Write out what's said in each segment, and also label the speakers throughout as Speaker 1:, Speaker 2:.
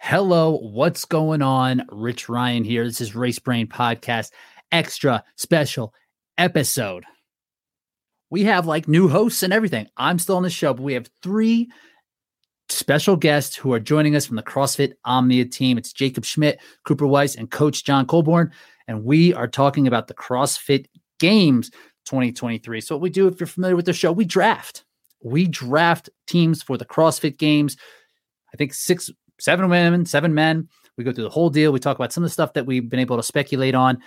Speaker 1: Hello, what's going on? Rich Ryan here. This is Race Brain Podcast extra special episode. We have like new hosts and everything. I'm still on the show, but we have three special guests who are joining us from the CrossFit Omnia team. It's Jacob Schmidt, Cooper Weiss, and Coach John Colborn. And we are talking about the CrossFit Games 2023. So, what we do, if you're familiar with the show, we draft. We draft teams for the CrossFit Games. I think six, seven women, seven men. We go through the whole deal. We talk about some of the stuff that we've been able to speculate on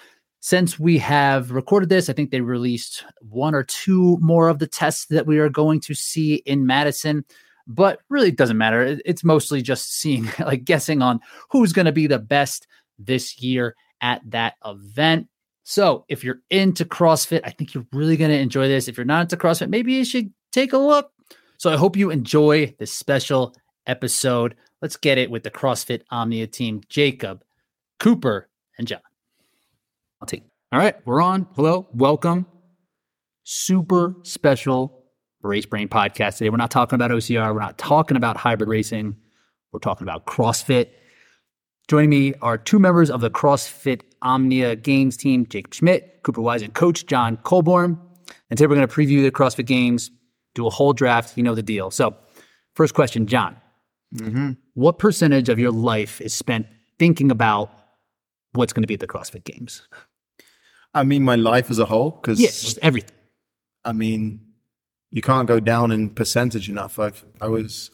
Speaker 1: since we have recorded this, I think they released one or two more of the tests that we are going to see in Madison. But really, it doesn't matter. It- It's mostly just seeing, like, guessing on who's going to be the best this year at that event. So, if you're into CrossFit, I think you're really going to enjoy this. If you're not into CrossFit, maybe you should take a look. So, I hope you enjoy this special episode. Let's get it with the CrossFit Omnia team Jacob, Cooper, and John. I'll take. All right, we're on. Hello, welcome. Super special Race Brain podcast today. We're not talking about OCR. We're not talking about hybrid racing. We're talking about CrossFit. Joining me are two members of the CrossFit Omnia Games team, Jacob Schmidt, Cooper Wise, and coach John Colborn. And today we're going to preview the CrossFit Games, do a whole draft. You know the deal. So, first question, John. What percentage of your life is spent thinking about what's going to be at the CrossFit Games?
Speaker 2: I mean, my life as a whole, because
Speaker 1: Yes, just everything.
Speaker 2: I mean, you can't go down in percentage enough. I've, I was,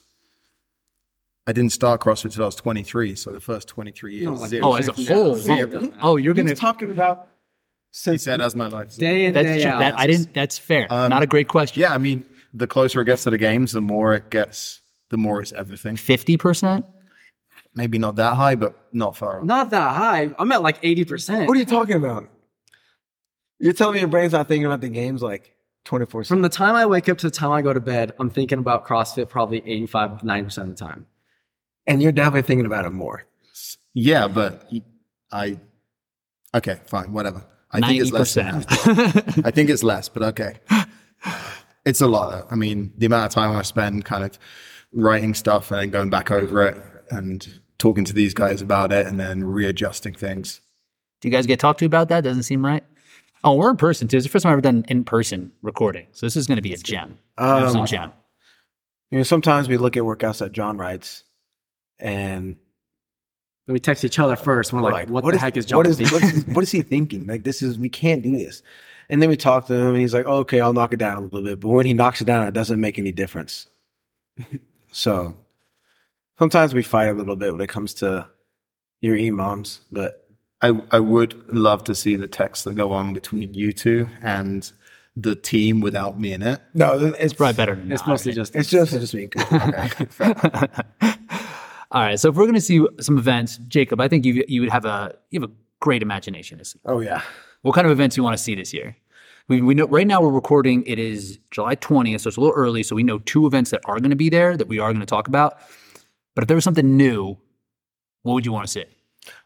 Speaker 2: I didn't start CrossFit till I was 23, so the first 23 years. zero.
Speaker 1: Oh, as a whole. Oh, oh, you're gonna.
Speaker 3: He's talking about
Speaker 2: he said that's my life.
Speaker 3: day in,
Speaker 1: That's
Speaker 3: day
Speaker 1: true.
Speaker 3: out.
Speaker 1: That, I didn't. That's fair.
Speaker 2: Um,
Speaker 1: Not a great question.
Speaker 2: Yeah, I mean, the closer it gets to the games, the more it gets, the more it's everything.
Speaker 1: Fifty percent.
Speaker 2: Maybe not that high, but not far off.
Speaker 4: Not that high. I'm at like 80%.
Speaker 3: What are you talking about? You're telling me your brain's not thinking about the games like 24
Speaker 4: From the time I wake up to the time I go to bed, I'm thinking about CrossFit probably 85, 90% of the time.
Speaker 3: And you're definitely thinking about it more.
Speaker 2: Yeah, but I, okay, fine, whatever. I think
Speaker 1: Ninety
Speaker 2: it's less than
Speaker 1: percent.
Speaker 2: that. I think it's less, but okay. It's a lot. I mean, the amount of time I spend kind of writing stuff and then going back over it and talking to these guys about it and then readjusting things.
Speaker 1: Do you guys get talked to about that? Doesn't seem right. Oh, we're in person too. It's the first time I've ever done an in-person recording, so this is going to be a gem. This is a
Speaker 3: Um,
Speaker 1: gem.
Speaker 3: you know, sometimes we look at workouts that John writes and
Speaker 4: But we text each other first. We're like, what, the
Speaker 3: is-
Speaker 4: heck is John
Speaker 3: what is,
Speaker 4: thinking?
Speaker 3: what, is, what is he thinking? Like, this is, we can't do this. And then we talk to him and he's like, oh, okay, I'll knock it down a little bit. But when he knocks it down, it doesn't make any difference. so sometimes we fight a little bit when it comes to your emoms, but
Speaker 2: I, I would love to see the texts that go on between you two and the team without me in it.
Speaker 3: no, it's
Speaker 1: Probably better than
Speaker 4: It's
Speaker 1: not.
Speaker 4: mostly just.
Speaker 3: It's just, it's just me.
Speaker 1: All right. So if we're going to see some events, Jacob, I think you you would have a you have a great imagination this year.
Speaker 3: Oh yeah.
Speaker 1: What kind of events you want to see this year? We, we know right now we're recording. It is July twentieth, so it's a little early. So we know two events that are going to be there that we are going to talk about. But if there was something new, what would you want to see?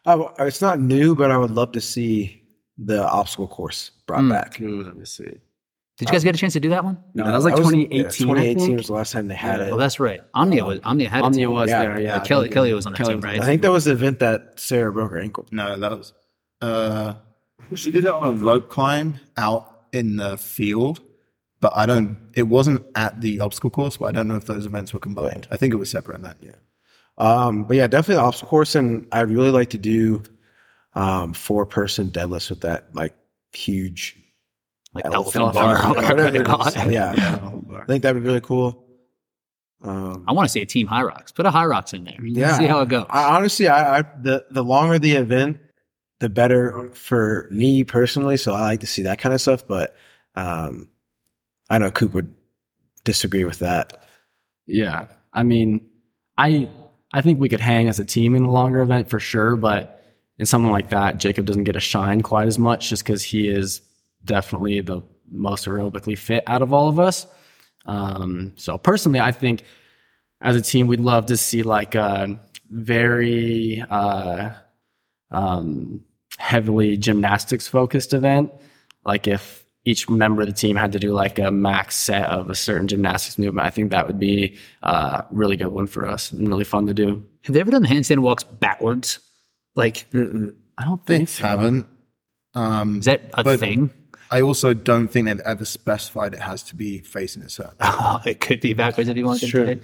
Speaker 3: I w- it's not new, but I would love to see the obstacle course brought
Speaker 4: Hmm.
Speaker 3: back.
Speaker 4: Ooh, let me see.
Speaker 1: Did you guys get a chance to do that one?
Speaker 4: No, that was like
Speaker 3: I yeah,
Speaker 4: 2018.
Speaker 3: 2018
Speaker 4: 2018.
Speaker 3: was the last time they had it.
Speaker 1: Oh, that's right. Omnia was Omnia had it.
Speaker 4: Omnia was
Speaker 3: Yeah,
Speaker 4: there, yeah.
Speaker 1: But Kelly Kelly was on that
Speaker 4: Kelly
Speaker 1: team,
Speaker 4: was on
Speaker 1: right?
Speaker 3: I think that was the event that Sarah broke her ankle.
Speaker 2: No, that was. Uh, she did it on a rope climb out in the field, but I don't. It wasn't at the obstacle course, but I don't know if those events were combined. I think it was separate in that. Yeah.
Speaker 3: Um, but yeah, definitely the obstacle course, and I'd really like to do um, four person deadlifts with that like huge
Speaker 1: like
Speaker 3: elephant
Speaker 1: elephant, bar,
Speaker 3: bar.
Speaker 1: or whatever they call
Speaker 3: Yeah.
Speaker 1: it.
Speaker 3: I think that'd be really cool. Um,
Speaker 1: I want to see a team High Rocks. Put a High Rocks in there.
Speaker 3: Yeah. Uh,
Speaker 1: See how it goes.
Speaker 3: I honestly, I, I the the longer the event, the better for me personally. So I like to see that kind of stuff. But um, I know Coop would disagree with that.
Speaker 4: Yeah. I mean, I I think we could hang as a team in a longer event for sure, but in something like that, Jacob doesn't get to shine quite as much just because he is definitely the most aerobically fit out of all of us. Um, so personally, I think as a team, we'd love to see like a very uh, um, heavily gymnastics focused event. Like if each member of the team had to do like a max set of a certain gymnastics movement, I think that would be a really good one for us and really fun to do.
Speaker 1: Have they ever done handstand walks backwards? Like,
Speaker 4: I don't
Speaker 2: They
Speaker 4: think so.
Speaker 2: haven't. Um,
Speaker 1: is that a
Speaker 2: But-
Speaker 1: thing?
Speaker 2: I also don't think they've ever specified it has to be facing a certain.
Speaker 1: Ah. it could be backwards if you want
Speaker 3: Sure.
Speaker 1: to. do it.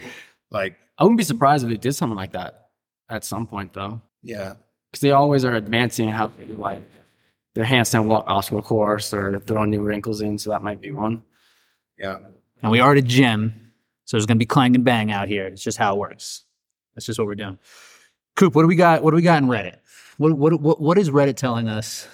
Speaker 2: Like,
Speaker 4: I wouldn't be surprised if they did something like that at some point though.
Speaker 2: yeah,
Speaker 4: because they always are advancing how they do like their handstand walk obstacle course or throwing new wrinkles in. So that might be one.
Speaker 2: yeah.
Speaker 1: And we are at a gym, so there's going to be clang and bang out here. It's just how it works. That's just what we're doing. Coop, what do we got? What do we got in Reddit? What what what, what is Reddit telling us?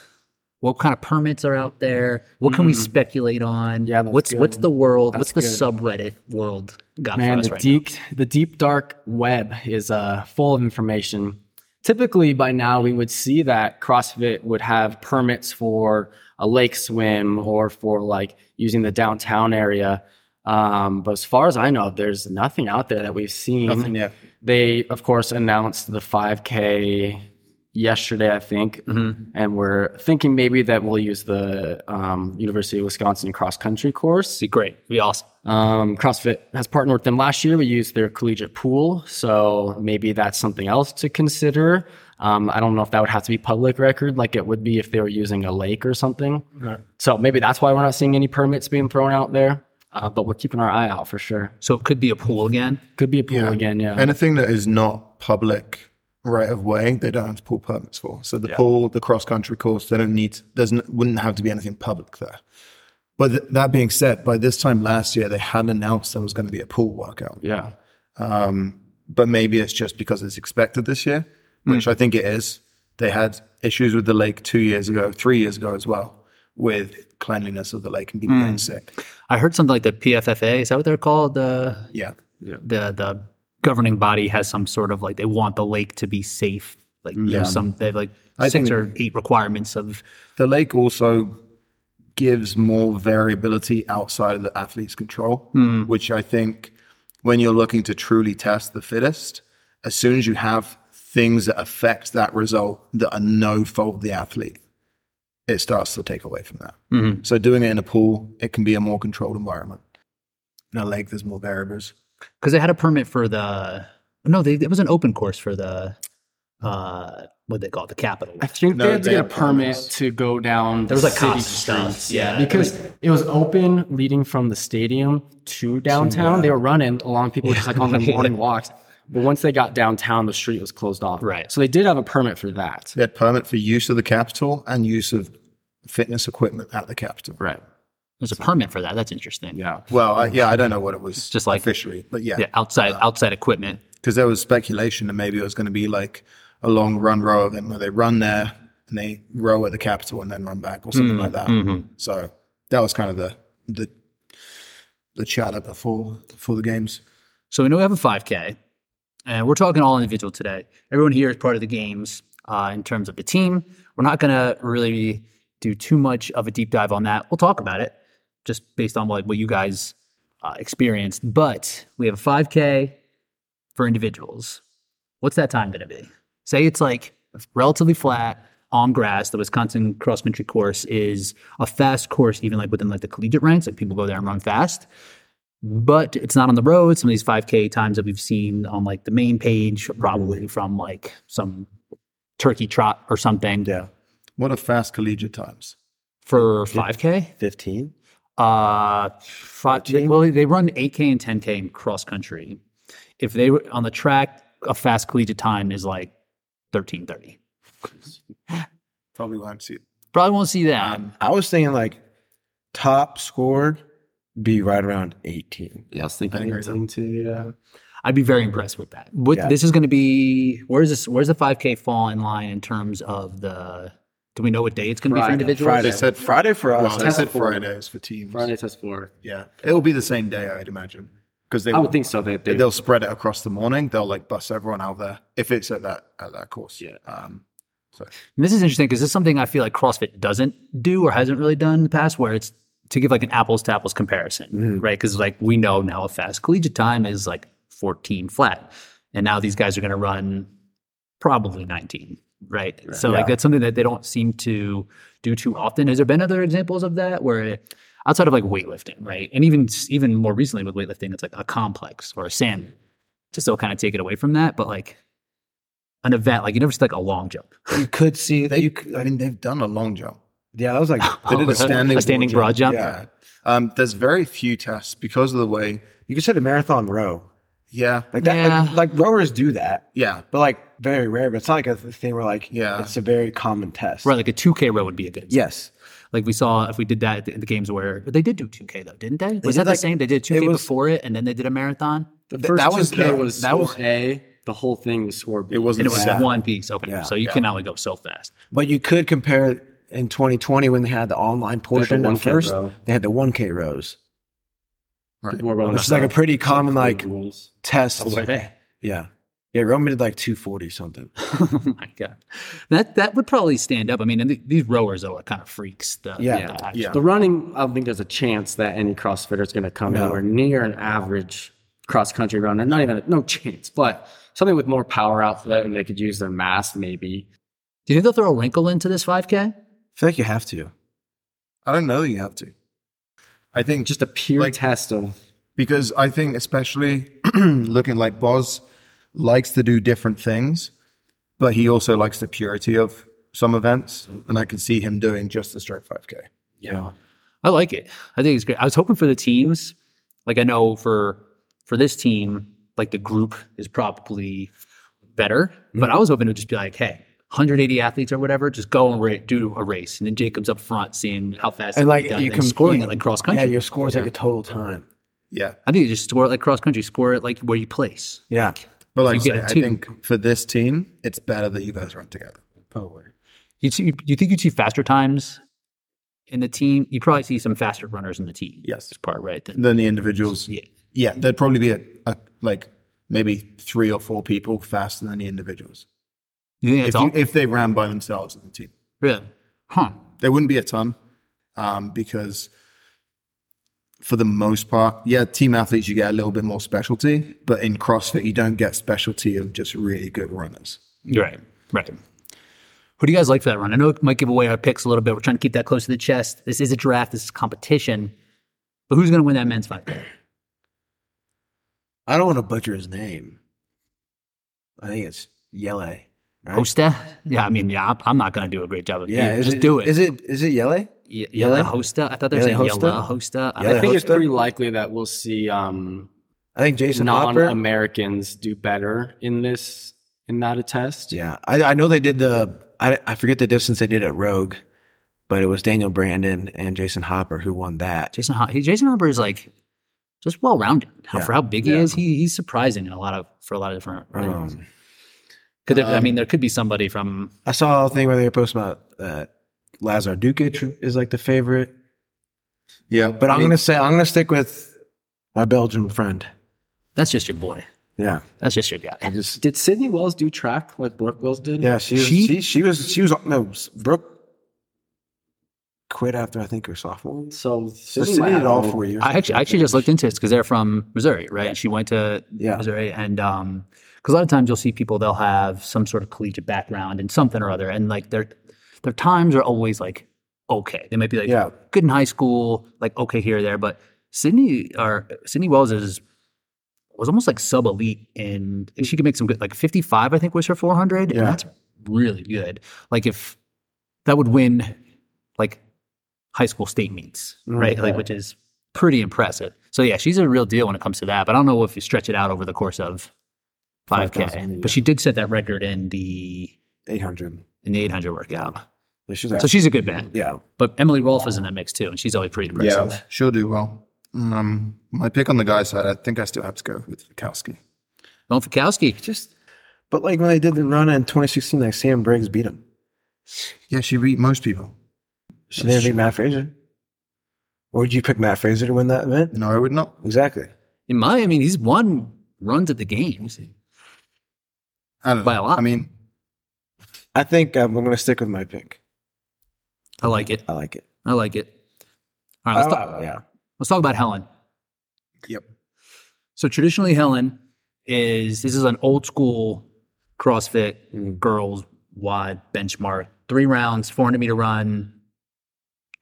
Speaker 1: What kind of permits are out there? What can we speculate on?
Speaker 4: Mm-hmm. Yeah, that's
Speaker 1: what's
Speaker 4: good.
Speaker 1: what's the world? what's the
Speaker 4: That's
Speaker 1: subreddit world got
Speaker 4: Man,
Speaker 1: for us
Speaker 4: the
Speaker 1: right now?
Speaker 4: deep the deep dark web is uh, full of information. Typically, by now we would see that CrossFit would have permits for a lake swim or for like using the downtown area. Um, but as far as I know, there's nothing out there that we've seen.
Speaker 2: Nothing yet.
Speaker 4: They, of course, announced the 5K yesterday, I think,
Speaker 1: Mm-hmm.
Speaker 4: and we're thinking maybe that we'll use the um, University of Wisconsin cross country course.
Speaker 1: Be great. Be awesome.
Speaker 4: Um, CrossFit has partnered with them last year. We used their collegiate pool, so maybe that's something else to consider. Um, I don't know if that would have to be public record, like it would be if they were using a lake or something. So maybe that's why we're not seeing any permits being thrown out there. Uh, but we're keeping our eye out for sure.
Speaker 1: So it could be a pool again.
Speaker 4: Could be a pool again, yeah.
Speaker 2: Anything that is not public right of way, they don't have to pull permits for. So the pool, the cross country course, they don't need. There's n- wouldn't have to be anything public there. But th- that being said, by this time last year, they had announced there was going to be a pool workout.
Speaker 4: yeah.
Speaker 2: Um, but maybe it's just because it's expected this year, which I think it is. They had issues with the lake two years ago, three years ago as well, with cleanliness of the lake and people getting sick.
Speaker 1: I heard something like the PFFA. Is that what they're called? Uh, The
Speaker 2: Yeah.
Speaker 1: the the governing body has some sort of like they want the lake to be safe. Like there's some they have like
Speaker 2: I
Speaker 1: six
Speaker 2: think-
Speaker 1: or eight requirements of
Speaker 2: The lake also gives more variability outside of the athlete's control,
Speaker 1: Hmm.
Speaker 2: which I think when you're looking to truly test the fittest, as soon as you have things that affect that result that are no fault of the athlete, it starts to take away from that.
Speaker 1: Hmm.
Speaker 2: So doing it in a pool, it can be a more controlled environment. In a lake, there's more variables.
Speaker 1: because they had a permit for the no, they, it was an open course for the uh what they call it, the capital.
Speaker 4: I think
Speaker 2: No,
Speaker 4: they had to
Speaker 2: they
Speaker 4: get a
Speaker 2: have
Speaker 4: permit
Speaker 2: permits.
Speaker 4: to go down.
Speaker 1: There was like
Speaker 4: city
Speaker 1: cops and stuff,
Speaker 4: streets.
Speaker 1: yeah.
Speaker 4: because it was open leading from the stadium to downtown. They were running along people just like on their morning walks. But once they got downtown, the street was closed off.
Speaker 1: Right.
Speaker 4: So they did have a permit for that.
Speaker 2: They had permit for use of the capital and use of fitness equipment at the capital.
Speaker 4: Right.
Speaker 1: There's a permit for that. That's interesting.
Speaker 4: Yeah.
Speaker 2: Well, I, yeah, I don't know what it was
Speaker 1: Just like-
Speaker 2: officially, but
Speaker 1: Yeah, outside
Speaker 2: Uh,
Speaker 1: outside equipment.
Speaker 2: because there was speculation that maybe it was going to be like a long run row event where they run there and they row at the capital and then run back or something like that. So that was kind of the the the chatter before before the games.
Speaker 1: So we know we have a 5K, and we're talking all individual today. Everyone here is part of the games uh, in terms of the team. We're not going to really do too much of a deep dive on that. We'll talk about it just based on what, what you guys uh, experienced. But we have a 5K for individuals. What's that time going to be? Say it's like relatively flat on grass. The Wisconsin cross country course is a fast course, even like within like the collegiate ranks. Like people go there and run fast but it's not on the road. Some of these 5K times that we've seen on like the main page, are probably from like some turkey trot or something
Speaker 2: What are fast collegiate times?
Speaker 1: for 5K.
Speaker 3: 15?
Speaker 1: Uh, five, they, well, they run 8K and 10K in cross country. If they were on the track, a fast collegiate time is like 13:30.
Speaker 2: Probably won't see.
Speaker 1: Probably won't see that.
Speaker 3: I was thinking like top scored be right around 18.
Speaker 4: Yeah. I was thinking to,
Speaker 2: uh,
Speaker 4: yeah.
Speaker 1: I'd be very impressed with that. What,
Speaker 3: Yeah.
Speaker 1: This is going to be where's this? Where's the 5K fall in line in terms of the? Do we know what day it's going to be for
Speaker 4: Friday.
Speaker 1: individuals?
Speaker 2: They said
Speaker 3: Friday for us.
Speaker 2: Well, they said
Speaker 4: four.
Speaker 2: Fridays for teams.
Speaker 4: Uh, Friday test four.
Speaker 2: Yeah, it will be the same day, I'd imagine, because they
Speaker 4: I would think so. They, they,
Speaker 2: they'll spread it across the morning. They'll like bus everyone out there if it's at that at that course.
Speaker 4: Yeah.
Speaker 2: Um, so
Speaker 1: And this is interesting because this is something I feel like CrossFit doesn't do or hasn't really done in the past, where it's to give like an apples to apples comparison, right? Because like we know now a fast collegiate time is like 14 flat, and now these guys are going to run probably 19. right? So like that's something that they don't seem to do too often. Has there been other examples of that where outside of like weightlifting, right? And even even more recently with weightlifting, it's like a complex or a sand to still kind of take it away from that, but like an event, like you never see like a long jump.
Speaker 2: You could see they. You could, I mean, they've done a long jump.
Speaker 3: Yeah, that was like
Speaker 2: They did a standing,
Speaker 1: A standing broad jump.
Speaker 2: Yeah. Um, there's very few tests because of the way.
Speaker 3: you could set a marathon row.
Speaker 2: Yeah.
Speaker 3: Like that,
Speaker 1: Yeah.
Speaker 3: like, like rowers do that,
Speaker 2: Yeah.
Speaker 3: but like very rare. But it's not like a th- thing where like
Speaker 2: Yeah.
Speaker 3: it's a very common test.
Speaker 1: Right, like a 2K row would be a good. example.
Speaker 3: Yes,
Speaker 1: Like we saw if we did that at the, the games where but they did do 2K though, didn't they? Was
Speaker 3: did,
Speaker 1: that the
Speaker 3: like-
Speaker 1: same? They did 2K
Speaker 3: was-
Speaker 1: before it and then they did a marathon?
Speaker 4: The
Speaker 2: Th-
Speaker 4: first
Speaker 2: that was-
Speaker 4: 2K
Speaker 2: that
Speaker 4: was
Speaker 1: that was-
Speaker 4: score A. The whole thing was score B.
Speaker 2: It wasn't.
Speaker 1: And it was
Speaker 2: set.
Speaker 1: one piece opening.
Speaker 3: Yeah.
Speaker 1: so you can only go so fast.
Speaker 3: but you could compare in 2020 when they had the online portion at
Speaker 4: 1K
Speaker 3: first.
Speaker 4: row.
Speaker 3: They had the 1K rows,
Speaker 2: Right.
Speaker 4: More about
Speaker 3: which is like a pretty common like
Speaker 4: rules.
Speaker 3: test.
Speaker 1: Okay.
Speaker 3: Yeah, yeah. Roman did like 240 something.
Speaker 1: oh my god, that that would probably stand up. I mean, and th- these rowers though are kind of freaks. The,
Speaker 3: Yeah.
Speaker 1: the types.
Speaker 2: Yeah.
Speaker 4: The running, I don't think there's a chance that any CrossFitter is going to come
Speaker 3: No.
Speaker 4: anywhere near an average cross country runner. Not even no chance. But something with more power output and they could use their mass maybe.
Speaker 1: Do you think they'll throw a wrinkle into this 5K?
Speaker 3: I feel like you have to.
Speaker 2: I don't know. that You have to. I think
Speaker 4: Just a pure
Speaker 2: Like-
Speaker 4: test of
Speaker 2: because I think especially looking like Boz likes to do different things, but he also likes the purity of some events, and I can see him doing just the straight 5K.
Speaker 4: yeah.
Speaker 1: I like it. I think it's great. I was hoping for the teams. Like I know for for this team, like the group is probably better. But I was hoping to just be like, hey, 180 athletes or whatever, just go and ra- do a race, and then Jacob's up front, seeing how fast
Speaker 3: And
Speaker 1: he
Speaker 3: like
Speaker 1: does,
Speaker 3: you
Speaker 1: and
Speaker 3: can
Speaker 1: scoring
Speaker 3: yeah,
Speaker 1: it like cross
Speaker 3: Yeah,
Speaker 1: country.
Speaker 3: your score is like a total time.
Speaker 2: Yeah,
Speaker 1: I think you just score it like cross country, score it like where you place.
Speaker 3: Yeah,
Speaker 2: but like I,
Speaker 1: You
Speaker 2: say,
Speaker 1: get a
Speaker 2: I
Speaker 1: two.
Speaker 2: think for this team, it's better that you guys run together.
Speaker 3: probably.
Speaker 1: You see, you think you'd see faster times in the team? You probably see some faster runners in the team.
Speaker 2: Yes.
Speaker 1: That's part right. Then
Speaker 2: Then the individuals.
Speaker 1: Yeah.
Speaker 2: yeah, there'd probably be a, a like maybe three or four people faster than the individuals
Speaker 1: you think
Speaker 2: if,
Speaker 1: that's
Speaker 2: you,
Speaker 1: all?
Speaker 2: if they ran by themselves in the team.
Speaker 1: Really? Huh.
Speaker 2: There wouldn't be a ton um, because, for the most part, yeah, team athletes, you get a little bit more specialty, but in CrossFit, you don't get specialty of just really good runners.
Speaker 1: You're right. Right. Who do you guys like for that run? I know it might give away our picks a little bit. We're trying to keep that close to the chest. This is a draft. This is competition. But who's going to win that men's fight?
Speaker 3: I don't want to butcher his name. I think it's Yele. Right?
Speaker 1: Hosta? Yeah, I mean, yeah, I'm- I'm not going to do a great job of
Speaker 3: Yeah,
Speaker 1: yeah,
Speaker 3: is
Speaker 1: Just do it.
Speaker 3: Is it is it Yele?
Speaker 1: Ye- Yella
Speaker 3: Yella?
Speaker 1: Hosta? I thought they were
Speaker 3: Yella
Speaker 1: saying
Speaker 3: Hosta?
Speaker 1: Yella Hosta. I-
Speaker 3: Yella
Speaker 4: I think it's
Speaker 3: Hosta?
Speaker 4: pretty likely that we'll see um,
Speaker 3: I think Jason Hopper.
Speaker 4: non-Americans do better in this in that test.
Speaker 3: Yeah, I, I know they did the. I, I forget the distance they did at Rogue, but it was Daniel Brandon and Jason Hopper who won that.
Speaker 1: Jason Ho- he- Jason Harper is like just well rounded. How
Speaker 3: Yeah.
Speaker 1: For how big he is, he, he's surprising in a lot of for a lot of different. things.
Speaker 3: Um,
Speaker 1: Could there, I mean, there could be somebody from
Speaker 3: I saw a thing where they were posting about uh, Lazar Dukic is like the favorite,
Speaker 2: Yeah,
Speaker 3: but I'm gonna say I'm gonna stick with my Belgian friend.
Speaker 1: that's just your boy.
Speaker 3: Yeah,
Speaker 1: That's just your guy.
Speaker 3: just
Speaker 4: Did Sydney Wells do track like Brooke Wells did?
Speaker 3: yeah. She was,
Speaker 1: She-
Speaker 3: she, she was she was no Brooke quit after I think her sophomore. year.
Speaker 4: So
Speaker 3: So
Speaker 4: Sydney
Speaker 3: she did it all
Speaker 4: Wells-
Speaker 3: four years.
Speaker 1: I actually, I actually just looked into this because they're from Missouri, right? She went to
Speaker 3: Yeah.
Speaker 1: Missouri, and um, because a lot of times you'll see people they'll have some sort of collegiate background and something or other, and like their their times are always like okay. They might be like
Speaker 3: Yeah.
Speaker 1: good in high school, like okay here or there, but Sydney or Sydney Wells is was almost like sub elite, and she could make some good like fifty five, I think was her four hundred,
Speaker 3: Yeah.
Speaker 1: and that's really good. Like if that would win like high school state meets,
Speaker 3: Mm-hmm.
Speaker 1: right? Like which is pretty impressive. So yeah, she's a real deal when it comes to that. But I don't know if you stretch it out over the course of 5K.
Speaker 3: 5,000, yeah.
Speaker 1: But she did set that record in the
Speaker 3: eight hundred.
Speaker 1: in the 800 workout.
Speaker 3: She was like,
Speaker 1: So she's a good bet.
Speaker 3: yeah.
Speaker 1: But Emily Rolfe is in that mix too, and she's always pretty impressive.
Speaker 2: yeah, she'll do well. Um, my pick on the guy side, I think I still have to go with Vikowski.
Speaker 1: Going for Kowski.
Speaker 3: just but like when they did the run in 2016 like sam briggs beat him
Speaker 2: Yeah, she beat most people.
Speaker 3: she didn't beat matt fraser or would you pick matt fraser to win that event
Speaker 2: No, I would not.
Speaker 3: exactly
Speaker 1: In my, I mean, he's won runs at the games.
Speaker 2: I don't know.
Speaker 1: By a lot.
Speaker 2: I mean,
Speaker 3: i think um, i'm going to stick with my pick
Speaker 1: I like it.
Speaker 3: i like it
Speaker 1: I like it. All right, let's,
Speaker 3: I-
Speaker 1: talk,
Speaker 3: I- Oh, yeah
Speaker 1: let's talk about Helen.
Speaker 2: yep.
Speaker 1: So
Speaker 2: Mm-hmm.
Speaker 1: traditionally, Helen is this is an old school CrossFit girls wide benchmark. Three rounds, 400 meter run,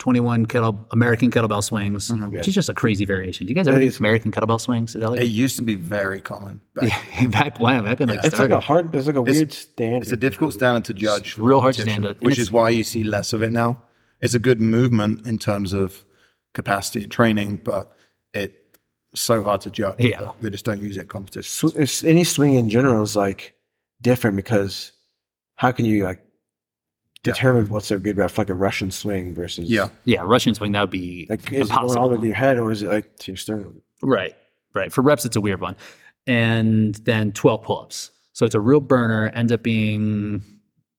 Speaker 1: 21 kettle American kettlebell swings,
Speaker 3: Mm-hmm.
Speaker 1: which is just a crazy variation. Do you guys ever do American kettlebell swings? Is that
Speaker 2: It
Speaker 1: like
Speaker 2: used to be very common. But
Speaker 1: back when? Back when like
Speaker 3: It's like
Speaker 1: started.
Speaker 3: a hard. It's like a weird standard.
Speaker 2: It's a difficult standard to judge,
Speaker 1: real hard standard.
Speaker 2: which is why you see less of it now. It's a good movement in terms of capacity and training, but it's so hard to judge.
Speaker 1: Yeah.
Speaker 2: They just don't use it in competition.
Speaker 3: sw- it's- any swing in general is like different because how can you like determine what's a good ref like a Russian swing versus
Speaker 2: Yeah.
Speaker 1: Yeah, Russian swing that would be
Speaker 3: like is it going all
Speaker 1: impossible.
Speaker 3: over your head or is it like to your sternum?
Speaker 1: Right, right. For reps, it's a weird one, and then twelve pull-ups. So it's a real burner. Ends up being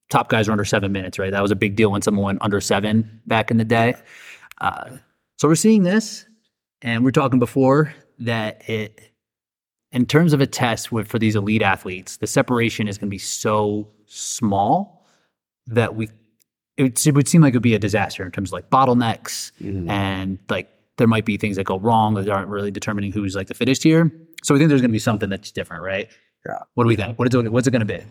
Speaker 1: top guys are under seven minutes. Right, that was a big deal when someone went under seven back in the day. Uh, so we're seeing this, and we are talking before that it, in terms of a test with, for these elite athletes, the separation is going to be so small that we. It, it would seem like it would be a disaster in terms of like bottlenecks
Speaker 2: Mm-hmm.
Speaker 1: and like there might be things that go wrong that aren't really determining who's like the fittest here. So we think there's going to be something that's different, right?
Speaker 3: Yeah.
Speaker 1: What do we think? What is it, what's it going to be?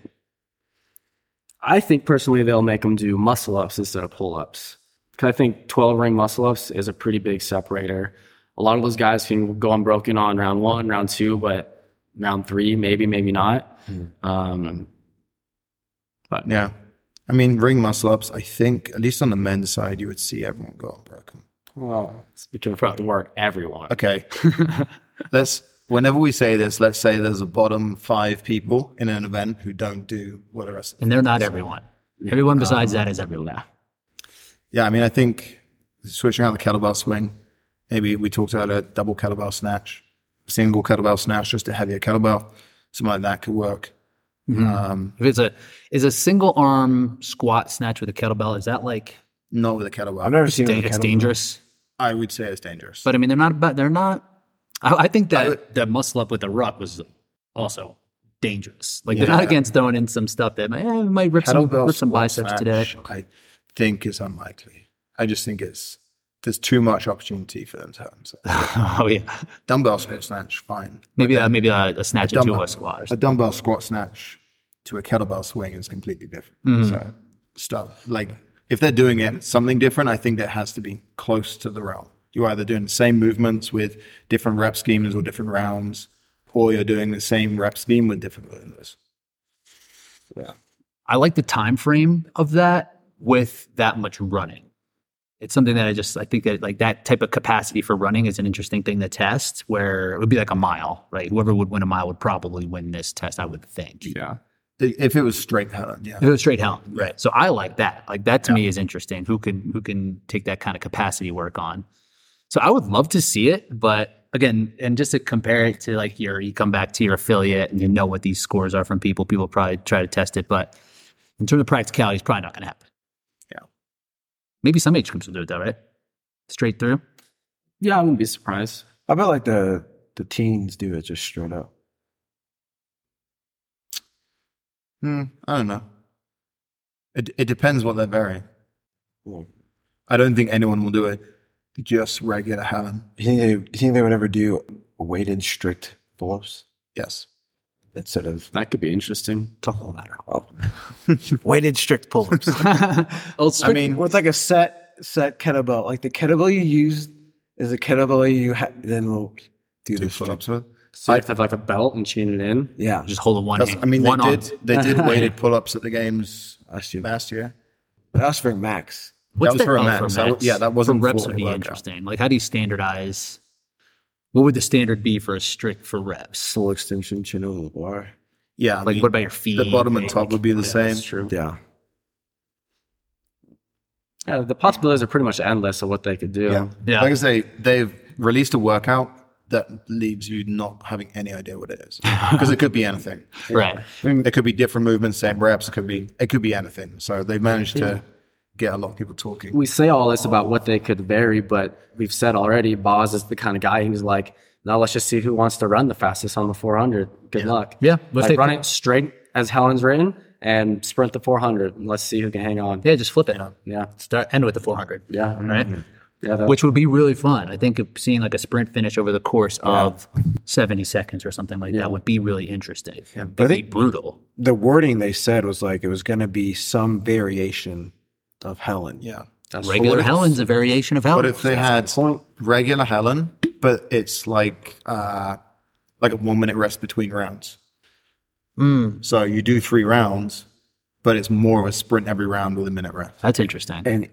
Speaker 4: I think personally they'll make them do muscle ups instead of pull ups. Because I think 12 ring muscle ups is a pretty big separator. A lot of those guys can go unbroken on round one, round two, but round three, maybe, maybe not. Um,
Speaker 2: Yeah. I mean, ring muscle ups, I think, at least on the men's side, you would see everyone go unbroken.
Speaker 4: well, speaking of the work, everyone.
Speaker 2: Okay. let's, whenever we say this, let's say there's a bottom five people in an event who don't do what the rest of
Speaker 1: And they're not everyone. Everyone besides that is everyone.
Speaker 2: Yeah, I mean, I think switching out the kettlebell swing, maybe we talked about a double kettlebell snatch, single kettlebell snatch, just a heavier kettlebell, something like that could work. Um,
Speaker 1: If it's a is a single arm squat snatch with a kettlebell, is that like
Speaker 2: not with a
Speaker 3: I've
Speaker 2: kettlebell.
Speaker 3: never seen
Speaker 1: da-
Speaker 3: it.
Speaker 1: it's dangerous?
Speaker 2: I would say it's dangerous.
Speaker 1: But I mean, they're not. But they're not. I, I think that that muscle up with the ruck was also dangerous. Like they're not
Speaker 2: Yeah.
Speaker 1: against throwing in some stuff that might, eh, might rip some
Speaker 2: kettlebell
Speaker 1: rip some
Speaker 2: squat
Speaker 1: biceps today.
Speaker 2: snatch, I think is unlikely. I just think it's there's too much opportunity for them to hurt themselves.
Speaker 1: oh yeah,
Speaker 2: dumbbell squat snatch, fine.
Speaker 1: maybe uh, maybe a, a snatch into
Speaker 2: dumbbell-
Speaker 1: a squat. Or
Speaker 2: A dumbbell squat snatch to a kettlebell swing is completely different. So stuff like if they're doing it something different, I think that has to be close to the realm. You're either doing the same movements with different rep schemes or different rounds, or you're doing the same rep scheme with different movements.
Speaker 1: I like the time frame of that with that much running. It's something that I just I think that like that type of capacity for running is an interesting thing to test. Where it would be like a mile, right? Whoever would win a mile would probably win this test, I would think.
Speaker 4: Yeah.
Speaker 2: I- If it was straight helen, yeah.
Speaker 1: If it was straight hell, right? So I like that. Like that to me is interesting. Who can who can take that kind of capacity work on? So I would love to see it, but again, and just to compare it to like your, you come back to your affiliate and you know what these scores are from people. People probably try to test it, but in terms of practicality, it's probably not going to happen.
Speaker 2: Yeah.
Speaker 1: Maybe some age groups will do it though, right? Straight through.
Speaker 4: Yeah, I wouldn't be surprised.
Speaker 3: I bet like the the teens do it just straight up.
Speaker 2: Hmm, I don't know. It it depends what they're varying.
Speaker 3: You
Speaker 2: I don't think anyone will do it just regular helen.
Speaker 3: think they, you think they would ever do weighted strict pull ups
Speaker 2: Yes.
Speaker 3: instead of Oh.
Speaker 4: That could be interesting.
Speaker 1: It's a whole matter.
Speaker 3: well, weighted strict pull ups?
Speaker 2: I mean,
Speaker 3: With like a set set kettlebell, like the kettlebell you use is a kettlebell you ha- then we'll do
Speaker 2: do
Speaker 3: this.
Speaker 2: pull ups with it.
Speaker 4: So you have to have like a belt and chain it in.
Speaker 3: Yeah,
Speaker 1: Just hold one.
Speaker 2: That's,
Speaker 1: hand-
Speaker 2: I mean, they
Speaker 1: one arm.
Speaker 2: did they did weighted pull ups at the games
Speaker 3: that's you.
Speaker 2: last year.
Speaker 3: That's for max.
Speaker 1: What's
Speaker 2: was for a
Speaker 1: oh,
Speaker 2: max. That was- yeah, that wasn't uh,
Speaker 1: for reps
Speaker 2: for
Speaker 1: would be
Speaker 2: workout.
Speaker 1: interesting. Like, how do you standardize? What would the standard be for a strict for reps?
Speaker 3: Full extension, chin over the bar.
Speaker 2: Yeah, I
Speaker 1: Like,
Speaker 2: mean,
Speaker 1: what about E your feet?
Speaker 2: the bottom and
Speaker 1: Like,
Speaker 2: top would be the
Speaker 1: yeah,
Speaker 2: same.
Speaker 1: That's true.
Speaker 3: Yeah.
Speaker 4: Yeah, the possibilities are pretty much endless of what they could do.
Speaker 2: Yeah.
Speaker 1: Yeah.
Speaker 2: Like I say, they've released a workout that leaves you not having any idea what it is because it could be anything.
Speaker 1: Right.
Speaker 2: It could be different movements, same reps. It could be it could be anything. So they've managed to get a lot of people talking.
Speaker 4: we say all this about what they could vary, but we've said already, Boz is the kind of guy who's like, now let's just see who wants to run the fastest on the 400. Good luck.
Speaker 1: Yeah, let's
Speaker 4: Let's
Speaker 1: take-
Speaker 4: run it straight as Helen's written and sprint the 400. Let's see who can hang on.
Speaker 1: Yeah, just flip it.
Speaker 4: Yeah.
Speaker 1: Start end with the 400.
Speaker 4: Yeah.
Speaker 1: Right.
Speaker 2: Mm-hmm.
Speaker 4: Yeah, that,
Speaker 1: which would be really fun. I think of seeing like a sprint finish over the course of 70 seconds or something like that would be really interesting. It'd
Speaker 3: I
Speaker 1: be
Speaker 3: think-
Speaker 1: brutal.
Speaker 3: The wording they said was like it was going to be some variation of Helen.
Speaker 2: Yeah.
Speaker 4: that's
Speaker 1: Regular Helen's a variation of Helen.
Speaker 2: But if they had
Speaker 3: point.
Speaker 2: regular Helen, but it's like uh, like a one minute rest between rounds. So you do three rounds, but it's more of a sprint every round with a minute rest.
Speaker 1: That's interesting.
Speaker 3: And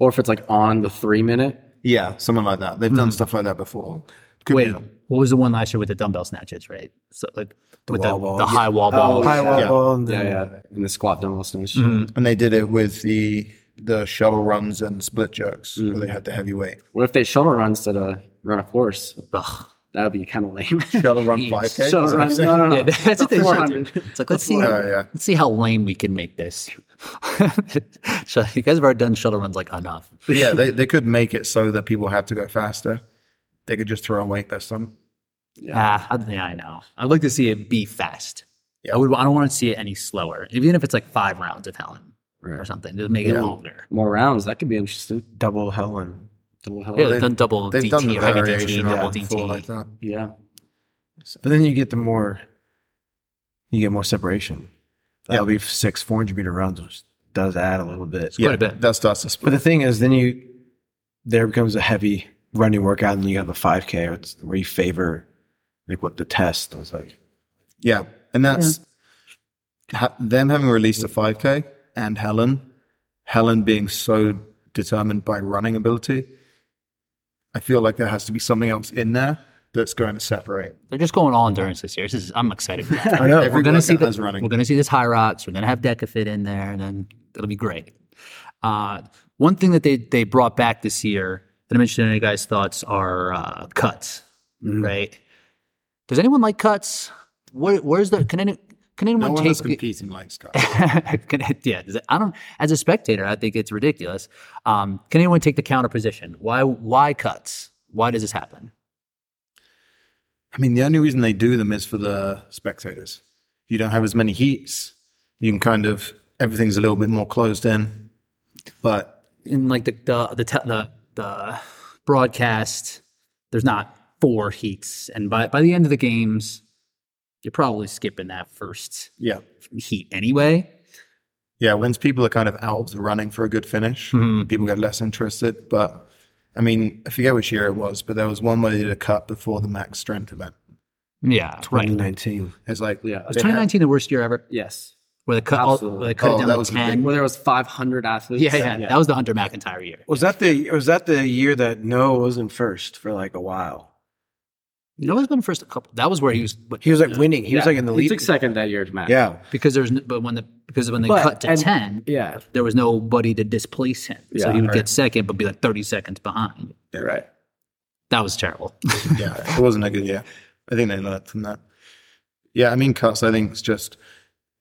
Speaker 4: or if it's like on the three minute.
Speaker 2: Yeah, something like that. They've done stuff like that before. Could
Speaker 1: Wait,
Speaker 2: be-
Speaker 1: what was the one last year with the dumbbell snatches, right? So like with the,
Speaker 3: wall ball.
Speaker 1: the
Speaker 3: Yeah.
Speaker 1: high wall ball.
Speaker 3: high wall
Speaker 2: yeah.
Speaker 3: ball and
Speaker 4: Yeah,
Speaker 3: then-
Speaker 4: yeah, in the squat dumbbell snatch.
Speaker 1: Mm-hmm.
Speaker 2: and they did it with the the shuttle runs and split jerks where they had the heavy weight.
Speaker 4: What if they shuttle run instead of run a course?
Speaker 2: Oh.
Speaker 1: Ugh.
Speaker 4: That would be kind of lame.
Speaker 2: Shuttle run 5K? Is that
Speaker 4: shuttle
Speaker 2: what
Speaker 4: run,
Speaker 2: I'm saying?
Speaker 4: no, no, no.
Speaker 1: Yeah, that's what they should.
Speaker 4: 400.
Speaker 1: do. It's like let's see,
Speaker 2: Oh, yeah.
Speaker 1: let's see how lame we can make this. so you guys have already done shuttle runs like enough.
Speaker 2: But yeah, they, they could make it so that people have to go faster. They could just throw a weight vest on.
Speaker 1: Ah, I think I know. I'd like to see it be fast.
Speaker 2: Yeah.
Speaker 1: I would. I don't want to see it any slower, even if it's like five rounds of Helen or
Speaker 4: Right.
Speaker 1: something. Just make it
Speaker 2: Yeah.
Speaker 1: longer.
Speaker 4: More rounds. That could be interesting.
Speaker 3: double Helen.
Speaker 4: Double
Speaker 1: Yeah,
Speaker 4: hell.
Speaker 1: they've
Speaker 2: they-
Speaker 1: done double
Speaker 2: They've
Speaker 1: DT,
Speaker 2: done the
Speaker 1: like a
Speaker 2: variation
Speaker 1: DT,
Speaker 2: of
Speaker 1: double
Speaker 2: it before
Speaker 1: DT.
Speaker 2: like that.
Speaker 4: Yeah.
Speaker 3: But then you get the more, you get more separation. That'll be six 400 meter rounds, which does add a little bit.
Speaker 1: quite a bit.
Speaker 2: That starts to
Speaker 3: But
Speaker 2: split.
Speaker 3: the thing is, then you, there becomes a heavy running workout, and you have the 5K it's where you favor like what the test was like.
Speaker 2: Yeah, and that's ha- them having released a 5K and Helen, Helen being so determined by running ability. I feel like there has to be something else in there that's going to separate.
Speaker 1: They're just going all endurance this year. This is, I'm excited. For that.
Speaker 2: I know
Speaker 1: we're gonna see
Speaker 2: that's
Speaker 1: the,
Speaker 2: running.
Speaker 1: We're gonna see this high rocks. We're gonna have Decafit in there, and then it'll be great. Uh, one thing that they they brought back this year that I'm interested in you guys' thoughts are uh, cuts,
Speaker 2: Mm-hmm.
Speaker 1: right? Does anyone like cuts? Where, where's the can any, can anyone
Speaker 2: no one that's
Speaker 1: take?
Speaker 2: competing like Scott.
Speaker 1: can, yeah, does it- I don't. As a spectator, I think it's ridiculous. Um, can anyone take the counter position? Why why cuts? Why does this happen?
Speaker 2: I mean, the only reason they do them is for the spectators. You don't have as many heats. You can kind of everything's a little bit more closed in. But
Speaker 1: in like the the the te- the, the broadcast, there's not four heats, and by by the end of the games, you're probably skipping that first
Speaker 2: yeah,
Speaker 1: heat anyway.
Speaker 2: yeah. Once people are kind of out of the running for a good finish,
Speaker 4: Mm-hmm.
Speaker 2: people get less interested. But I mean, I forget which year it was, but there was one where they did a cut before the max strength event.
Speaker 1: Yeah, right.
Speaker 3: 2019.
Speaker 2: It's like
Speaker 4: Yeah.
Speaker 1: Was
Speaker 2: they had-
Speaker 1: 2019 the worst year ever?
Speaker 4: Yes.
Speaker 1: Where they cut all,
Speaker 4: Absolutely.
Speaker 1: where they cut
Speaker 2: Oh,
Speaker 1: it down
Speaker 2: that
Speaker 1: to
Speaker 2: was the
Speaker 1: 10.
Speaker 2: big
Speaker 4: Where there was 500 athletes.
Speaker 1: yeah, yeah, that was the Hunter McIntyre year.
Speaker 3: Was that the was that the year that Noah wasn't first for like a while?
Speaker 1: You know, it's been first a couple. That was where he was, but
Speaker 3: He was like winning. He was
Speaker 4: Yeah.
Speaker 3: like in the
Speaker 4: He
Speaker 3: lead.
Speaker 4: took second that year, Matt.
Speaker 3: Yeah,
Speaker 1: because there's, n- but when the because when they
Speaker 4: But-
Speaker 1: cut to
Speaker 4: and-
Speaker 1: 10,
Speaker 4: Yeah.
Speaker 1: there was nobody to displace him, so
Speaker 4: Yeah,
Speaker 1: he would get second, but be like 30 seconds behind.
Speaker 4: Right.
Speaker 1: That was terrible.
Speaker 2: yeah, it wasn't a good year. I think they learned from that. Yeah, I mean, cuts, I think it's just,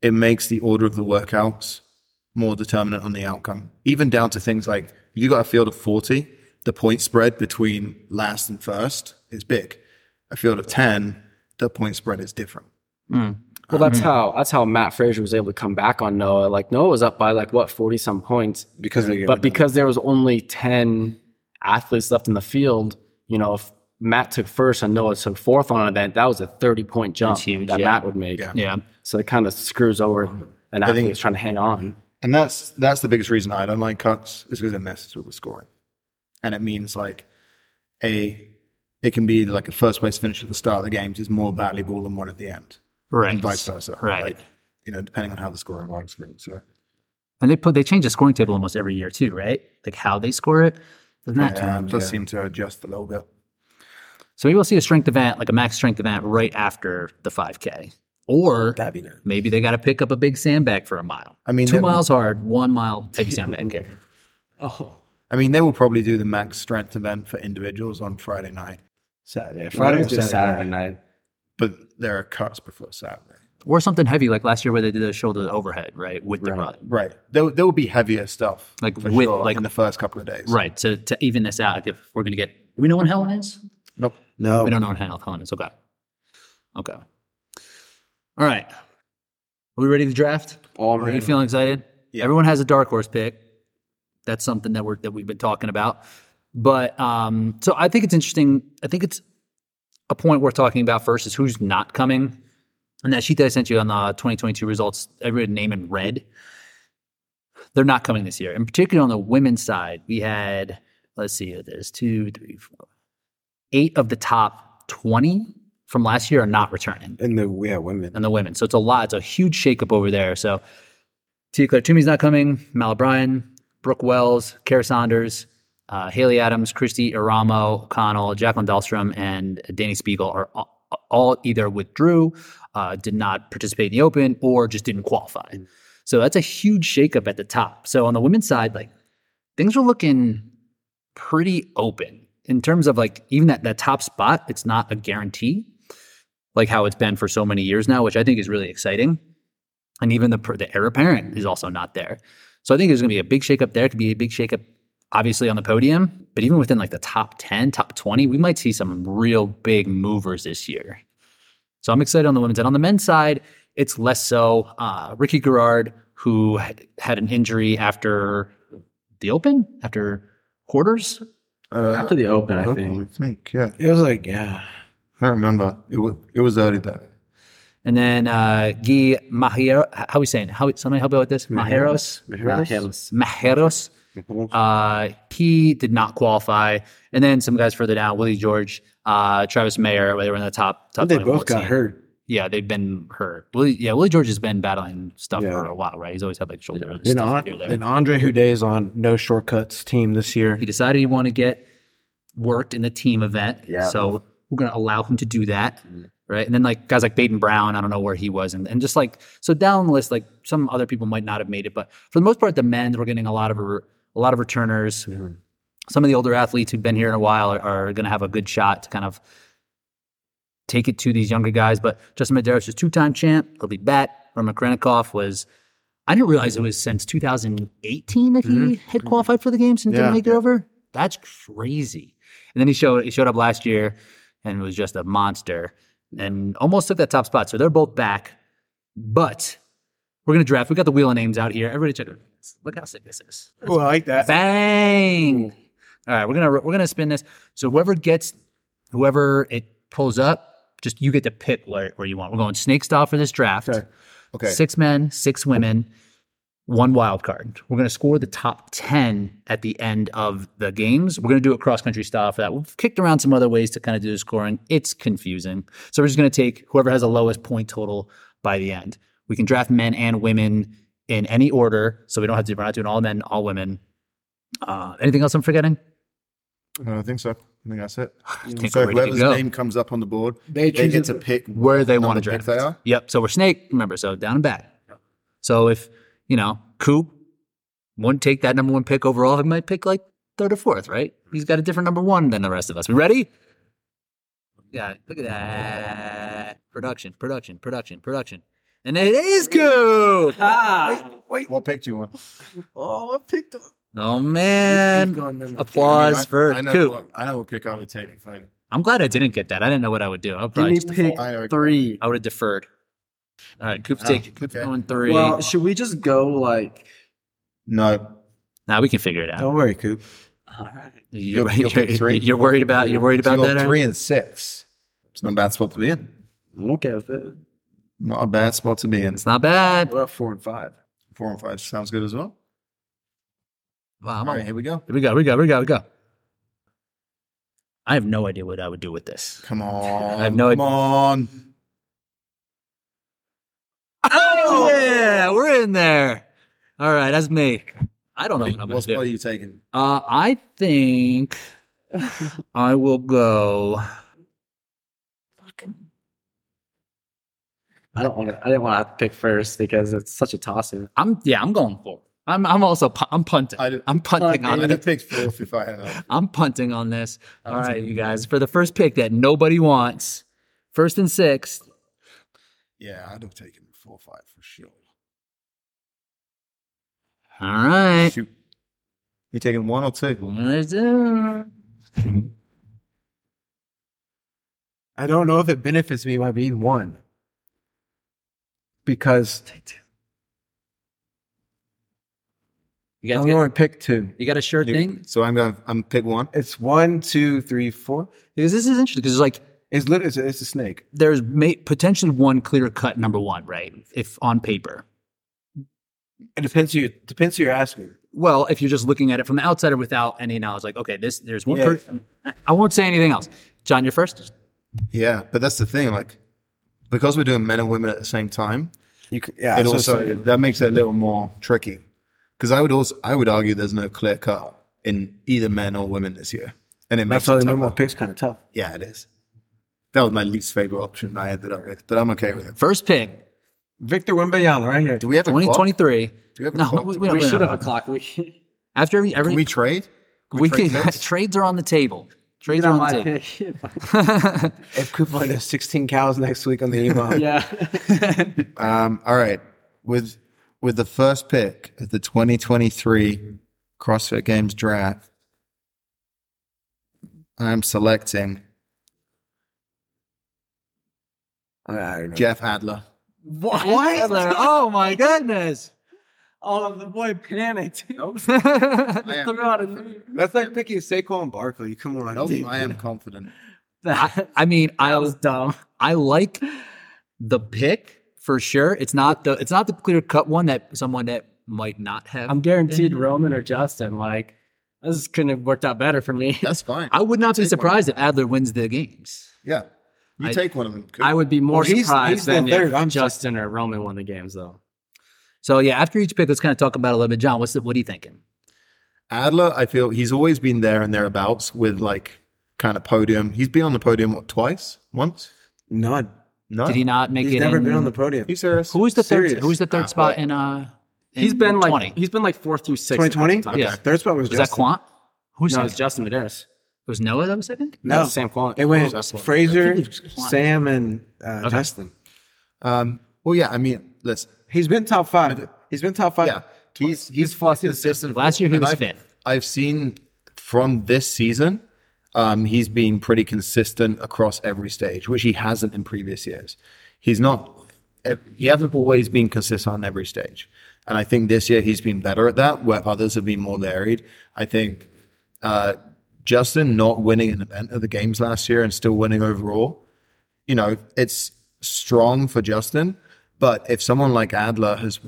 Speaker 2: it makes the order of the workouts more determinant on the outcome, even down to things like you got a field of 40, the point spread between last and first is big. A field of 10, the point spread is different.
Speaker 4: Well, that's how that's how Matt Frazier was able to come back on Noah. Like Noah was up by like what 40 some points,
Speaker 3: because they
Speaker 4: but because there was only 10 athletes left in the field, you know, if Matt took first and Noah took fourth on an event, that was a 30 point jump
Speaker 1: That's huge,
Speaker 4: that
Speaker 1: yeah.
Speaker 4: Matt would make.
Speaker 2: Yeah.
Speaker 1: yeah.
Speaker 4: So it kind of screws over an athlete
Speaker 2: think-
Speaker 4: who's trying to hang on.
Speaker 2: And that's that's the biggest reason I don't like cuts is because it messes with the scoring, and it means like a it can be like a first place finish at the start of the games is more valuable than one at the end,
Speaker 1: Right.
Speaker 2: and vice versa.
Speaker 1: Right.
Speaker 2: Like, you know, depending on how the scoring works. for it, So
Speaker 1: And they put they change the scoring table almost every year too, right? Like how they score it. Doesn't that
Speaker 2: yeah, um, it does seem to adjust a little bit.
Speaker 1: So maybe we'll see a strength event, like a max strength event, right after the 5K. Or
Speaker 3: that'd be nice.
Speaker 1: maybe they got to pick up a big sandbag for a mile.
Speaker 2: I mean,
Speaker 1: two
Speaker 2: it-
Speaker 1: miles hard, one mile heavy sandbag.
Speaker 4: Oh,
Speaker 2: I mean, they will probably do the max strength event for individuals on Friday night,
Speaker 3: Saturday, Friday,
Speaker 4: Friday
Speaker 3: or
Speaker 4: was just
Speaker 3: Saturday.
Speaker 4: Saturday night.
Speaker 2: but there are cuts before Saturday. or
Speaker 1: or something heavy, like last year where they did a shoulder overhead, right, with the run.
Speaker 2: Right. There, there will be heavier stuff,
Speaker 1: Like
Speaker 2: for
Speaker 1: with-
Speaker 2: sure,
Speaker 1: like-
Speaker 2: in the first couple of days.
Speaker 1: Right. So to even this out, if we're gonna get, do we know when Helen is.
Speaker 2: Nope.
Speaker 3: No,
Speaker 1: We don't know what Helen Helen is. Okay. Okay. All right. Are we ready to draft?
Speaker 4: Oh, I'm
Speaker 1: Are you
Speaker 4: ready.
Speaker 1: feeling excited?
Speaker 2: Yeah.
Speaker 1: Everyone has a dark horse pick. That's something that we're that we've been talking about. But um, so I think it's interesting. I think it's a point worth talking about first is who's not coming. And that sheet that I sent you on the 2022 results, every name in red, they're not coming this year. And particularly on the women's side, we had, let's see, there's two, three, four, eight of the top 20 from last year are not returning
Speaker 3: And the yeah, women.
Speaker 1: and the women. So it's a lot. It's a huge shakeup over there. So Tia Claire Toomey's not coming. Mal O'Brien, Brooke Wells, Kara Saunders, uh, Haley Adams, Christy Aramo, O'Connell, Jacqueline Dahlstrom, and Danny Spiegel are all, all either withdrew, uh, did not participate in the Open, or just didn't qualify. So that's a huge shakeup at the top. So on the women's side, like things are looking pretty open in terms of like even that, that top spot, it's not a guarantee like how it's been for so many years now, which I think is really exciting. And even the the heir apparent is also not there. So I think there's going to be a big shakeup there. It could be a big shakeup, obviously on the podium, but even within like the top ten, top twenty, we might see some real big movers this year. So I'm excited on the women's and on the men's side, it's less so. Uh, Ricky Garrard, who had, had an injury after the Open, after quarters,
Speaker 2: Uh,
Speaker 4: After the Open, I think.
Speaker 2: think, yeah.
Speaker 3: It was like, yeah.
Speaker 2: I don't remember. It was, it was early though.
Speaker 1: and then uh, Guy Mahiro. How are we saying? How somebody help me out with this? Maheros.
Speaker 4: Maheros.
Speaker 1: Maheros. Uh, he did not qualify, and then some guys further down, Willie George, uh, Travis Mayer, they were in the top. top
Speaker 3: They
Speaker 1: 21
Speaker 3: both got
Speaker 1: seed.
Speaker 3: hurt.
Speaker 1: Yeah, they've been hurt. Willie, yeah, Willie George has been battling stuff
Speaker 3: Yeah.
Speaker 1: for a while, right? He's always had like shoulder
Speaker 3: And,
Speaker 1: stuff
Speaker 3: An-
Speaker 1: here there.
Speaker 3: and Andre Houdet is on no shortcuts team this year.
Speaker 1: He decided he wanted to get worked in the team event.
Speaker 4: Yeah.
Speaker 1: So we're going to allow him to do that. Right. And then like guys like Baden Brown, I don't know where he was. And, and just like, so down the list, like some other people might not have made it, but for the most part, the men's, we're getting a lot of, re- a lot of returners. Some of the older athletes who've been here in a while are, are going to have a good shot to kind of take it to these younger guys. But Justin Medeiros is two time champ. He'll be back. Roman Krennikov was, I didn't realize it was since 2018 that he had qualified for the games and didn't
Speaker 2: Mm-hmm. Yeah.
Speaker 1: make it over. That's crazy. And then he showed he showed up last year and was just a monster and almost took that top spot. So they're both back. But we're gonna draft. We got the wheel of names out here. Everybody check it. Look how sick this is.
Speaker 3: Oh, I like that.
Speaker 1: Bang! All right, we're gonna we're gonna spin this. So whoever gets whoever it pulls up, just you get to pick where, where you want. We're going snake style for this draft.
Speaker 3: Okay.
Speaker 2: Okay.
Speaker 1: Six men, six women, one wild card. We're gonna score the top ten at the end of the games. We're gonna do it cross country style for that. We've kicked around some other ways to kind of do the scoring. It's confusing. So we're just gonna take whoever has the lowest point total by the end. We can draft men and women in any order, so we don't have to. We're not doing all men, all women. Uh, anything else I'm forgetting?
Speaker 2: I don't think so. I think that's it.
Speaker 1: think
Speaker 2: So
Speaker 1: we're ready to
Speaker 2: whoever's
Speaker 1: go.
Speaker 2: name comes up on the board,
Speaker 3: They
Speaker 2: they,
Speaker 3: choose
Speaker 2: get
Speaker 3: it-
Speaker 2: to pick
Speaker 1: Where they want to
Speaker 2: number pick
Speaker 1: draft.
Speaker 2: They are.
Speaker 1: Yep. So we're snake. Remember, so down and back. So if you know Coop wouldn't take that number one pick overall, he might pick like third or fourth, right? He's got a different number one than the rest of us. We ready? Yeah. Look at that production, production, production, production, and it is Coop.
Speaker 2: Wait, what pick do you want?
Speaker 3: Oh, I picked up.
Speaker 1: Oh man.
Speaker 2: I-
Speaker 1: Applause for
Speaker 2: I know
Speaker 1: Coop.
Speaker 2: What, I know what pick I would take. If I,
Speaker 1: I'm glad I didn't get that. I didn't know what I would do. I would
Speaker 4: Give
Speaker 1: probably
Speaker 4: me
Speaker 1: just
Speaker 4: pick
Speaker 2: I know-
Speaker 4: three.
Speaker 1: I would have deferred. All right, Coop's
Speaker 2: Oh,
Speaker 1: taking Coop's
Speaker 2: okay.
Speaker 1: going three.
Speaker 4: Well, should we just go like?
Speaker 2: No,
Speaker 1: now we can figure it out.
Speaker 3: Don't worry, Coop.
Speaker 4: All right.
Speaker 1: You're,
Speaker 2: You'll- you'll
Speaker 1: you're-
Speaker 2: pick three.
Speaker 1: you're worried about you're worried
Speaker 2: So
Speaker 1: about
Speaker 2: you got
Speaker 1: that. Aaron?
Speaker 2: three and six. It's not a bad spot to be in.
Speaker 4: I'm okay with it.
Speaker 2: Not a bad spot to be in.
Speaker 1: It's not bad.
Speaker 4: What about four and five?
Speaker 2: Four and five sounds good as well.
Speaker 1: Wow,
Speaker 2: All
Speaker 1: I'm
Speaker 2: right,
Speaker 1: on-
Speaker 2: here we go.
Speaker 1: Here we go. Here we go. Here we go. Here we go. I have no idea what I would do with this.
Speaker 2: Come on.
Speaker 1: I have no
Speaker 2: Come
Speaker 1: idea.
Speaker 2: on.
Speaker 1: Oh yeah, we're in there. All right, that's me. I don't know what I'm gonna
Speaker 2: What spot are
Speaker 1: do.
Speaker 2: you taking?
Speaker 1: Uh, I think I will go.
Speaker 4: I don't want to. I didn't want to have to pick first because it's such a toss up.
Speaker 1: I'm yeah. I'm going for. it. I'm I'm also pu- I'm punting.
Speaker 2: I did-
Speaker 1: I'm punting
Speaker 2: I
Speaker 1: on
Speaker 2: would
Speaker 1: it.
Speaker 2: have picked fourth if I had. a-
Speaker 1: I'm punting on this. All right, you guys, for the first pick that nobody wants, first and sixth.
Speaker 2: Yeah, I'd have taken four or five for sure.
Speaker 1: All right.
Speaker 2: Shoot. You taking one or two?
Speaker 1: Let's do
Speaker 3: I don't know if it benefits me by being one. Because
Speaker 1: You guys
Speaker 3: I'm
Speaker 1: got,
Speaker 3: going to pick two.
Speaker 1: you got a sure thing?
Speaker 2: So I'm going. to I'm pick one.
Speaker 3: It's one, two, three, four.
Speaker 1: Because this is interesting. Because like
Speaker 3: It's literally it's a, it's a snake.
Speaker 1: there's may, potentially one clear cut number one, right? If on paper.
Speaker 3: It depends who you, depends who you're asking.
Speaker 1: Well, if you're just looking at it from the outsider without any knowledge, like okay, this there's one
Speaker 3: Yeah.
Speaker 1: person. I won't say anything else. John, you're first.
Speaker 2: Yeah, but that's the thing. Like, because we're doing men and women at the same time,
Speaker 3: You c yeah.
Speaker 2: it
Speaker 3: so-
Speaker 2: also
Speaker 3: so-
Speaker 2: that makes it a little more tricky. Because I would also I would argue there's no clear cut in either men or women this year, and it makes
Speaker 3: that's why
Speaker 2: it
Speaker 3: the
Speaker 2: tougher.
Speaker 3: number one pick's kind of tough.
Speaker 2: Yeah, it is. That was my least favorite option I ended up with, but I'm okay with it.
Speaker 1: First pick,
Speaker 3: Victor Wimbayala, right here.
Speaker 2: Do we have a clock?
Speaker 1: 2023.
Speaker 2: Do we have a
Speaker 1: No,
Speaker 2: clock?
Speaker 1: we, we don't, we don't.
Speaker 4: a clock. We,
Speaker 1: After every, every
Speaker 2: Can we trade?
Speaker 1: we, can, trades are on the table. Trades are on the table.
Speaker 3: If Coupon does 16 cows next week on the email,
Speaker 4: yeah.
Speaker 2: Um, all right, with with the first pick of the 2023 CrossFit Games draft, I'm selecting
Speaker 3: I don't know.
Speaker 2: Jeff Adler.
Speaker 1: What? oh my goodness!
Speaker 4: Oh, the boy panicked.
Speaker 1: I,
Speaker 2: I am,
Speaker 3: That's like picking Saquon Barkley. Come on,
Speaker 2: nope,
Speaker 3: dude.
Speaker 2: I am confident.
Speaker 1: I mean, I
Speaker 4: That was dumb.
Speaker 1: I like the pick for sure. It's not the it's not the clear cut one that someone that might not have.
Speaker 4: I'm guaranteed Roman or Justin. Like, this couldn't have worked out better for me.
Speaker 2: That's fine.
Speaker 1: I would not be surprised if Adler wins the games.
Speaker 2: Yeah, you
Speaker 1: I-
Speaker 2: take one of them. Cool.
Speaker 4: I would be more
Speaker 3: Well, he's-
Speaker 4: surprised
Speaker 3: he's the
Speaker 4: than
Speaker 3: third.
Speaker 4: if
Speaker 3: I'm
Speaker 4: Justin or Roman won the games, though.
Speaker 1: So yeah, after each pick, let's kind of talk about it a little bit. John, what's the, what are you thinking?
Speaker 2: Adler, I feel he's always been there and thereabouts with like kind of podium. He's been on the podium what twice, once.
Speaker 3: None.
Speaker 2: No,
Speaker 1: Did he not make
Speaker 3: He's
Speaker 1: it?
Speaker 3: never
Speaker 1: in-
Speaker 3: been on the podium.
Speaker 2: You serious?
Speaker 1: Who's the third?
Speaker 3: Serious.
Speaker 1: Who's the third
Speaker 2: Ah,
Speaker 1: spot in? uh in
Speaker 4: He's been like
Speaker 1: 20?
Speaker 4: he's been like fourth through six.
Speaker 3: 2020?
Speaker 1: Yeah.
Speaker 3: Third spot was
Speaker 1: Was that
Speaker 3: Justin.
Speaker 1: Quant? Who's
Speaker 4: No,
Speaker 1: no,
Speaker 4: it's Justin Medeiros.
Speaker 1: was Noah that was second?
Speaker 3: No,
Speaker 4: Sam Quant.
Speaker 3: It went
Speaker 2: that's one.
Speaker 3: Fraser,
Speaker 1: think it was Quan.
Speaker 3: Sam, and uh, Justin.
Speaker 2: Um, well, yeah. I mean, let's.
Speaker 3: He's been top five. He's been top five.
Speaker 2: Yeah, he's
Speaker 4: He's flustered.
Speaker 2: consistent.
Speaker 1: Last year he
Speaker 2: And
Speaker 1: was
Speaker 2: I've-
Speaker 1: fifth.
Speaker 2: I've seen from this season, um, he's been pretty consistent across every stage, which he hasn't in previous years. He's not. eh, He hasn't always been consistent on every stage, and I think this year he's been better at that. Where others have been more varied, I think uh, Justin not winning an event at the games last year and still winning overall you know, it's strong for Justin. But if someone like Adler has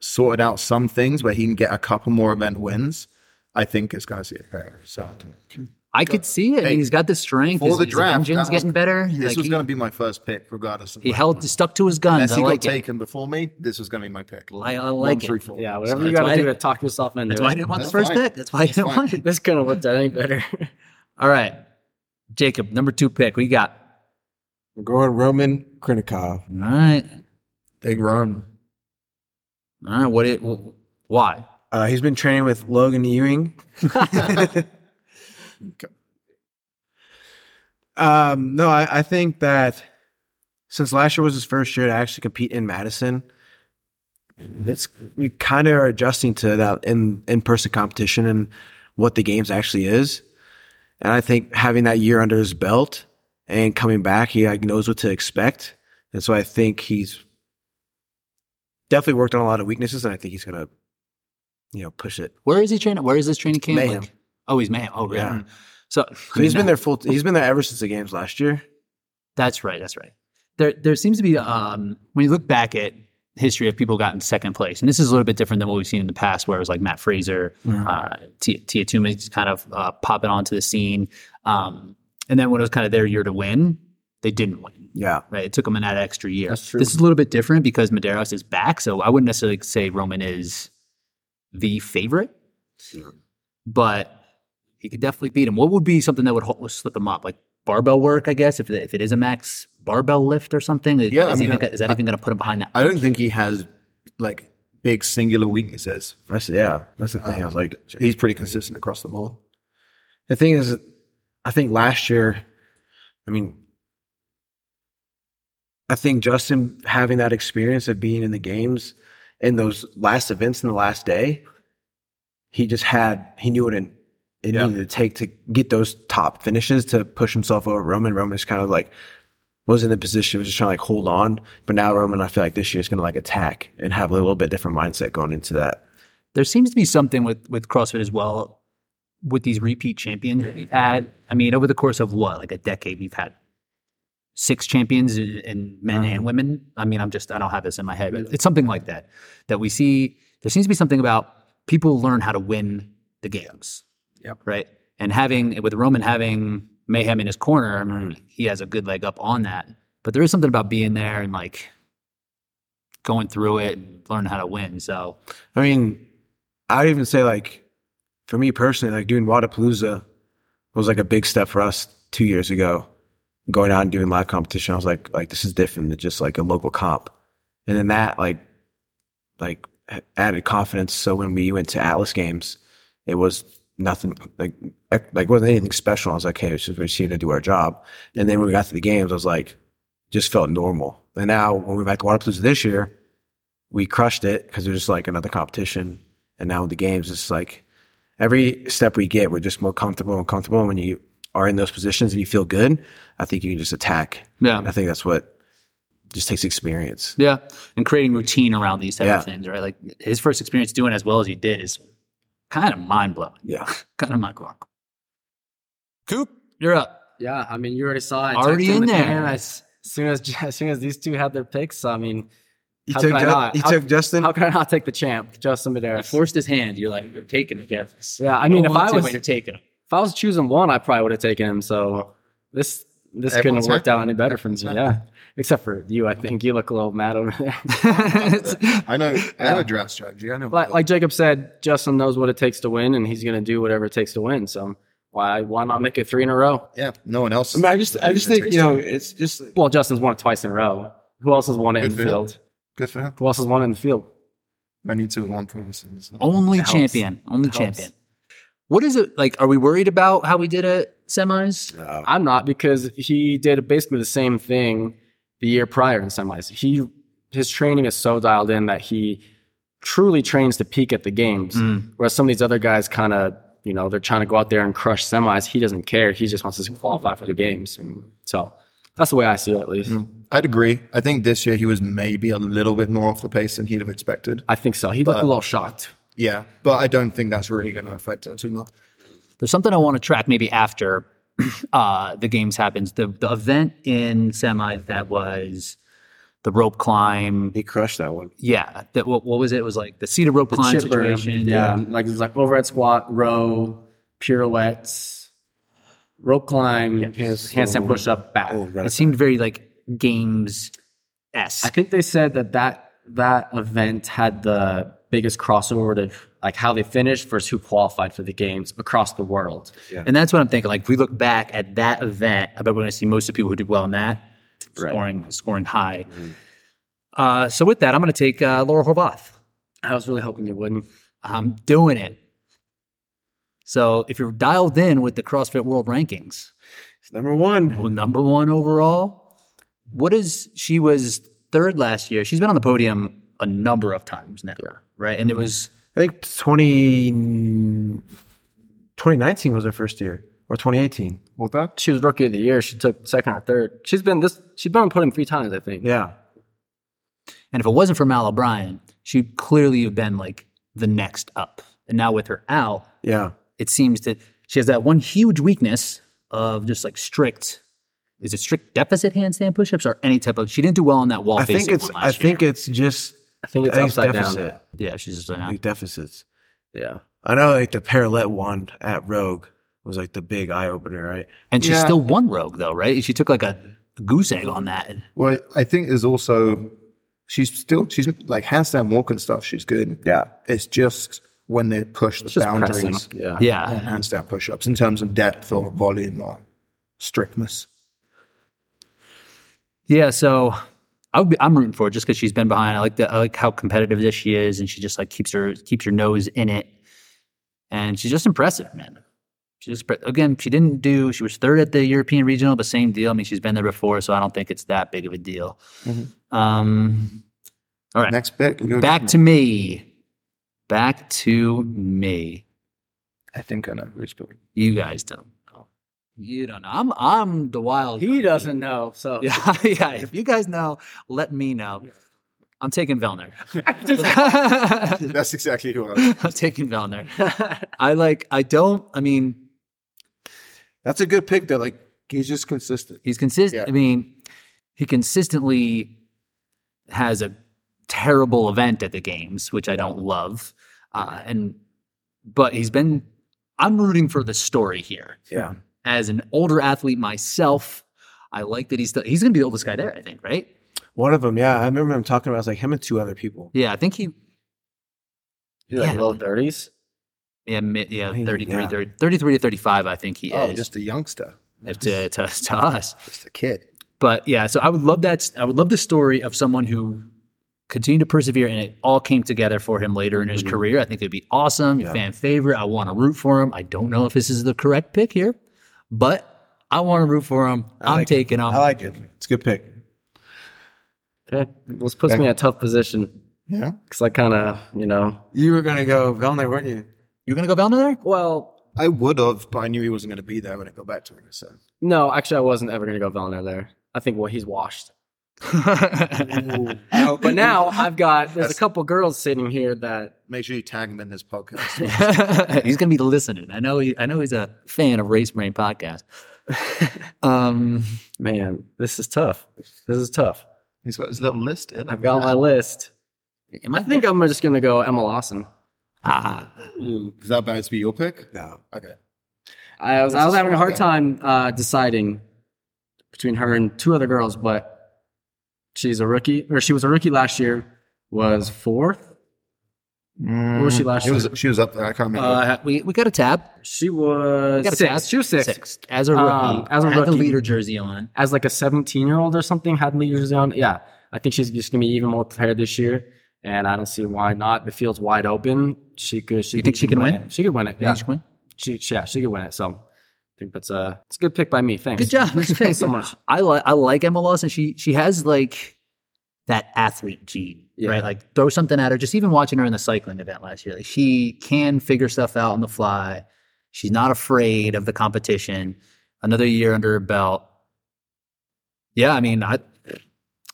Speaker 2: sorted out some things where he can get a couple more event wins, I think it's going to see it better. So
Speaker 1: I could see it. I mean, he's got the strength.
Speaker 2: for
Speaker 1: his,
Speaker 2: the
Speaker 1: his
Speaker 2: draft,
Speaker 1: engine's
Speaker 2: that was-
Speaker 1: getting better.
Speaker 2: this
Speaker 1: Like,
Speaker 2: was
Speaker 1: he,
Speaker 2: going to be my first pick, regardless of
Speaker 1: he
Speaker 2: what-
Speaker 1: held stuck to his guns.
Speaker 2: unless
Speaker 1: I
Speaker 2: he
Speaker 1: like
Speaker 2: got
Speaker 1: it.
Speaker 2: taken before me. This was going to be my pick.
Speaker 1: I- I
Speaker 2: One,
Speaker 1: like it.
Speaker 2: three, four.
Speaker 4: Yeah, whatever
Speaker 2: So
Speaker 4: you got
Speaker 1: why
Speaker 4: to do
Speaker 1: I-
Speaker 4: to talk yourself into
Speaker 1: That's
Speaker 4: it.
Speaker 1: why I didn't want the
Speaker 2: That's
Speaker 1: first
Speaker 2: fine.
Speaker 1: pick. That's why I didn't
Speaker 2: fine.
Speaker 1: want it.
Speaker 4: This couldn't have worked out any better.
Speaker 1: All right, Jacob, number two pick. We got.
Speaker 3: We're going Roman Krinikov.
Speaker 1: All right,
Speaker 2: big run.
Speaker 1: all right. What it? wh- Why?
Speaker 3: Uh, he's been training with Logan Ewing. um, no, I, I think that since last year was his first year to actually compete in Madison, it's, we kind of are adjusting to that in in person competition and what the games actually is. And I think having that year under his belt and coming back, he like, knows what to expect. And so I think he's definitely worked on a lot of weaknesses, and I think he's gonna, you know, push it.
Speaker 1: Where is he training? Where is this training camp?
Speaker 3: Mayhem.
Speaker 1: Like- oh, he's Mayhem. Oh, really?
Speaker 3: Yeah.
Speaker 1: So,
Speaker 3: So he's been there full. He's been there ever since the games last year.
Speaker 1: That's right. That's right. There, there seems to be um, when you look back at history of people gotten second place, and this is a little bit different than what we've seen in the past, where it was like Matt Fraser, uh, Tia, Tia Tuma just kind of uh, popping onto the scene, um, and then when it was kind of their year to win, they didn't win.
Speaker 3: Yeah,
Speaker 1: Right, it took them an that extra year. That's true. This is a little bit different because Medeiros is back, so I wouldn't necessarily say Roman is the favorite, but he could definitely beat him. What would be something that would ho- slip him up? Like barbell work, I guess, if, it- if it is a max barbell lift or something? Is,
Speaker 2: Yeah, I
Speaker 1: is, he
Speaker 2: mean,
Speaker 1: even- is that even going to put him behind that?
Speaker 2: I don't think he has like big singular weaknesses.
Speaker 3: that's yeah. That's the thing. I was like,
Speaker 2: He's pretty consistent across the board.
Speaker 3: the thing is, I think last year, I mean, I think Justin having that experience of being in the games in those last events in the last day, he just had he knew what it, it
Speaker 2: Yeah.
Speaker 3: needed to take to get those top finishes to push himself over Roman. Roman just kind of like was in the position was just trying to like hold on, but now Roman I feel like this year is going to like attack and have a little bit different mindset going into that
Speaker 1: there seems to be something with with CrossFit as well with these repeat champions that we've had. I mean, over the course of what like a decade, we've had six champions in, in men and women. I mean, I'm just I don't have this in my head, but it's something like that that we see. There seems to be something about people learn how to win the games.
Speaker 2: Yep.
Speaker 1: Right. And having with Roman having mayhem in his corner, I mean, he has a good leg up on that. But there is something about being there and like going through it and learning how to win. So
Speaker 3: I mean, I'd even say like, for me personally, like doing Wadapalooza was like a big step for us two years ago. Going out and doing live competition, I was like, like this is different than just like a local comp, and then that like, like added confidence. So when we went to Atlas Games, it was nothing like like wasn't anything special. I was like, hey, it's just, we're just here to do our job. And then when we got to the games, I was like, just felt normal. And now when we went back to Wadapalooza this year, we crushed it because it was just like another competition. And now with the games, it's like every step we get, we're just more comfortable and comfortable. And when you are in those positions and you feel good, I think you can just attack.
Speaker 1: Yeah.
Speaker 3: And I think that's what just takes experience.
Speaker 1: Yeah, and creating routine around these type
Speaker 3: Yeah.
Speaker 1: of things, right? Like his first experience doing as well as he did is kind of mind blowing.
Speaker 3: Yeah.
Speaker 1: Kind of mind blowing. Coop, you're up.
Speaker 4: Yeah, I mean, you already saw it.
Speaker 1: Already
Speaker 4: Texted
Speaker 1: in
Speaker 4: him
Speaker 1: there.
Speaker 4: again As soon as as soon as these two had their picks, I mean,
Speaker 3: You
Speaker 4: How took could I Ju- not? you How- took
Speaker 3: Justin.
Speaker 4: how can I not take the champ, Justin
Speaker 1: I
Speaker 4: Medeiros?
Speaker 1: forced his hand. You're like, you're taking it, Jeff.
Speaker 4: Yeah, I mean, if I
Speaker 1: want to,
Speaker 4: was
Speaker 1: but you're taking it.
Speaker 4: if I was choosing one, I probably would have taken him. So this this couldn't
Speaker 2: Everyone's
Speaker 4: have worked
Speaker 2: happy.
Speaker 4: out any better for me. Yeah, except for you, I think you look a little mad over there.
Speaker 2: I know. I know draft strategy. I know.
Speaker 4: like, like Jacob said, Justin knows what it takes to win, and he's going to do whatever it takes to win. So why why not make it three in a row?
Speaker 2: yeah, no one else.
Speaker 3: I, mean, I just, I just think you know, it's just
Speaker 4: Well, Justin's won it twice in a row. Who else has won it in
Speaker 2: Good
Speaker 4: the
Speaker 2: field.
Speaker 4: field?
Speaker 2: Good for him.
Speaker 4: Who else has won it in the field?
Speaker 2: I need to one promising.
Speaker 1: Only
Speaker 4: Helps.
Speaker 1: champion. Only
Speaker 4: Helps.
Speaker 1: champion. What is it like? Are we worried about how we did at semis?
Speaker 4: I'm not because he did basically the same thing the year prior in semis. He his training is so dialed in that he truly trains to peak at the games. Whereas some of these other guys kind of, you know, they're trying to go out there and crush semis. He doesn't care. He just wants to qualify for the games. And so that's the way I see it, at least.
Speaker 2: I'd agree. I think this year he was maybe a little bit more off the pace than he'd have expected.
Speaker 4: I think so. He looked a little shocked.
Speaker 2: Yeah, but I don't think that's really going to affect it too much.
Speaker 1: There's something I want to track maybe after uh, the games happens. The the event in semi that was the rope climb.
Speaker 3: he crushed that one.
Speaker 1: Yeah, that what, what was it? It was like the cedar rope climb
Speaker 4: Chip burn.
Speaker 1: situation.
Speaker 4: Yeah. Like it was like overhead squat, row, pirouettes, rope climb, handstand push up, back.
Speaker 1: It seemed very like games
Speaker 4: I
Speaker 1: esque.
Speaker 4: think they said that that that event had the biggest crossover to like how they finished versus who qualified for the games across the world.
Speaker 1: And that's what I'm thinking. Like if we look back at that event, I bet we're gonna see most of the people who did well in that scoring scoring high.
Speaker 4: Mm-hmm.
Speaker 1: Uh, so with that, I'm gonna take uh, Laura Horvath.
Speaker 4: I was really hoping you wouldn't.
Speaker 1: I'm doing it. So if you're dialed in with the CrossFit World Rankings,
Speaker 3: It's number one.
Speaker 1: well, number one overall. What is she was third last year? She's been on the podium a number of times now, right? And it was
Speaker 3: I think 20, 2019 was her first year, or 2018.
Speaker 2: Well, that
Speaker 4: She was rookie of the year. She took second or third. She's been this. She's been on podium three times, I think.
Speaker 3: Yeah.
Speaker 1: And if it wasn't for Mal O'Brien, she'd clearly have been like the next up. And now with her out,
Speaker 3: Yeah.
Speaker 1: it seems that she has that one huge weakness of just like strict. Is it strict deficit handstand pushups or any type of? She didn't do well on that wall.
Speaker 3: I think
Speaker 1: facing
Speaker 3: it's,
Speaker 1: one
Speaker 3: I
Speaker 1: last
Speaker 3: think it's just,
Speaker 4: I think it's
Speaker 3: I think it's
Speaker 4: upside
Speaker 3: deficit.
Speaker 4: down.
Speaker 1: year. yeah, she's just like,
Speaker 3: Like deficits.
Speaker 4: Yeah.
Speaker 3: I know like the parallel one at Rogue was like the big eye opener, right?
Speaker 1: and she
Speaker 2: Yeah.
Speaker 1: still won rogue though, right? She took like a goose egg on that.
Speaker 2: Well, I think there's also she's still she's like handstand walk and stuff. She's good.
Speaker 3: Yeah.
Speaker 2: It's just when they push the boundaries
Speaker 4: Pressing. Yeah.
Speaker 1: Yeah,
Speaker 2: on handstand push-ups in terms of depth or volume or strictness.
Speaker 1: Yeah, so I would be, I'm rooting for it just because she's been behind. I like the I like how competitive that she is, and she just like keeps her keeps her nose in it, and she's just impressive, man. She just pre- again, she didn't do. She was third at the European regional, but same deal. I mean, she's been there before, so I don't think it's that big of a deal. Um, all right,
Speaker 2: Next pick. you-
Speaker 1: back to me. Back to me.
Speaker 2: I think I know who's going.
Speaker 1: You guys don't know. You don't know. I'm I'm the wild.
Speaker 4: He doesn't know. So
Speaker 1: Yeah, yeah. If you guys know, let me know. I'm taking Vellner.
Speaker 2: That's exactly who I was.
Speaker 1: I'm taking Vellner. I like. I don't. I mean,
Speaker 3: That's a good pick though. Like he's just consistent.
Speaker 1: he's consistent.
Speaker 2: Yeah.
Speaker 1: I mean, he consistently has a terrible event at the games, which I don't love. Uh, and but he's been. I'm rooting for the story here.
Speaker 3: Yeah.
Speaker 1: As an older athlete myself, I like that he's still, he's going to be the oldest guy there. I think, right?
Speaker 3: One of them, yeah. I remember him talking about. it. I was like him and two other people.
Speaker 1: Yeah, I think he.
Speaker 4: He's like
Speaker 1: Yeah.
Speaker 4: low thirties.
Speaker 1: Yeah, mi- yeah,
Speaker 3: Hey,
Speaker 1: 33,
Speaker 3: yeah.
Speaker 1: 30 33 to 35, I think he
Speaker 2: Oh,
Speaker 1: is
Speaker 2: just a youngster,
Speaker 1: if to, to, to us.
Speaker 2: just a kid.
Speaker 1: But yeah, so I would love that. I would love the story of someone who continued to persevere and it all came together for him later in his career. I think it'd be awesome.
Speaker 3: Mm-hmm. Yeah.
Speaker 1: Fan favorite. I want to root for him. I don't know if this is the correct pick here, but I want to root for him. I'm
Speaker 3: like it.
Speaker 1: taking him.
Speaker 3: I like it. It's a good pick.
Speaker 4: Okay. This puts me in a tough position
Speaker 2: Yeah.
Speaker 4: because I kind of, you know,
Speaker 3: You were gonna go Velner, weren't you?
Speaker 1: You're going to go Velner there? Well,
Speaker 2: I would have, but I knew he wasn't going to be there when I got back to him. So
Speaker 4: no, actually, I wasn't ever gonna go Vellner there. I think well, he's washed.
Speaker 2: Mm.
Speaker 3: No,
Speaker 4: But now I've got there's a couple girls sitting here that
Speaker 2: make sure you tag him in this podcast.
Speaker 1: he's going to be listening. I know. He, I know he's a fan of Race Brain podcast. um,
Speaker 4: man, this is tough. This is tough.
Speaker 2: He's got his little list in.
Speaker 4: I've got my list.
Speaker 1: am
Speaker 4: I think I'm just gonna go Emma Lawson.
Speaker 1: Ah,
Speaker 2: mm, Is that about to be your pick?
Speaker 3: no.
Speaker 2: Okay.
Speaker 4: I was, I was having a hard
Speaker 2: Okay.
Speaker 4: time uh, deciding between her and two other girls, but she's a rookie, or she was a rookie last year, was fourth. Where Mm, was she last
Speaker 2: She
Speaker 4: year?
Speaker 2: was she was up there. I can't remember.
Speaker 1: uh, we we got a tab.
Speaker 4: she
Speaker 1: We
Speaker 4: was
Speaker 1: got a tab.
Speaker 4: sixth. She was sixth.
Speaker 1: as a rookie.
Speaker 4: Um, as a
Speaker 1: had the
Speaker 4: rookie.
Speaker 1: leader jersey on.
Speaker 4: As like a 17 year old or something, had leaders on. Yeah, I think she's just gonna be even more prepared this year, and I don't see why not. The field's wide open. She could. She
Speaker 1: You think she can win?
Speaker 4: it. She could win it. Yeah.
Speaker 1: Thanks, Quinn.
Speaker 4: She, yeah, she could win it. So I think that's a it's a good pick by me. Thanks.
Speaker 1: Good job.
Speaker 4: Thanks so much.
Speaker 1: I like I like Emma Lawson. She she has like that athlete gene,
Speaker 4: Yeah.
Speaker 1: right? Like throw something at her. Just even watching her in the cycling event last year, like she can figure stuff out on the fly. She's not afraid of the competition. Another year under her belt. Yeah, I mean, I,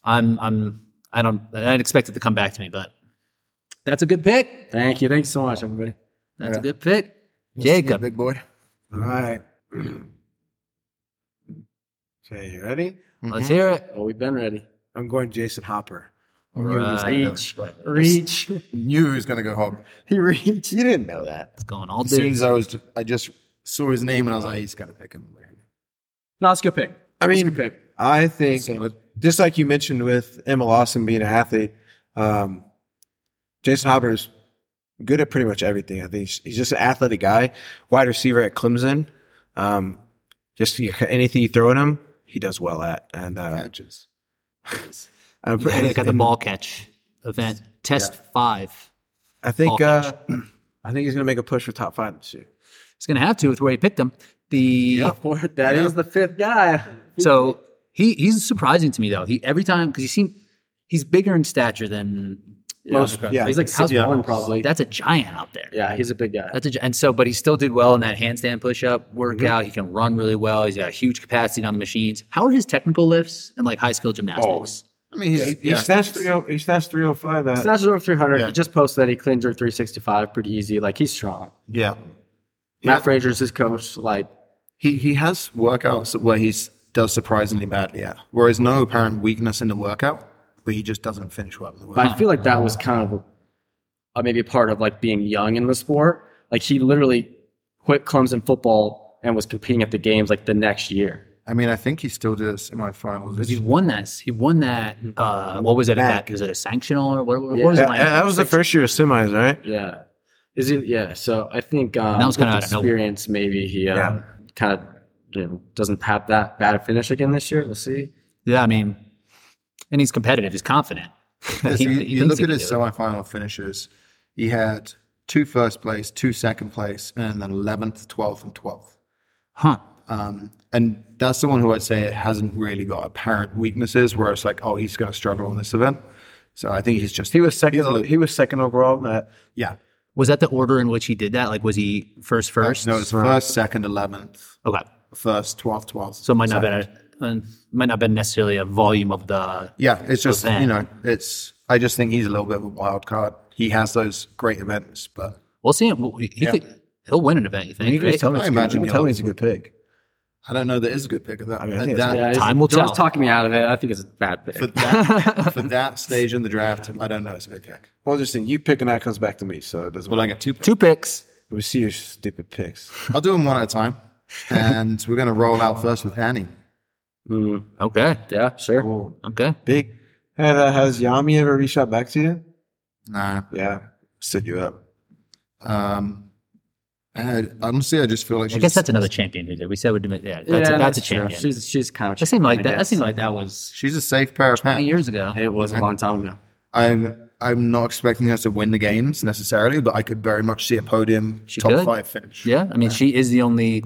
Speaker 1: I'm I'm I don't I expect it to come back to me, but that's a good pick.
Speaker 4: Thank you. Thanks so much, everybody.
Speaker 1: That's a
Speaker 2: Yeah.
Speaker 1: good pick,
Speaker 2: Yeah,
Speaker 1: Jacob.
Speaker 2: big boy.
Speaker 3: All right. okay, you ready?
Speaker 2: Uh, Mm-hmm.
Speaker 1: Let's hear it.
Speaker 4: Oh, we've been ready.
Speaker 3: I'm going Jason Hopper.
Speaker 1: Right.
Speaker 4: Reach.
Speaker 2: Knew he was going to go home.
Speaker 3: He reached. You didn't know that.
Speaker 1: It's going all
Speaker 2: As soon
Speaker 1: day.
Speaker 2: as I was, I just saw his name and I was like, he's going to pick him.
Speaker 4: No, let's go pick.
Speaker 3: I mean, I think just like you mentioned with Emma Lawson being an athlete, um, Jason Hopper is good at pretty much everything. I think he's, he's just an athletic guy, wide receiver at Clemson. Um, just you- anything you throw at him, he does well at. And uh,
Speaker 2: Matches.
Speaker 3: I'm pretty-
Speaker 1: They got the
Speaker 3: and
Speaker 1: ball catch event test five.
Speaker 3: I think
Speaker 1: ball
Speaker 3: uh, I think he's gonna make a push for top five this year.
Speaker 1: He's gonna have to with where he picked him. The
Speaker 4: That is the fifth guy.
Speaker 1: so he he's surprising to me though. He every time because he seemed he's bigger in stature than most.
Speaker 3: yeah.
Speaker 4: He's like six
Speaker 2: Yeah.
Speaker 4: one probably.
Speaker 1: That's a giant out there.
Speaker 4: yeah, he's a big guy.
Speaker 1: That's a, gi- and so, but he still did well in that handstand push-up workout. He can run really well. He's got huge capacity on the machines. How are his technical lifts and like high skill gymnastics?
Speaker 2: I mean, he's,
Speaker 3: He snatched three. oh- He snatched three hundred five.
Speaker 4: He
Speaker 3: That
Speaker 4: snatches over 300.
Speaker 2: Yeah.
Speaker 4: He just posted that he cleaned her 365 pretty easy. Like, he's strong.
Speaker 2: yeah.
Speaker 4: Matt Frazier's his coach. Like,
Speaker 2: He he has workouts where he does surprisingly badly at, where there's no apparent weakness in the workout, but he just doesn't finish well. in the
Speaker 4: but
Speaker 2: workout.
Speaker 4: I feel like that was kind of uh, maybe a part of like being young in the sport. Like, he literally quit Clemson football and was competing at the games like the next year.
Speaker 2: I mean, I think he still did this in my finals.
Speaker 1: Because he won that. He won that. Uh, what was it? That was it a sanctional or what, what
Speaker 4: Yeah.
Speaker 1: was it?
Speaker 3: that, that was the first year of semis, right?
Speaker 4: Yeah. Is it? Yeah. So I think um,
Speaker 1: That was kinda out
Speaker 4: with
Speaker 1: of nowhere.
Speaker 4: experience. Maybe he uh,
Speaker 3: Yeah.
Speaker 4: kind of you know, doesn't have that bad a finish again this year. We'll see.
Speaker 1: Yeah, I mean, and he's competitive. He's confident.
Speaker 2: Yes,
Speaker 1: He-
Speaker 2: you,
Speaker 1: he
Speaker 2: you
Speaker 1: thinks
Speaker 2: look
Speaker 1: he
Speaker 2: at
Speaker 1: can
Speaker 2: his
Speaker 1: do it.
Speaker 2: semifinal finishes. He had two first place, two second place, and then eleventh, twelfth, and twelfth.
Speaker 1: Huh.
Speaker 2: Um, and that's someone who I'd say hasn't really got apparent weaknesses where it's like, oh, he's going to struggle on this event. So I think he's just
Speaker 3: He was second. He was second overall. At,
Speaker 2: yeah.
Speaker 1: Was that the order in which he did that? Like, was he first, first?
Speaker 2: No, it's first, second, eleventh,
Speaker 1: Okay.
Speaker 2: first, twelfth, twelfth.
Speaker 1: So it um, might not been a, uh, might not been necessarily a volume of the.
Speaker 2: Yeah, it's just
Speaker 1: Event.
Speaker 2: you know, it's I just think he's a little bit of a wild card. He has those great events, but
Speaker 1: We'll see him. He
Speaker 2: Yeah.
Speaker 1: could, he'll win an event. You think?
Speaker 3: You guys
Speaker 1: right?
Speaker 3: tell me
Speaker 2: I
Speaker 3: it's a good-
Speaker 2: imagine
Speaker 3: you tell me
Speaker 2: he'll-
Speaker 3: it's a good pick.
Speaker 2: I don't know. There is a good pick of that.
Speaker 3: I mean, I
Speaker 2: at
Speaker 3: think it's-
Speaker 2: that,
Speaker 4: Yeah, it's-
Speaker 1: Time will
Speaker 4: John's
Speaker 1: tell.
Speaker 4: talking me out of it. I think it's a bad pick.
Speaker 2: for, that for that stage in the draft, I don't know. It's a good pick.
Speaker 3: Well, just think you pick and that comes back to me, so it doesn't.
Speaker 2: Well, I got two. picks.
Speaker 1: Two picks.
Speaker 3: we see your stupid picks.
Speaker 2: I'll do them one at a time, and we're gonna roll out first with Annie.
Speaker 4: Mm,
Speaker 1: Okay.
Speaker 4: yeah, sure.
Speaker 1: Okay.
Speaker 3: Big. And uh, has Yami ever reached out back to you?
Speaker 2: Nah.
Speaker 3: Yeah, set you up.
Speaker 2: Um, and honestly, I just feel like she's
Speaker 1: I guess that's another champion who did. We said we'd admit, yeah, that's, a, that's a
Speaker 4: true.
Speaker 1: champion.
Speaker 4: She's she's kind of.
Speaker 1: That seemed like
Speaker 4: I
Speaker 1: that. That
Speaker 4: guess.
Speaker 1: seemed like that was
Speaker 2: she's a safe pair of hands.
Speaker 1: years ago.
Speaker 4: It was a long time ago.
Speaker 2: I'm I'm not expecting her to win the games necessarily, but I could very much see a podium
Speaker 1: She
Speaker 2: top
Speaker 1: could.
Speaker 2: five finish.
Speaker 1: Yeah, I mean, she is the only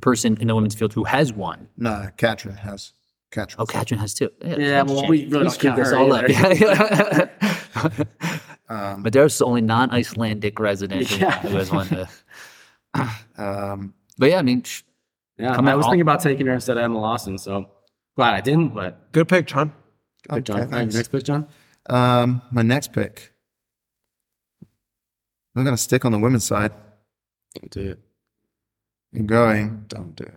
Speaker 1: person in the women's field who has won.
Speaker 2: No, Katrin has. Katrin.
Speaker 1: Oh, Katrin has two. Yeah,
Speaker 4: Yeah,
Speaker 1: that's
Speaker 4: well,
Speaker 1: a
Speaker 4: we
Speaker 1: shame.
Speaker 4: really
Speaker 1: Let's
Speaker 4: don't
Speaker 1: keep this all
Speaker 4: count
Speaker 1: up.
Speaker 2: Um,
Speaker 1: but there's the only non-Icelandic resident who-
Speaker 4: Yeah.
Speaker 1: who has won. The,
Speaker 2: um,
Speaker 1: but yeah, I mean, sh-
Speaker 4: Yeah,
Speaker 1: Come
Speaker 4: I
Speaker 1: out
Speaker 4: was
Speaker 1: all-
Speaker 4: thinking about taking her instead of Emma Lawson. So glad I didn't. But
Speaker 3: Good pick, John.
Speaker 4: good pick, John.
Speaker 2: Okay, thanks.
Speaker 4: Next pick, John.
Speaker 2: um, my next pick. I'm going to stick on the women's side.
Speaker 3: Don't do it.
Speaker 2: I'm going
Speaker 3: Don't do it.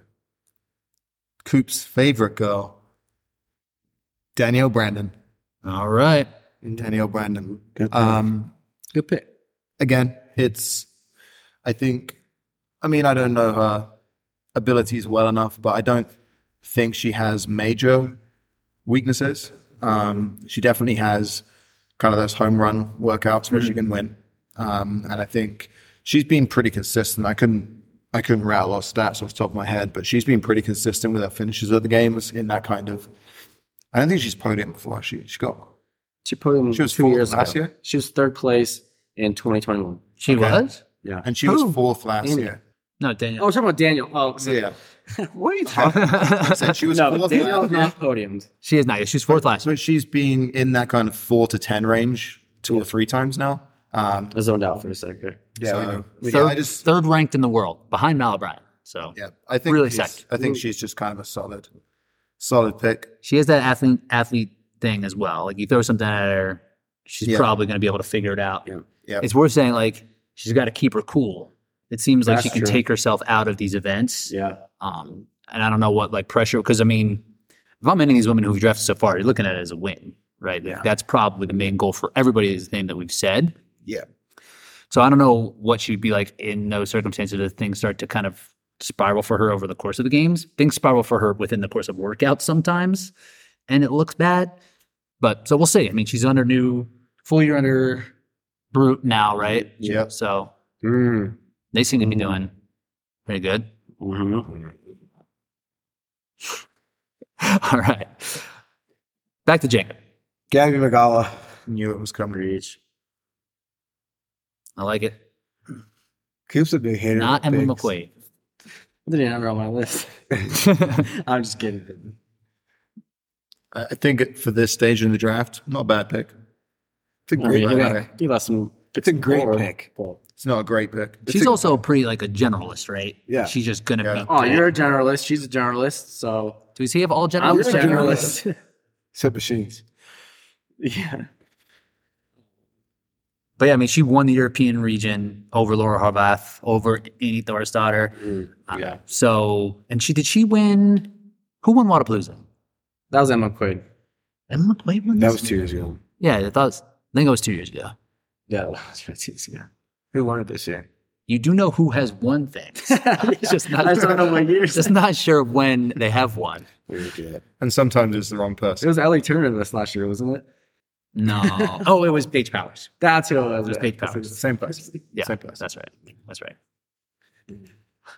Speaker 2: Coop's favorite girl, Danielle Brandon.
Speaker 1: all right.
Speaker 2: Danielle Brandon.
Speaker 3: Mm-hmm. Good pick.
Speaker 2: Um,
Speaker 3: Good pick.
Speaker 2: again, it's, I think, I mean, I don't know her abilities well enough, but I don't think she has major weaknesses. Um, she definitely has kind of those home run workouts where she can win. Um, and I think she's been pretty consistent. I couldn't, I couldn't rattle off stats off the top of my head, but she's been pretty consistent with her finishes of the games in that kind of. I don't think she's podium before. She she got
Speaker 4: She put in
Speaker 2: She was
Speaker 4: two
Speaker 2: fourth
Speaker 4: years
Speaker 2: last
Speaker 4: ago.
Speaker 2: year?
Speaker 4: She was third place in Oh, 2021.
Speaker 1: She was
Speaker 4: Yeah.
Speaker 2: and she was fourth last year.
Speaker 1: no Daniel.
Speaker 4: Oh, we're talking about Daniel. Oh,
Speaker 2: So yeah,
Speaker 4: what are you talking?
Speaker 2: I said she was
Speaker 4: no,
Speaker 2: fourth last
Speaker 4: Daniel's
Speaker 2: year.
Speaker 4: not podiumed.
Speaker 1: She is not. She's fourth last.
Speaker 2: So she's been in that kind of four to ten range two or three times now. Um,
Speaker 4: I zoned out for a second.
Speaker 2: yeah,
Speaker 3: we
Speaker 2: so,
Speaker 3: know.
Speaker 2: yeah,
Speaker 1: third,
Speaker 2: I just
Speaker 1: third ranked in the world behind Mal O'Brien. So
Speaker 2: yeah, I think
Speaker 1: Really
Speaker 2: she's-
Speaker 1: sucked.
Speaker 2: I think she's just kind of a solid, solid pick.
Speaker 1: she has that athlete athlete thing as well. Like you throw something at her, she's
Speaker 2: Yeah.
Speaker 1: probably going to be able to figure it out.
Speaker 4: Yeah.
Speaker 2: Yeah.
Speaker 1: It's worth saying like she's got to keep her cool. It seems like she
Speaker 4: That's
Speaker 1: can
Speaker 4: true.
Speaker 1: take herself out of these events.
Speaker 4: Yeah.
Speaker 1: Um, and I don't know what like pressure because I mean, if I'm any of these women who've drafted so far, you're looking at it as a win, right? Like,
Speaker 2: Yeah.
Speaker 1: That's probably the main goal for everybody's name that we've said.
Speaker 2: Yeah.
Speaker 1: So I don't know what she'd be like in those circumstances if things start to kind of spiral for her over the course of the games. Things spiral for her within the course of workouts sometimes, and it looks bad. But so we'll see. I mean, she's under new full year under Brute now, right?
Speaker 2: Yeah.
Speaker 1: So
Speaker 3: Hmm.
Speaker 4: Mm.
Speaker 1: they seem to be doing pretty good.
Speaker 4: hmm
Speaker 1: All right. Back to Jacob.
Speaker 3: Gabby Magala.
Speaker 2: Knew it was coming.
Speaker 4: Reach.
Speaker 1: I like it.
Speaker 3: Coop's a big hater.
Speaker 1: Not
Speaker 3: of
Speaker 1: Emma
Speaker 3: picks.
Speaker 1: McQuaid.
Speaker 4: I didn't have her on my list. I'm just kidding.
Speaker 2: I I think for this stage in the draft, not a bad pick. It's a
Speaker 4: I mean,
Speaker 2: great
Speaker 4: he,
Speaker 2: pick.
Speaker 4: left, he left some.
Speaker 3: It's a great pick.
Speaker 4: Oh,
Speaker 2: It's not a great pick. It's
Speaker 1: She's
Speaker 2: a-
Speaker 1: also pretty like a generalist, right?
Speaker 3: Yeah.
Speaker 1: She's just gonna
Speaker 2: Yeah.
Speaker 1: be.
Speaker 4: you're a generalist. She's a generalist. So
Speaker 1: Do we see have all
Speaker 4: I'm a
Speaker 1: generalists?
Speaker 4: generalist.
Speaker 3: Except machines.
Speaker 4: yeah.
Speaker 1: But yeah, I mean, she won the European region over Laura Harbath, over Annie Thor's daughter.
Speaker 3: Hmm.
Speaker 1: Uh,
Speaker 4: yeah.
Speaker 1: So, and she did she win? Who won Wadapalooza?
Speaker 4: That was Emma Quaid.
Speaker 1: Emma McQuaid won.
Speaker 3: That
Speaker 1: this?
Speaker 3: was two years ago.
Speaker 1: Yeah, I thought. It was, I think it was two years ago.
Speaker 4: Yeah, that was Francisco.
Speaker 3: Who won it this year?
Speaker 1: You do know who has won things. It's just not.
Speaker 4: I just don't know what years.
Speaker 1: Just not sure when they have one.
Speaker 2: and sometimes it's the wrong
Speaker 4: It
Speaker 2: person.
Speaker 4: was Ellie Turner this last year, wasn't it?
Speaker 1: No. oh, it was Paige Powers.
Speaker 4: That's who it was.
Speaker 1: Just
Speaker 4: yeah.
Speaker 1: Paige
Speaker 4: That's
Speaker 1: Powers.
Speaker 4: it.
Speaker 2: Same person.
Speaker 1: Yeah,
Speaker 2: Same person.
Speaker 1: that's right. That's right.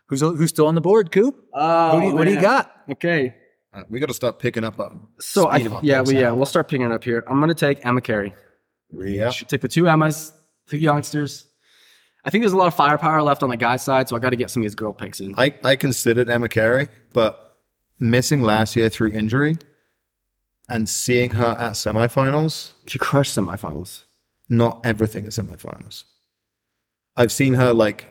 Speaker 1: Who's who's still on the board, Coop?
Speaker 4: Oh,
Speaker 1: Who do you, what do you
Speaker 4: man.
Speaker 1: got?
Speaker 4: Okay.
Speaker 2: Uh, We got to start picking up on.
Speaker 4: So
Speaker 2: Speed
Speaker 4: I
Speaker 2: up
Speaker 4: yeah,
Speaker 2: things
Speaker 4: we yeah,
Speaker 2: now.
Speaker 4: we'll start picking it up here. I'm gonna take Emma Carey.
Speaker 2: Yeah.
Speaker 4: Take the two Emmas, two youngsters. I think there's a lot of firepower left on the guy side, so I got to get some of these girl picks in.
Speaker 2: I, I considered Emma Carey, but missing last year through injury and seeing her at semifinals,
Speaker 4: She crushed semifinals.
Speaker 2: not everything at semifinals. I've seen her like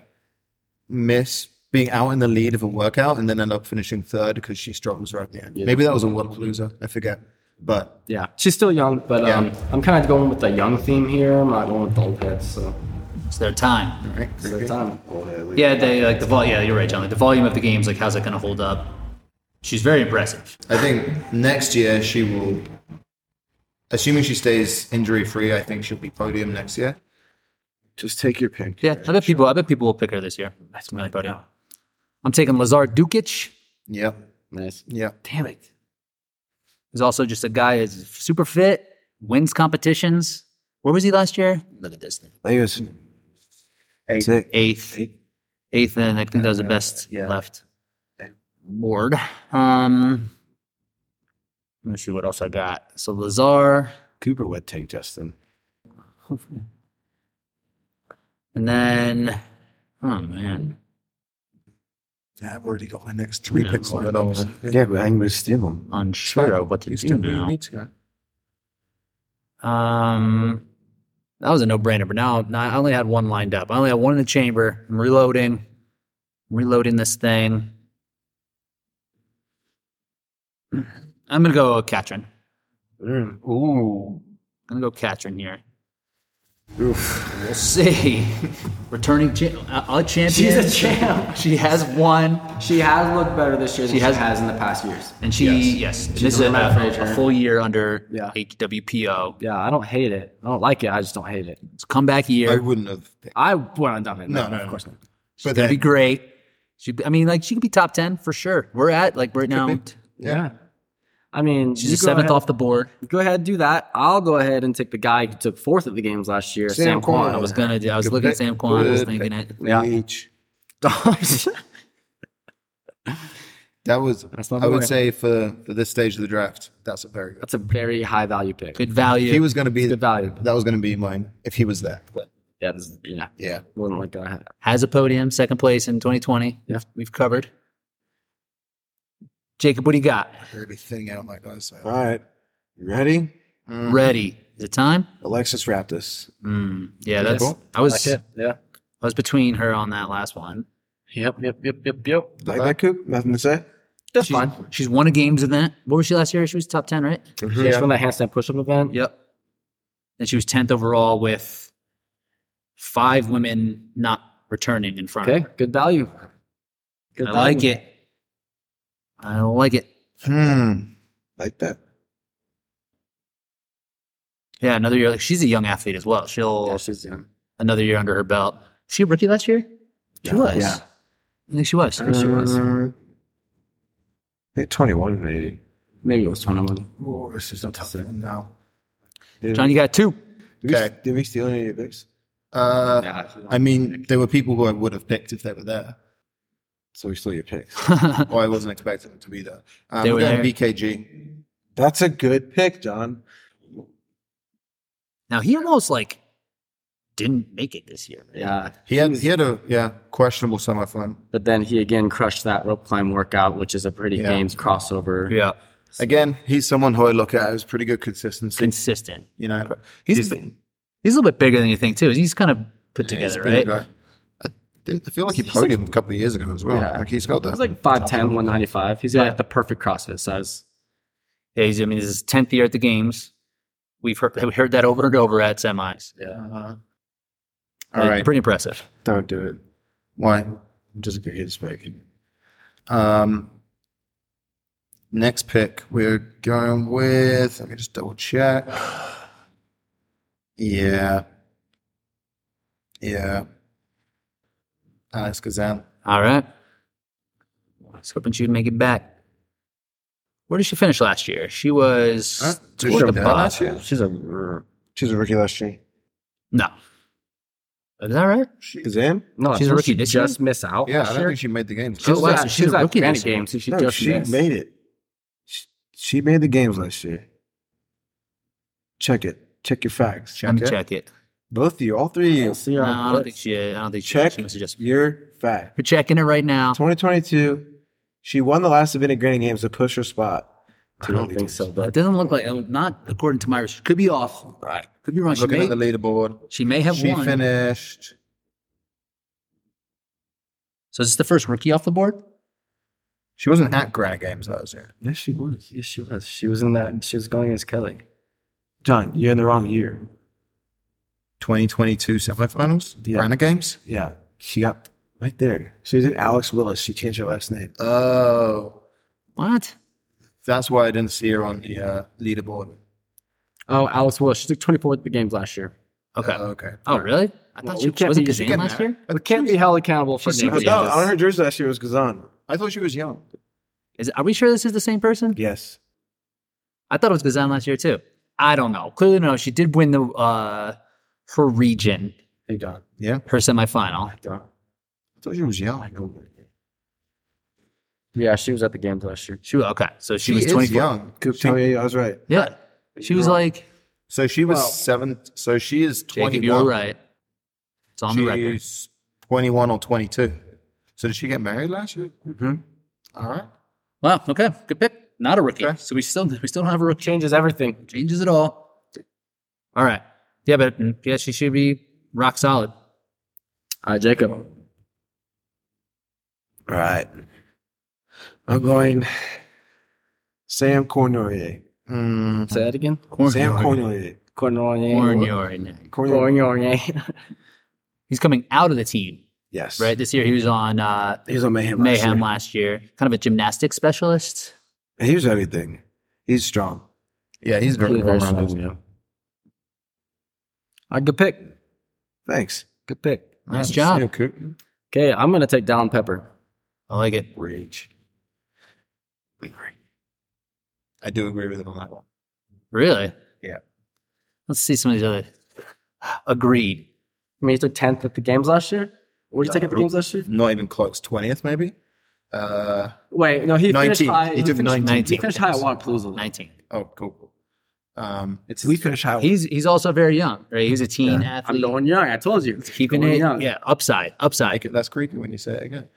Speaker 2: miss being out in the lead of a workout and then end up finishing third because she struggles right at the end. Maybe that was a Wadapalooza. I forget. But
Speaker 4: Yeah, she's still young, but um,
Speaker 2: Yeah.
Speaker 4: I'm kind of going with the young theme here. I'm not going with the old heads, so
Speaker 1: It's their time.
Speaker 2: right,
Speaker 4: it's their time.
Speaker 1: Yeah, they like the vol. Yeah, you're right, John. Like the volume of the games, like how's that going to hold up? She's very impressive.
Speaker 2: I think next year she will, assuming she stays injury free, I think she'll be podium next year.
Speaker 3: Just take your pick.
Speaker 1: Yeah, I bet people. I bet people will pick her this year. That's really funny. I'm taking Lazar Dukic.
Speaker 2: Yep.
Speaker 4: Nice.
Speaker 2: Yep.
Speaker 1: Damn it. He's also just a guy who's super fit, wins competitions. Where was he last year? Look at this thing.
Speaker 3: I think it's
Speaker 2: Eight.
Speaker 3: sick.
Speaker 1: Eighth. Eighth, and I think that was the best
Speaker 2: Yeah.
Speaker 1: left board. Um, let me see what else I got. So Lazar,
Speaker 3: Cooper would take Justin.
Speaker 1: and then, oh man.
Speaker 2: Yeah, I've already got my next three
Speaker 1: Yeah,
Speaker 2: picks
Speaker 1: well,
Speaker 2: lined up.
Speaker 3: Yeah, but I'm going to steal him.
Speaker 1: unsure of what to do now.
Speaker 2: to.
Speaker 1: Um, that was a no-brainer. But now, now I only had one lined up. I only had one in the chamber. I'm reloading, reloading this thing. I'm gonna go Katrin.
Speaker 4: Mm.
Speaker 1: Ooh, I'm gonna go Katrin here. We'll see. Returning cha- uh, a, a champion.
Speaker 4: She's a champ.
Speaker 1: She has won,
Speaker 4: She has looked better this year than
Speaker 1: She
Speaker 4: she,
Speaker 1: has-
Speaker 4: has, in the past years.
Speaker 1: and she yes, this is
Speaker 4: a
Speaker 1: a,
Speaker 4: runner-up for
Speaker 1: a
Speaker 4: HR.
Speaker 1: full year under
Speaker 4: Yeah.
Speaker 1: HWPO.
Speaker 4: Yeah, I don't hate it. I don't like it. I just don't hate it.
Speaker 1: It's a comeback year.
Speaker 2: I wouldn't have picked.
Speaker 4: I wouldn't have done it.
Speaker 2: No, no,
Speaker 4: of
Speaker 2: no.
Speaker 4: course not.
Speaker 2: But
Speaker 1: gonna
Speaker 2: then,
Speaker 1: be great. She, I mean, like she could be top ten for sure. We're at like right now.
Speaker 4: Yeah. I mean,
Speaker 1: She's
Speaker 4: you
Speaker 1: the
Speaker 4: go
Speaker 1: seventh
Speaker 4: ahead-
Speaker 1: off the board.
Speaker 4: Go ahead, do that. I'll go ahead and take the guy who took fourth at the games last year, Sam,
Speaker 2: Sam
Speaker 1: I
Speaker 2: I
Speaker 1: was
Speaker 2: was
Speaker 1: gonna. do I was looking at Sam Kwan. I was thinking it.
Speaker 4: Yeah.
Speaker 2: Leach.
Speaker 4: Kwan.
Speaker 2: That was.
Speaker 4: That's not
Speaker 2: I
Speaker 4: the
Speaker 2: would
Speaker 4: way.
Speaker 2: say for for this stage of the draft, that's a very good.
Speaker 4: That's a very high value pick.
Speaker 1: Good
Speaker 2: If he
Speaker 1: value.
Speaker 2: was going to be
Speaker 4: Good value.
Speaker 2: that was going to be mine if he was there. But
Speaker 4: Yeah, this is, yeah.
Speaker 2: yeah,
Speaker 4: Wouldn't like that.
Speaker 1: Has a podium, second place in 2020.
Speaker 4: Yeah.
Speaker 1: we've covered. Jacob, what do you got?
Speaker 2: really thinning out my guys.
Speaker 3: All right. You ready?
Speaker 4: Mm.
Speaker 1: Ready? Is it time?
Speaker 3: Alexis Raptis.
Speaker 1: Mm, yeah, that's.
Speaker 2: cool.
Speaker 1: I was. I
Speaker 4: Yeah.
Speaker 1: was between her on that last one.
Speaker 4: Yep. Yep. Yep. Yep. Yep.
Speaker 3: Like that, Coop? Nothing to say?
Speaker 4: That's
Speaker 1: She's,
Speaker 4: fine.
Speaker 1: she's won a games event. What was she last year? She was top ten, right?
Speaker 4: Mm-hmm. Yeah. Just from that handstand push-up event.
Speaker 1: Yep. And she was 10th overall with five women not returning in front of
Speaker 4: Okay.
Speaker 1: her.
Speaker 4: Good value. Good
Speaker 1: I like it. I like it.
Speaker 2: Hmm.
Speaker 3: Like that.
Speaker 1: Yeah, another year. Like she's a young athlete as well. She'll
Speaker 4: Yeah, she's young.
Speaker 1: another year under her belt. Was she a rookie last year? She was.
Speaker 3: Yeah.
Speaker 1: I think she was.
Speaker 4: she was.
Speaker 2: Uh,
Speaker 3: Um, I think 21, maybe.
Speaker 4: Maybe it was 21.
Speaker 2: Oh, this is a tough one now.
Speaker 3: Did,
Speaker 1: John, you got two.
Speaker 3: did
Speaker 2: Okay.
Speaker 3: we, did we steal any of your picks?
Speaker 2: Uh,
Speaker 4: Yeah.
Speaker 2: I mean, there were people who I would have picked if they were there.
Speaker 3: So we stole your picks.
Speaker 2: Well, I wasn't expecting them to be there. Um,
Speaker 1: They
Speaker 2: they
Speaker 1: were
Speaker 2: were going
Speaker 1: there.
Speaker 2: BKG.
Speaker 3: That's a good pick, John.
Speaker 1: now he almost like didn't make it this year.
Speaker 4: Yeah.
Speaker 2: He had he had a yeah questionable summer fun.
Speaker 4: But then he again crushed that rope climb workout, which is a pretty
Speaker 2: Yeah.
Speaker 4: games crossover.
Speaker 1: Yeah.
Speaker 2: Again, he's someone who I look at as pretty good consistency.
Speaker 1: Consistent.
Speaker 2: You know,
Speaker 1: He's he's, a little bit bigger than you think too. He's kind of put together,
Speaker 2: been a
Speaker 1: right?
Speaker 2: guy- I, didn't- I feel like he podiumed him a couple of years ago as well.
Speaker 4: Yeah.
Speaker 2: Like he's got that.
Speaker 4: He's like 5'10", 195. He's
Speaker 1: Yeah.
Speaker 4: like the perfect CrossFit size.
Speaker 1: Yeah, he's, I mean, this is his tenth year at the games. We've heard we heard that over and over at semis. Uh-huh.
Speaker 4: Yeah.
Speaker 2: All
Speaker 1: Like,
Speaker 2: right,
Speaker 1: pretty impressive.
Speaker 3: Don't do it.
Speaker 2: why?
Speaker 3: Just get his pick.
Speaker 2: Um, next pick we're going with. Let me just double check. Yeah, yeah. Alex Kazan.
Speaker 1: All right, I was hoping she'd make it back. Where did she finish last year? She was
Speaker 2: Huh? Did
Speaker 1: toward
Speaker 2: she
Speaker 1: the
Speaker 2: down
Speaker 1: bottom.
Speaker 2: last year?
Speaker 3: She's a she's a rookie last year.
Speaker 1: No, is that right?
Speaker 3: Kazan?
Speaker 4: No,
Speaker 1: She's a
Speaker 4: didn't
Speaker 1: rookie
Speaker 4: She
Speaker 1: this
Speaker 4: just
Speaker 1: year?
Speaker 4: miss out.
Speaker 2: Yeah, I
Speaker 4: last
Speaker 2: don't
Speaker 4: year?
Speaker 2: think she made the game.
Speaker 1: She was
Speaker 4: She's
Speaker 1: last-
Speaker 4: at-
Speaker 1: she's
Speaker 4: she was
Speaker 1: a
Speaker 4: at
Speaker 1: rookie this
Speaker 4: Granite
Speaker 1: year.
Speaker 4: Games. so She
Speaker 3: No,
Speaker 4: just
Speaker 3: she
Speaker 4: missed.
Speaker 3: made it. She, she made the games last year. Check it. Check your facts.
Speaker 1: Let me check it.
Speaker 3: Both of you, all three of you.
Speaker 4: See
Speaker 1: No,
Speaker 4: her
Speaker 1: I
Speaker 4: on
Speaker 1: don't
Speaker 4: the
Speaker 1: think she. I don't think she.
Speaker 3: Check
Speaker 1: She must have just.
Speaker 3: your fact.
Speaker 1: We're checking it right now.
Speaker 3: 2022, she won the last event at Granny Games to push her spot.
Speaker 4: I don't think so,
Speaker 1: It
Speaker 4: but
Speaker 1: doesn't look like. um, Not according to my. Could be off. Right. Could be wrong. She
Speaker 2: Looking
Speaker 1: may,
Speaker 2: at the leaderboard,
Speaker 1: she may have
Speaker 2: she
Speaker 1: won.
Speaker 2: finished.
Speaker 1: so is this the first rookie off the board?
Speaker 2: She wasn't at grad games though, was there?
Speaker 4: Yes, she was. Yes, she was. She was in that. She was going as Kelly.
Speaker 3: John, you're in the wrong year.
Speaker 2: 2022 semifinals,
Speaker 3: Yeah.
Speaker 2: Grana games.
Speaker 3: Yeah, she got right there. She was in Alex Willis. She changed her last name.
Speaker 2: Oh,
Speaker 1: What?
Speaker 2: that's why I didn't see her on the uh, leaderboard.
Speaker 4: Oh, Alex Willis. She took 24th at the games last year.
Speaker 1: Okay.
Speaker 2: Oh, okay.
Speaker 1: Oh, really? I
Speaker 4: Well,
Speaker 1: thought
Speaker 4: we
Speaker 1: she
Speaker 4: can't
Speaker 1: wasn't
Speaker 4: be-
Speaker 1: Kazan
Speaker 4: she
Speaker 1: last year.
Speaker 2: I
Speaker 4: We can't be held accountable for
Speaker 1: She's-
Speaker 4: names.
Speaker 3: No,
Speaker 1: Yeah,
Speaker 3: no,
Speaker 1: this-
Speaker 3: on her jersey last year was Kazan.
Speaker 2: I thought she was young.
Speaker 1: Is are we sure this is the same person?
Speaker 3: Yes.
Speaker 1: I thought it was Kazan last year too. I don't know. Clearly, no. She did win the uh her region,
Speaker 4: Hey, Don.
Speaker 2: Yeah, I
Speaker 1: her semifinal.
Speaker 4: Don.
Speaker 2: thought she was young.
Speaker 4: Yeah, she was at the games last year.
Speaker 1: She okay. So she,
Speaker 2: She,
Speaker 1: was
Speaker 2: is
Speaker 1: twenty four.
Speaker 2: young.
Speaker 3: Oh, yeah, yeah, I was right.
Speaker 1: Yeah. She was like
Speaker 2: So she was
Speaker 3: Wow.
Speaker 2: seven. So she is
Speaker 1: Jacob,
Speaker 2: 21.
Speaker 1: you were right. It's on the record.
Speaker 2: She's 21 or 22. So did she get married last year?
Speaker 4: Mm-hmm.
Speaker 2: All right.
Speaker 1: Wow. Okay. Good pick. Not a rookie.
Speaker 2: Okay.
Speaker 1: So we still we still don't have a rookie.
Speaker 4: Changes everything.
Speaker 1: Changes it all. All right. Yeah, but mm, yeah, she should be rock solid.
Speaker 4: Uh, Jacob.
Speaker 3: All right. I'm going Sam Cornelier.
Speaker 2: Mm,
Speaker 4: Say that again.
Speaker 3: Sam Cornelier.
Speaker 4: Cornoyer.
Speaker 1: Cornier.
Speaker 3: Cornelier.
Speaker 1: He's coming out of the team,
Speaker 3: Yes.
Speaker 1: right? This year he was on uh,
Speaker 3: He's on Mayhem. last
Speaker 1: Mayhem
Speaker 3: year.
Speaker 1: last year. kind of a gymnastics specialist.
Speaker 3: And He was everything. He's strong.
Speaker 2: Yeah, he's very,
Speaker 4: Very
Speaker 2: well-rounded.
Speaker 4: strong, yeah. Uh, good pick.
Speaker 3: Thanks.
Speaker 4: Good pick.
Speaker 1: Nice
Speaker 2: Yeah,
Speaker 1: job.
Speaker 2: Sam Cook.
Speaker 4: Okay, I'm gonna take Don Pepper.
Speaker 1: I like it.
Speaker 3: Rage.
Speaker 2: I do agree with him on that one.
Speaker 1: Really?
Speaker 2: Yeah.
Speaker 1: Let's see some of these other. Agreed.
Speaker 4: I mean, you took 10th at the games last year. What did you take at the games last year?
Speaker 2: Not even close. 20th, maybe? Uh,
Speaker 4: Wait, no, he finished
Speaker 2: 19th.
Speaker 4: high.
Speaker 2: He took
Speaker 4: finished,
Speaker 1: 19th.
Speaker 4: He finished high at Wadapalooza.
Speaker 1: 19.
Speaker 2: oh, cool. Um,
Speaker 4: It's
Speaker 3: We finish out.
Speaker 1: He's he's also very young, right? He's a teen
Speaker 4: I'm
Speaker 1: athlete.
Speaker 4: going young. I told you.
Speaker 1: Keeping
Speaker 4: Going
Speaker 1: it,
Speaker 4: young.
Speaker 1: yeah, upside, upside.
Speaker 2: like, that's creepy when you say it again.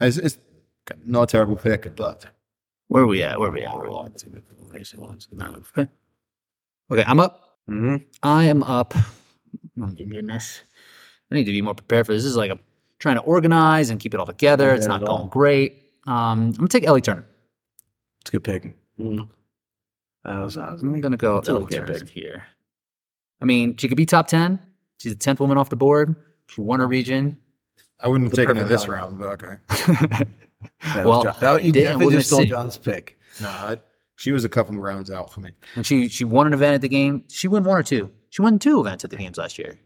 Speaker 2: It's, it's not a terrible pick, but
Speaker 1: Where are we at? Where are we at? Where are we at? Okay, I'm up.
Speaker 3: Mm-hmm.
Speaker 4: hmm
Speaker 1: I am up. Oh, my goodness. I need to be more prepared for this. This is like I'm trying to organize and keep it all together.
Speaker 4: Not
Speaker 1: it's
Speaker 4: bad
Speaker 1: not
Speaker 4: at
Speaker 1: going
Speaker 4: all.
Speaker 1: great. Um, I'm gonna take Ellie Turner.
Speaker 3: It's a good pick.
Speaker 4: Mm.
Speaker 3: That was awesome.
Speaker 1: I'm gonna go
Speaker 4: a
Speaker 1: Ellie
Speaker 4: good
Speaker 1: Turner here. I mean, she could be top ten. She's the tenth woman off the board. She won her region.
Speaker 2: I wouldn't have taken it
Speaker 3: perfect
Speaker 2: this
Speaker 3: value.
Speaker 2: round, but okay.
Speaker 1: Well,
Speaker 3: That was John. That, you
Speaker 1: didn't
Speaker 3: definitely
Speaker 1: win
Speaker 3: just
Speaker 1: the
Speaker 3: stole
Speaker 1: city.
Speaker 3: John's pick.
Speaker 2: No, I, she was a couple rounds out for me.
Speaker 1: And she she won an event at the game. She won one or two. She won two events at the games last year.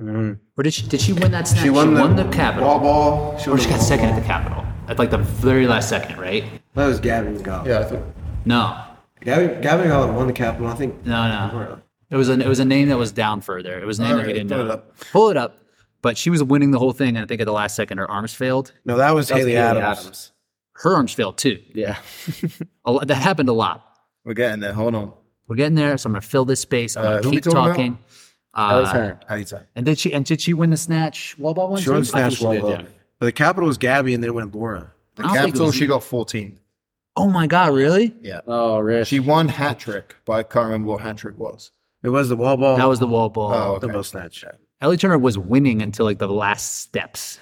Speaker 1: Or did she did she win that? Snack? She
Speaker 3: won the
Speaker 1: Capitol.
Speaker 3: Ball ball. She
Speaker 1: Or
Speaker 3: was
Speaker 1: Oh, she got second at the Capitol at like the very last second, right?
Speaker 3: That was Gavin Goff.
Speaker 2: Yeah, I think.
Speaker 1: No,
Speaker 3: Gavin, Gavin Goff won the Capitol. I think.
Speaker 1: no, no. It was a it was a name that was down further. It was a name that we
Speaker 2: Alright,
Speaker 1: didn't
Speaker 2: pull
Speaker 1: know.
Speaker 2: it up.
Speaker 1: Pull it up. But she was winning the whole thing, and I think at the last second, her arms failed.
Speaker 3: No, that was Haley
Speaker 4: Haley
Speaker 3: Adams.
Speaker 4: Adams.
Speaker 1: Her arms failed too.
Speaker 4: Yeah.
Speaker 1: A lo- that happened a lot.
Speaker 2: We're getting there. Hold on.
Speaker 1: We're getting there, so I'm gonna fill this space. I'm
Speaker 2: Uh,
Speaker 1: gonna
Speaker 2: who we
Speaker 1: keep
Speaker 2: talking
Speaker 1: talking.
Speaker 4: Ellie
Speaker 1: Uh,
Speaker 4: Turner.
Speaker 2: How do you say?
Speaker 1: and did she and did she win the snatch wall ball one?
Speaker 3: She won
Speaker 1: too? I think
Speaker 3: snatch
Speaker 1: she did,
Speaker 3: wall.
Speaker 1: yeah.
Speaker 3: But the Capitol was Gabby, and then it went Laura.
Speaker 2: The
Speaker 1: I don't think it
Speaker 2: Capitol,
Speaker 1: was
Speaker 2: she got 14.
Speaker 1: Oh my god, really?
Speaker 2: Yeah.
Speaker 4: Oh, Rich.
Speaker 2: She won hat trick, but I can't remember what hat trick was.
Speaker 3: It was the wall ball.
Speaker 1: That was the wall ball.
Speaker 2: Oh,
Speaker 3: the
Speaker 2: okay.
Speaker 3: ball snatch.
Speaker 1: Ellie Turner was winning until like the last steps.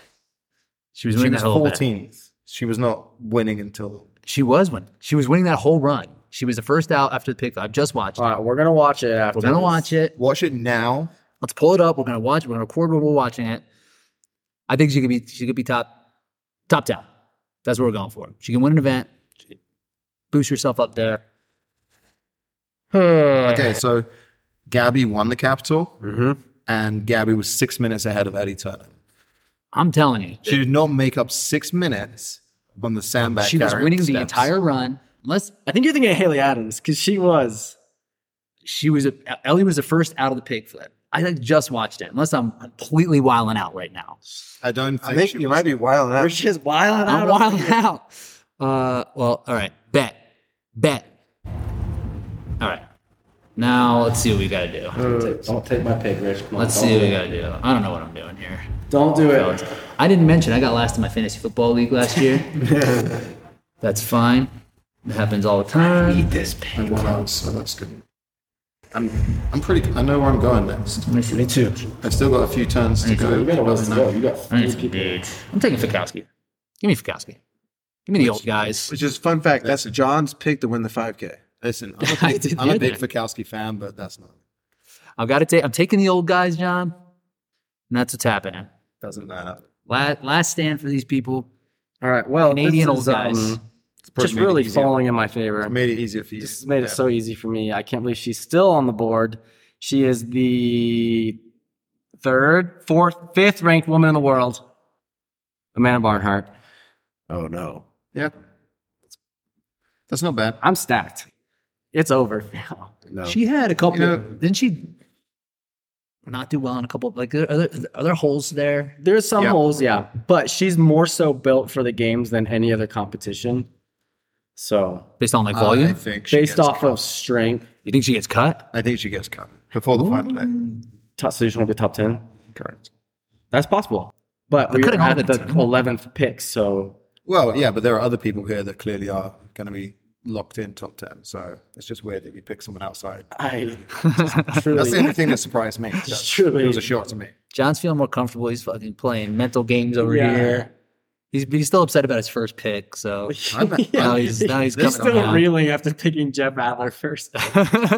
Speaker 1: She was
Speaker 2: She
Speaker 1: winning
Speaker 2: was
Speaker 1: that whole event.
Speaker 2: 14th. She was not winning until.
Speaker 1: She was winning. She was winning that whole run. She was the first out after the pick. I've just watched. it.
Speaker 4: All right, we're gonna watch it after.
Speaker 1: We're gonna
Speaker 4: this.
Speaker 1: watch it.
Speaker 2: Watch it now.
Speaker 1: Let's pull it up. We're gonna watch. it. We're gonna record when we're watching it. I think she could be. She could be top, top ten. That's what we're going for. She can win an event. Boost yourself up there.
Speaker 2: Okay, so Gabby won the Capitol,
Speaker 3: Mm-hmm.
Speaker 2: and Gabby was six minutes ahead of Eddie Turner.
Speaker 1: I'm telling you,
Speaker 2: She did not make up six minutes on the sandbag.
Speaker 1: she was
Speaker 2: carrying
Speaker 1: winning the
Speaker 2: steps.
Speaker 1: entire run. Unless
Speaker 4: I think you're thinking of Haley Adams because she was.
Speaker 1: she was a, Ellie was the first out of the pig flip. I like, just watched it. Unless I'm completely wilding out right now.
Speaker 2: I don't think,
Speaker 3: I think
Speaker 2: she
Speaker 3: you
Speaker 2: was-
Speaker 3: might be wild on that.
Speaker 4: Rich is wild
Speaker 1: I'm wilding out. Uh, well, all right. Bet, bet. All right. Now let's see what we gotta do.
Speaker 4: Don't take my pick, Rich. Come on,
Speaker 1: Let's see
Speaker 4: don't do
Speaker 1: what we
Speaker 4: it.
Speaker 1: gotta do. I don't know what I'm doing here.
Speaker 4: Don't do it.
Speaker 1: I didn't mention I got last in my fantasy football league last year. That's fine. It happens all the time.
Speaker 3: this
Speaker 2: I won out, so that's good. I'm, I'm pretty. I know where I'm going next.
Speaker 3: Me too.
Speaker 2: I've still got a few turns to go.
Speaker 4: You got a ways to go. You got
Speaker 1: I need some dudes. I'm taking Fikowski. Give me Fukoski. Give me the old guys.
Speaker 3: Which is fun fact. That's John's pick to win the 5K.
Speaker 2: Listen, I'm
Speaker 1: I
Speaker 2: a big,
Speaker 1: didn't
Speaker 2: I'm a
Speaker 1: hear
Speaker 2: big
Speaker 1: that.
Speaker 2: Fikowski fan, but that's not
Speaker 1: I've got to take. I'm taking the old guys, John, and that's what's happening.
Speaker 2: doesn't line up.
Speaker 1: Last, last stand for these people.
Speaker 4: All right. Well,
Speaker 1: Canadian
Speaker 4: this
Speaker 1: old
Speaker 4: is,
Speaker 1: guys.
Speaker 4: um, just really falling in my favor.
Speaker 2: It made it easier for you.
Speaker 4: This has made it so easy for me. I can't believe she's still on the board. She is the third, fourth, fifth ranked woman in the world. Amanda Barnhart.
Speaker 3: Oh no.
Speaker 2: Yeah. That's not bad.
Speaker 4: I'm stacked. It's over.
Speaker 3: No.
Speaker 5: She had a couple.
Speaker 2: know-
Speaker 5: didn't she not do well in a couple? Like, are there, are there holes there?
Speaker 4: There's some
Speaker 2: Yeah.
Speaker 4: holes, yeah, but she's more so built for the games than any other competition. So
Speaker 1: Based on like volume,
Speaker 2: I think she
Speaker 4: based
Speaker 2: gets
Speaker 4: off
Speaker 2: cut.
Speaker 4: of strength,
Speaker 1: you think she gets cut?
Speaker 2: I think she gets cut before the final day.
Speaker 4: top solution will be top ten.
Speaker 2: Correct.
Speaker 4: That's possible, but we
Speaker 1: could've
Speaker 4: had
Speaker 1: gone to
Speaker 4: the
Speaker 1: 10.
Speaker 4: eleventh pick, so
Speaker 2: Well, yeah, but there are other people here that clearly are going to be locked in top 10. So it's just weird that you pick someone outside.
Speaker 4: I
Speaker 2: That's the only
Speaker 4: truly,
Speaker 2: thing that surprised me. That-
Speaker 4: truly,
Speaker 2: It was a shock to me.
Speaker 1: John's feeling more comfortable. He's fucking playing mental games over
Speaker 4: Yeah.
Speaker 1: here. He's he's still upset about his first pick. So
Speaker 2: I'm-
Speaker 1: now Oh, he's now he's
Speaker 4: They're
Speaker 1: coming
Speaker 4: still
Speaker 1: around.
Speaker 4: reeling after picking Jeff Adler first.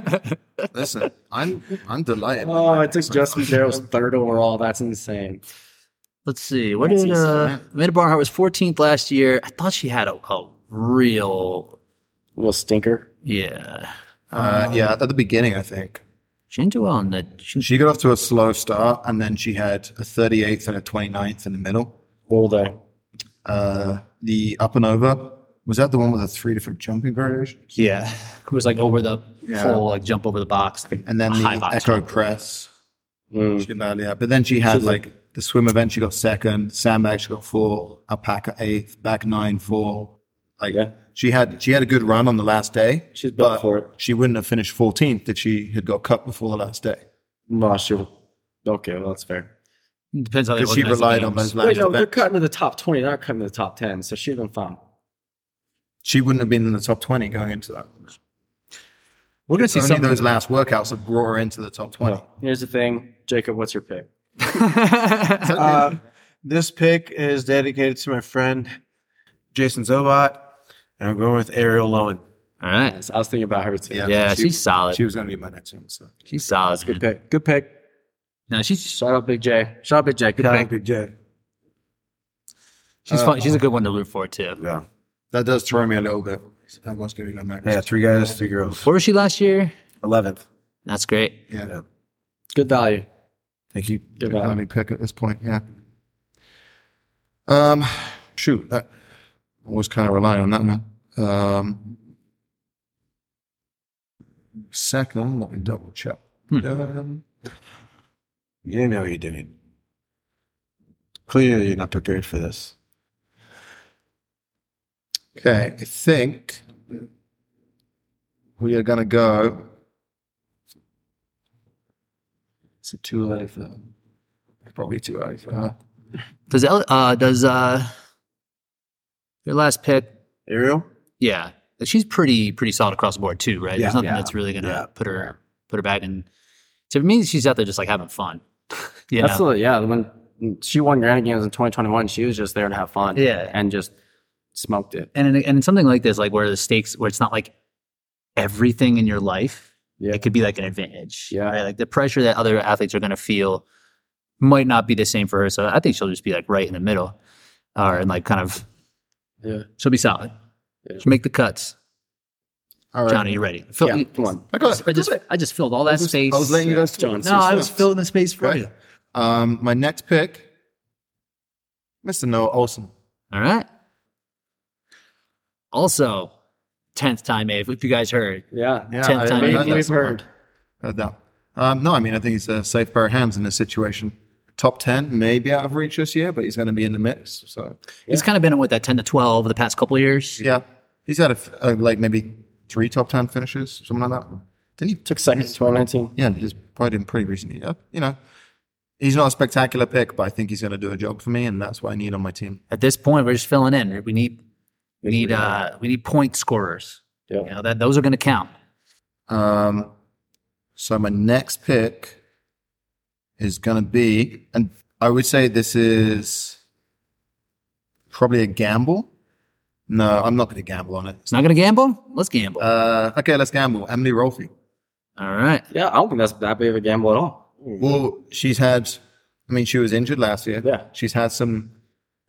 Speaker 2: Listen, I'm I'm delighted.
Speaker 4: oh, it took Justin Darrell's third overall. That's insane.
Speaker 1: Let's see. What did uh, Amanda Barnhart was 14th last year. I thought she had a, a real
Speaker 4: Little stinker.
Speaker 1: yeah.
Speaker 2: Uh, yeah, at the beginning, I think
Speaker 1: She didn't do well in the. She,
Speaker 2: she got off to a slow start, and then she had a 38th and a 29th in the middle.
Speaker 4: All day.
Speaker 2: Uh, the up and over was that the one with the three different jumping variations,
Speaker 1: yeah, it was like over the
Speaker 2: Yeah.
Speaker 1: full like jump over the box.
Speaker 2: and then
Speaker 1: A high
Speaker 2: the
Speaker 1: box
Speaker 2: echo
Speaker 1: jump.
Speaker 2: press.
Speaker 4: Mm.
Speaker 2: She did that, yeah. But then she had like the swim event. She got second. Sandbag. She got four. Alpaca eighth. Back nine four. Like
Speaker 4: Yeah.
Speaker 2: she had she had a good run on the last day.
Speaker 4: She's built
Speaker 2: but
Speaker 4: for it.
Speaker 2: She wouldn't have finished 14th if she had got cut before the last day.
Speaker 4: No, she- Okay, well, that's fair.
Speaker 1: Depends on how they
Speaker 2: Because she
Speaker 1: organize the
Speaker 2: relied on
Speaker 1: games.
Speaker 2: those last
Speaker 4: Wait, no, they're
Speaker 2: events.
Speaker 4: cutting to the top 20. They're not cutting to the top 10, so she'd have been fine.
Speaker 2: She wouldn't have been in the top 20 going into that.
Speaker 1: We're gonna see
Speaker 2: Only
Speaker 1: some.
Speaker 2: those last workouts have brought her into the top 20.
Speaker 4: Here's the thing. Jacob, what's your pick?
Speaker 3: Uh, this pick is dedicated to my friend Jason Zobot, and I'm going with Ariel Lowen.
Speaker 1: All right.
Speaker 4: I was thinking about her too.
Speaker 2: Yeah.
Speaker 1: Yeah, she's solid.
Speaker 2: She was going to be my next one. So.
Speaker 1: she's solid.
Speaker 4: Good pick. Good pick.
Speaker 1: No, she's
Speaker 4: Shout out Big J. Shout out Big J. Good pick.
Speaker 3: Big J.
Speaker 1: she's fun. She's a good one to root for too.
Speaker 3: Yeah.
Speaker 2: That does throw me a little bit. I was going to go next.
Speaker 3: Yeah, three guys, three girls.
Speaker 1: Where was she last year?
Speaker 3: 11th.
Speaker 1: That's great.
Speaker 2: yeah.
Speaker 4: Good value.
Speaker 3: Thank you.
Speaker 4: Good
Speaker 2: I
Speaker 4: value.
Speaker 2: only pick at this point. Yeah. Um, shoot, that I was kind of relying on that man. Um, second, let me double check.
Speaker 3: Hmm.
Speaker 2: Um,
Speaker 3: You know you didn't. Clearly, you're not prepared for this.
Speaker 2: okay, I think we are gonna go. Is it too late for? Probably too early for her.
Speaker 1: Does El- uh does uh your last pick?
Speaker 3: Ariel?
Speaker 1: Yeah, she's pretty pretty solid across the board too, right?
Speaker 3: Yeah.
Speaker 1: There's nothing
Speaker 3: Yeah.
Speaker 1: that's really gonna
Speaker 3: Yeah.
Speaker 1: put her put her back. And to me, she's out there just like having fun. you know?
Speaker 4: Absolutely. Yeah. When she won Granite Games in 2021, she was just there to have fun.
Speaker 1: Yeah.
Speaker 4: And just smoked it.
Speaker 1: and in, and something like this, like where the stakes, where it's not like everything in your life,
Speaker 4: Yeah.
Speaker 1: it could be like an advantage.
Speaker 4: Yeah.
Speaker 1: right? like the pressure that other athletes are going to feel might not be the same for her. So I think she'll just be like right in the middle, or and like kind of
Speaker 4: Yeah.
Speaker 1: she'll be solid.
Speaker 4: Yeah.
Speaker 1: She'll make the cuts.
Speaker 2: All right,
Speaker 1: Johnny, you ready? Fill-
Speaker 2: Yeah.
Speaker 4: Come on.
Speaker 2: I got.
Speaker 1: I just I just filled all that space.
Speaker 2: I was letting you guys talk.
Speaker 4: John.
Speaker 1: no, I was filling the space for
Speaker 2: Right.
Speaker 1: you.
Speaker 2: Um, my next pick, Mr. Noah Olson.
Speaker 1: All right. Also, tenth time, if, if you guys heard,
Speaker 4: Yeah.
Speaker 2: Yeah,
Speaker 1: tenth time.
Speaker 2: I
Speaker 1: Abe.
Speaker 2: heard that
Speaker 4: We've
Speaker 2: somewhere.
Speaker 4: heard.
Speaker 2: Heard that. Um, no, I mean, I think he's a safe pair of hands in this situation. Top 10, maybe out of reach this year, but he's going to be in the mix. So,
Speaker 1: He's kind of been in with that ten to twelve over the past couple of years.
Speaker 2: yeah. He's had a, f- uh, like maybe three top 10 finishes, something like that. Didn't he?
Speaker 4: Took second in 2019.
Speaker 2: Yeah, he's probably did pretty recently. Yeah, you know, he's not a spectacular pick, but I think he's going to do a job for me, and that's what I need on my team.
Speaker 1: at this point we're just filling in we need we need uh we need point scorers
Speaker 4: Yeah.
Speaker 1: you know that those are going to count
Speaker 2: Um, so my next pick is going to be, and I would say this is probably a gamble. No, I'm not going to gamble on it.
Speaker 1: It's not going to gamble? Let's gamble.
Speaker 2: Uh, okay, let's gamble. Emily Rolfe.
Speaker 1: All right.
Speaker 4: Yeah, I don't think that's that big of a gamble at all.
Speaker 2: Well, she's had. I mean, she was injured last year.
Speaker 4: Yeah.
Speaker 2: she's had some,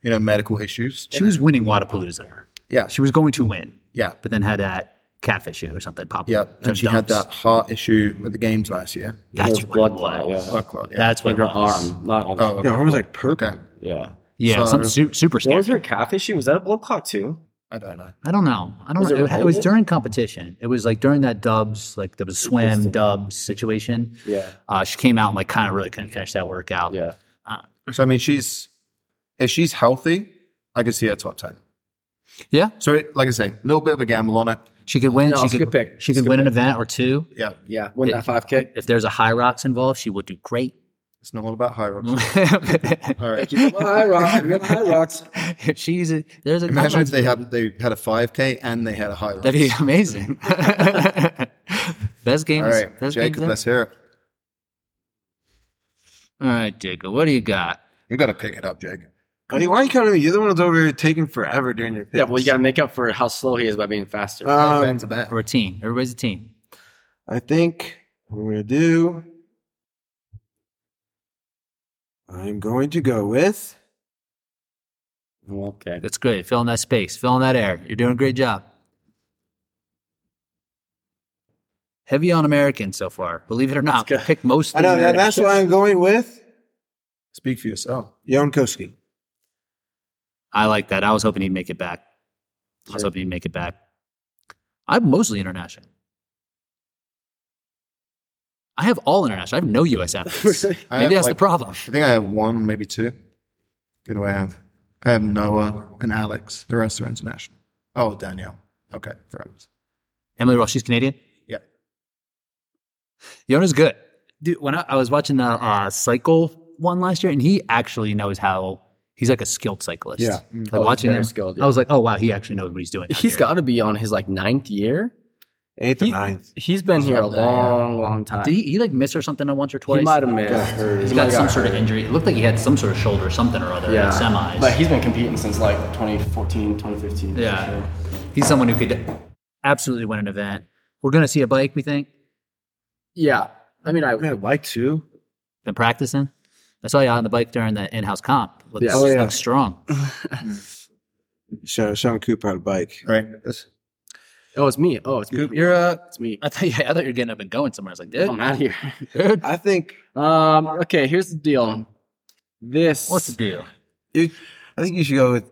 Speaker 2: you know, medical issues.
Speaker 1: She was winning Wadapalooza.
Speaker 2: Yeah,
Speaker 1: She was going to win,
Speaker 2: yeah,
Speaker 1: but then had that cat issue or something pop up.
Speaker 2: yeah. And she had
Speaker 1: dumps.
Speaker 2: that heart issue with the games last year.
Speaker 1: That's
Speaker 4: Or
Speaker 1: what
Speaker 4: blood
Speaker 1: it
Speaker 4: clot,
Speaker 1: was.
Speaker 4: yeah.
Speaker 2: Blood clot, yeah.
Speaker 1: That's
Speaker 4: Like
Speaker 1: what
Speaker 4: her
Speaker 1: it was.
Speaker 4: arm, not on.
Speaker 2: Oh,
Speaker 3: Yeah, her
Speaker 2: okay.
Speaker 3: was like purple.
Speaker 2: okay.
Speaker 4: Yeah.
Speaker 1: Yeah,
Speaker 2: So-
Speaker 1: something su- super
Speaker 4: What was
Speaker 1: scary.
Speaker 4: her calf issue? Was that a blood clot too?
Speaker 2: I don't know.
Speaker 1: I don't know. I don't.
Speaker 4: Was
Speaker 1: know.
Speaker 4: it
Speaker 1: It, it was
Speaker 4: COVID?
Speaker 1: during competition. It was like during that Dubs, like there was swim Dubs situation.
Speaker 4: Yeah.
Speaker 1: Uh, she came out and like kind of really couldn't finish that workout.
Speaker 4: Yeah.
Speaker 2: So I mean, she's if she's healthy, I could see her top ten.
Speaker 1: Yeah.
Speaker 2: So it, like I say, a little bit of a gamble on it.
Speaker 1: She could win.
Speaker 4: No, it's
Speaker 1: she
Speaker 4: a
Speaker 1: could
Speaker 4: good pick.
Speaker 1: She
Speaker 4: It's a
Speaker 1: could
Speaker 4: good
Speaker 1: win an event or two.
Speaker 2: Yeah,
Speaker 4: Yeah. Win that five k.
Speaker 1: If there's a high rocks involved, she will do great.
Speaker 2: it's not all about high rocks.
Speaker 1: if
Speaker 2: All right.
Speaker 4: High rocks. We got high rocks.
Speaker 1: she's a, there's a
Speaker 2: Imagine if they had they had a five k and they had a high rock.
Speaker 1: that'd be amazing. best
Speaker 2: All
Speaker 1: games.
Speaker 2: right,
Speaker 1: best
Speaker 2: Jacob,
Speaker 1: games
Speaker 2: let's hear it.
Speaker 1: ever. All right, Jacob. What do you got?
Speaker 2: You got to pick it up, Jacob.
Speaker 3: Cody, why are you coming to me? You're the one that's over here taking forever doing your picks.
Speaker 4: Yeah. Well, you gotta make up for how slow he is by being faster.
Speaker 2: Back
Speaker 3: Um,
Speaker 2: to back.
Speaker 1: We're a team. Everybody's a team.
Speaker 3: I think what we're gonna do. I'm going to go with.
Speaker 4: okay.
Speaker 1: That's great. Filling that space, filling that air. You're doing a great job. Heavy on American so far. Believe it or not,
Speaker 4: Let's go.
Speaker 1: pick most.
Speaker 3: I know that, that's why I'm going with
Speaker 2: Speak for yourself.
Speaker 3: Yonkowski.
Speaker 1: I like that. I was hoping he'd make it back. I was hoping he'd make it back. I'm mostly international. I have all international. I have no U.S. athletes. Maybe
Speaker 2: I have,
Speaker 1: that's the
Speaker 2: like-
Speaker 1: problem.
Speaker 2: I think I have one, maybe two. Good way I have. I have Noah and Alex. The rest are international. Oh, Danielle. Okay, fair enough.
Speaker 1: Emily Ross, she's Canadian.
Speaker 2: Yeah.
Speaker 1: Yona's good. Dude, when I, I was watching the uh, cycle one last year, and he actually knows how he's like a skilled cyclist.
Speaker 3: Yeah.
Speaker 1: Like
Speaker 4: Oh,
Speaker 1: watching
Speaker 4: very
Speaker 1: him,
Speaker 4: skilled,
Speaker 1: I
Speaker 4: yeah.
Speaker 1: was like, oh wow, he actually knows what he's doing. out
Speaker 4: He's
Speaker 1: here.
Speaker 4: got to be on his like ninth year.
Speaker 3: Eighth or
Speaker 4: He,
Speaker 3: ninth.
Speaker 4: he's been here a long, long time.
Speaker 1: Did he, he like miss or something once or twice?
Speaker 4: He might have missed.
Speaker 1: He's got some sort of injury. It looked like he had some sort of shoulder, something or other, in semis.
Speaker 4: But he's been competing since like 2014, 2015.
Speaker 1: Yeah. he's someone who could absolutely win an event. We're gonna see a bike, we think.
Speaker 4: Yeah. I mean, I
Speaker 3: I mean, I'd like to.
Speaker 1: Been practicing. I saw you on the bike during the in-house comp. Looks,
Speaker 4: Yeah. Oh,
Speaker 3: yeah.
Speaker 1: looks strong.
Speaker 3: Show Sean Cooper on a bike.
Speaker 2: All right.
Speaker 4: oh, it's me. Oh, it's me.
Speaker 2: You're uh,
Speaker 4: It's me.
Speaker 1: I thought, yeah, I thought you were getting up and going somewhere. I was like, dude,
Speaker 4: I'm out of here.
Speaker 1: dude,
Speaker 3: I think
Speaker 4: Um. Okay. Here's the deal. This.
Speaker 1: what's the deal?
Speaker 3: you, I think you should go with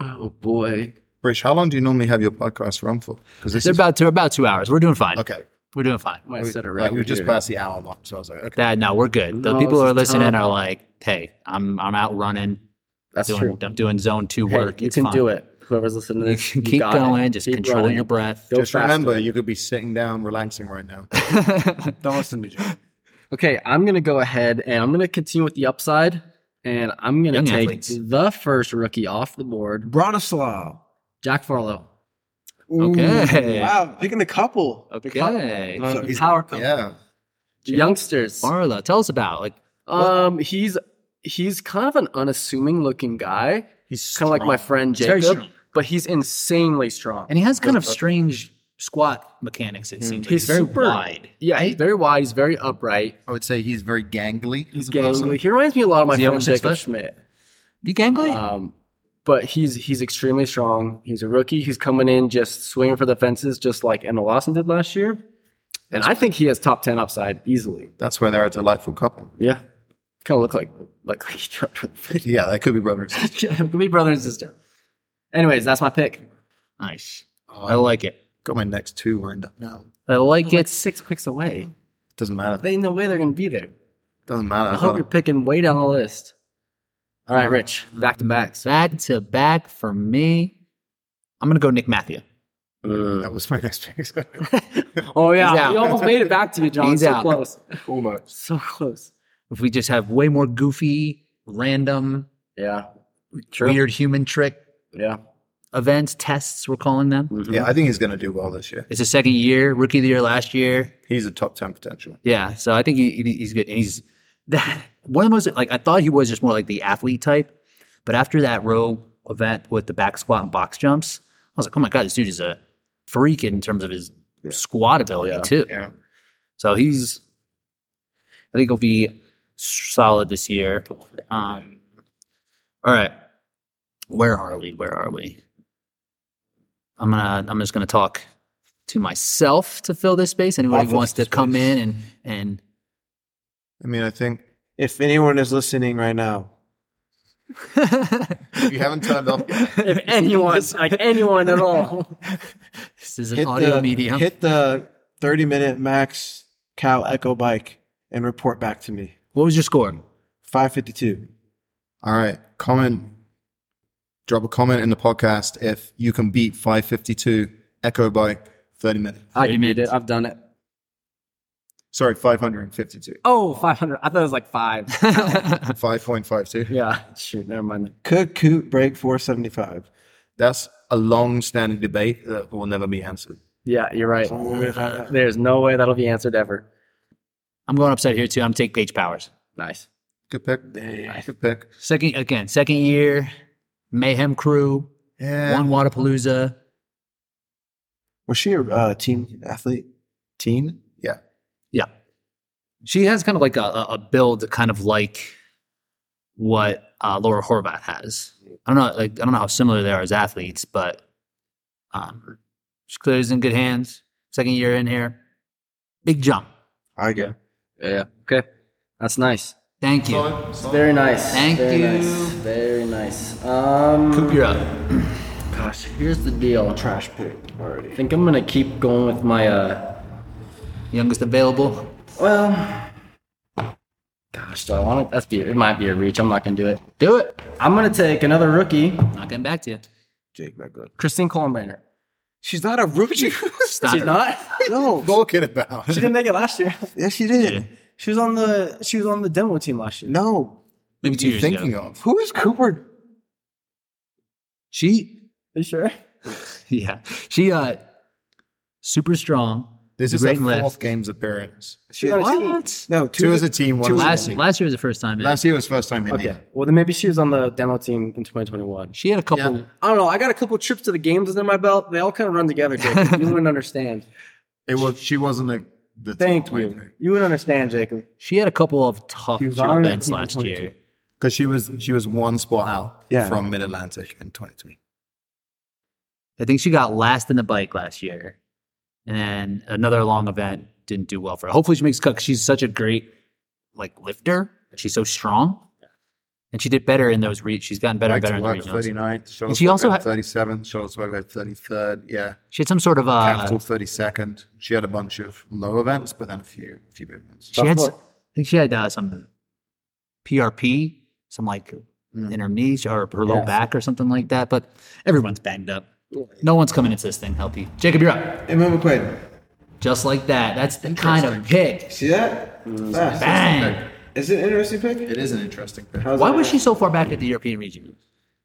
Speaker 4: Oh boy.
Speaker 2: Rich, how long do you normally have your podcast run for? Because this
Speaker 1: They're
Speaker 2: is
Speaker 1: about to about two hours. We're doing fine.
Speaker 2: okay.
Speaker 1: We're doing fine.
Speaker 4: I might set it
Speaker 2: Like,
Speaker 4: right.
Speaker 2: we just
Speaker 4: here.
Speaker 2: passed the hour mark, so I was like, okay.
Speaker 1: That no, we're good. The
Speaker 4: No,
Speaker 1: people
Speaker 4: this
Speaker 1: who are
Speaker 4: is
Speaker 1: listening
Speaker 4: tough.
Speaker 1: are like, hey, I'm I'm out running.
Speaker 4: That's
Speaker 1: doing,
Speaker 4: true.
Speaker 1: I'm doing zone two
Speaker 4: Hey,
Speaker 1: work.
Speaker 4: you
Speaker 1: It's
Speaker 4: can
Speaker 1: fine.
Speaker 4: do it. Whoever's listening to
Speaker 1: You
Speaker 4: this,
Speaker 1: can
Speaker 4: you
Speaker 1: keep
Speaker 4: got it.
Speaker 1: going. Just
Speaker 4: Keep
Speaker 1: control
Speaker 4: running.
Speaker 1: your breath.
Speaker 4: Go
Speaker 2: Just
Speaker 4: faster.
Speaker 2: remember, you could be sitting down, relaxing right now.
Speaker 3: Don't listen to Joe.
Speaker 4: Okay, I'm gonna go ahead and I'm gonna continue with the upside, and I'm gonna
Speaker 1: Young
Speaker 4: take
Speaker 1: athletes.
Speaker 4: the first rookie off the board,
Speaker 3: Bronislaw.
Speaker 4: Jack Farlow.
Speaker 1: Okay.
Speaker 3: Ooh, Wow, picking the couple. The couple.
Speaker 1: okay.
Speaker 3: So he's-
Speaker 4: Power couple.
Speaker 2: yeah.
Speaker 4: youngsters.
Speaker 1: Marla, tell us about like
Speaker 4: Um, he's he's kind of an unassuming looking guy,
Speaker 2: He's
Speaker 4: kind of like my
Speaker 2: strong.
Speaker 4: friend
Speaker 1: He's very
Speaker 4: Jacob,
Speaker 1: strong.
Speaker 4: but he's insanely strong.
Speaker 1: and he has kind of strange squat mechanics. It seems like.
Speaker 4: He's
Speaker 1: he's very
Speaker 4: super-
Speaker 1: wide.
Speaker 4: yeah, he's very wide. He's very upright.
Speaker 2: I would say he's very gangly.
Speaker 4: He's gangly. He reminds me a lot of my
Speaker 1: Is he
Speaker 4: friend
Speaker 1: over six
Speaker 4: Jacob
Speaker 1: foot?
Speaker 4: Schmidt.
Speaker 1: You gangly?
Speaker 4: Um, but he's he's extremely strong. He's a rookie. He's coming in just swinging for the fences, just like Emma Lawson did last year. And I think he has top ten upside easily.
Speaker 2: That's where they're a delightful couple.
Speaker 4: Yeah, kind of look like like each other.
Speaker 2: Yeah, they could be brothers.
Speaker 4: Could be brother and sister. Anyways, that's my pick.
Speaker 1: nice. I like it.
Speaker 2: Got my next two lined up now.
Speaker 1: I like
Speaker 4: Get
Speaker 1: it.
Speaker 4: six picks away.
Speaker 2: Doesn't matter.
Speaker 4: They ain't no way they're gonna be there.
Speaker 2: Doesn't
Speaker 4: I
Speaker 2: matter.
Speaker 4: hope you're picking way down the list. Uh-huh. All right, Rich, back to backs.
Speaker 1: Back to back for me. I'm gonna go Nick Matthew.
Speaker 2: that was my next pick.
Speaker 4: Oh
Speaker 1: He's
Speaker 4: yeah,
Speaker 1: out.
Speaker 4: you almost made it back to you, John.
Speaker 1: He's
Speaker 4: so
Speaker 1: out.
Speaker 4: close.
Speaker 2: Almost.
Speaker 4: So close.
Speaker 1: If we just have way more goofy, random,
Speaker 4: Yeah.
Speaker 1: weird human trick
Speaker 4: Yeah.
Speaker 1: events, tests, we're calling them.
Speaker 2: Yeah, I think he's going to do well this year.
Speaker 1: It's his second year, rookie of the year last year.
Speaker 2: He's a top 10 potential.
Speaker 1: Yeah, so I think he, he- he's good. And he's one of the most like I thought he was just more like the athlete type, But after that row event with the back squat and box jumps, I was like, oh my God, this dude is a freak in terms of his squat ability, too.
Speaker 2: Yeah.
Speaker 1: So he's, I think he'll be solid this year. Um, all right, where are we? Where are we? I'm gonna. I'm just gonna talk to myself to fill this space. Anybody
Speaker 3: Off
Speaker 1: who
Speaker 3: of
Speaker 1: wants to
Speaker 3: the
Speaker 1: come
Speaker 3: space.
Speaker 1: in and and
Speaker 2: I mean, I think
Speaker 3: If anyone is listening right now,
Speaker 2: if you haven't turned off, hit
Speaker 4: If anyone, like anyone at all,
Speaker 1: this is an audio
Speaker 3: the, uh,
Speaker 1: medium.
Speaker 3: hit the 30 minute max cow echo bike and report back to me.
Speaker 1: What was your score?
Speaker 3: 552.
Speaker 2: All right, comment. Drop a comment in the podcast if you can beat 552 Echo by 30 minutes.
Speaker 4: I can beat Oh, it. I've done it.
Speaker 2: Sorry, 552.
Speaker 4: Oh, 500. I thought it was like five.
Speaker 1: Uh-huh.
Speaker 2: 5.52.
Speaker 4: yeah. Shoot, never mind.
Speaker 3: Could Coot break 475?
Speaker 2: That's a long standing debate that will never be answered.
Speaker 4: Yeah, you're right. There's no way that'll be answered ever.
Speaker 1: I'm going upside here too. I'm gonna take Paige Powers.
Speaker 4: Nice.
Speaker 2: Good pick. Good pick.
Speaker 1: Second again, second year, Mayhem Crew,
Speaker 2: Yeah.
Speaker 1: One Waterpalooza.
Speaker 3: Was she a uh, team athlete? Teen?
Speaker 2: Yeah.
Speaker 1: She has kind of like a, a a build, kind of like what uh, Laura Horvat has. I don't know, like I don't know how similar they are as athletes, but um, she's clearly in good hands. Second year in here, big jump.
Speaker 3: I get
Speaker 4: Yeah. Okay. That's nice.
Speaker 1: Thank you.
Speaker 4: Very nice.
Speaker 1: Thank
Speaker 4: Very
Speaker 1: you.
Speaker 4: Nice. Very nice. Um,
Speaker 1: Coop, you're up.
Speaker 4: gosh, here's the deal. Trash pick already. I think I'm gonna keep going with my uh.
Speaker 1: Youngest available.
Speaker 4: Well, gosh, do I want to? That's be. It might be a reach. I'm not gonna do it.
Speaker 1: Do it.
Speaker 4: I'm gonna take another rookie,
Speaker 1: Not getting back to you.
Speaker 3: Jake that good.
Speaker 4: Christine Coleman.
Speaker 3: She's not a rookie.
Speaker 1: Stop.
Speaker 4: She's not.
Speaker 3: no.
Speaker 2: Talking about.
Speaker 4: She didn't make it last year.
Speaker 3: Yes, she did.
Speaker 4: She was on the. She was on the demo team last year.
Speaker 3: No.
Speaker 1: Maybe two years
Speaker 2: Thinking
Speaker 1: ago.
Speaker 2: of.
Speaker 3: Who is Cooper?
Speaker 1: She
Speaker 4: You sure?
Speaker 1: yeah. She uh super strong.
Speaker 2: This is her
Speaker 1: Great
Speaker 2: fourth
Speaker 1: lift.
Speaker 2: game's appearance.
Speaker 3: She
Speaker 1: What?
Speaker 3: No,
Speaker 2: Two, as a team, one
Speaker 3: two
Speaker 2: as a
Speaker 1: Last
Speaker 2: team.
Speaker 1: last year was the first time. in.
Speaker 2: Last year was first time in
Speaker 4: Okay.
Speaker 2: here.
Speaker 4: Well, then maybe she was on the demo team in 2021.
Speaker 1: She had a couple.
Speaker 2: Yeah.
Speaker 4: I don't know. I got a couple trips to the games under my belt. They all kind of run together, Jacob. you wouldn't understand.
Speaker 2: It was, she wasn't a, the
Speaker 4: Thank you. You wouldn't understand, Jacob.
Speaker 1: She had a couple of tough
Speaker 4: was on it
Speaker 1: events
Speaker 4: in
Speaker 1: last year.
Speaker 4: 2022.
Speaker 2: Because she was, she was one spot out
Speaker 3: Yeah.
Speaker 2: from Mid Atlantic in 2020.
Speaker 1: I think she got last in the bike last year, and then another long event didn't do well for her. Hopefully, she makes a cut. 'cause She's such a great like lifter. She's so strong, and she did better in those. Re- she's gotten better and
Speaker 2: Back
Speaker 1: better
Speaker 2: to
Speaker 1: in the
Speaker 2: work,
Speaker 1: regionals.
Speaker 2: 39.
Speaker 1: And she also had-
Speaker 2: 37. Charlottesville got 33rd. Yeah.
Speaker 1: She had some sort of uh,
Speaker 2: Capital 32nd. She had a bunch of low events, but then a few, a few big ones.
Speaker 1: She had, s- I think she had uh, some PRP, some like in her knee or her low back or something like that. But everyone's banged up. No one's coming into this thing healthy. Jacob, you're up.
Speaker 3: Emma McQuaid.
Speaker 1: Just like that. That's the kind of pick.
Speaker 3: See that? Fast.
Speaker 1: Bang.
Speaker 3: Is it an interesting pick?
Speaker 2: It is an interesting pick.
Speaker 3: How's
Speaker 1: Why
Speaker 3: it?
Speaker 1: was she so far back at the European region?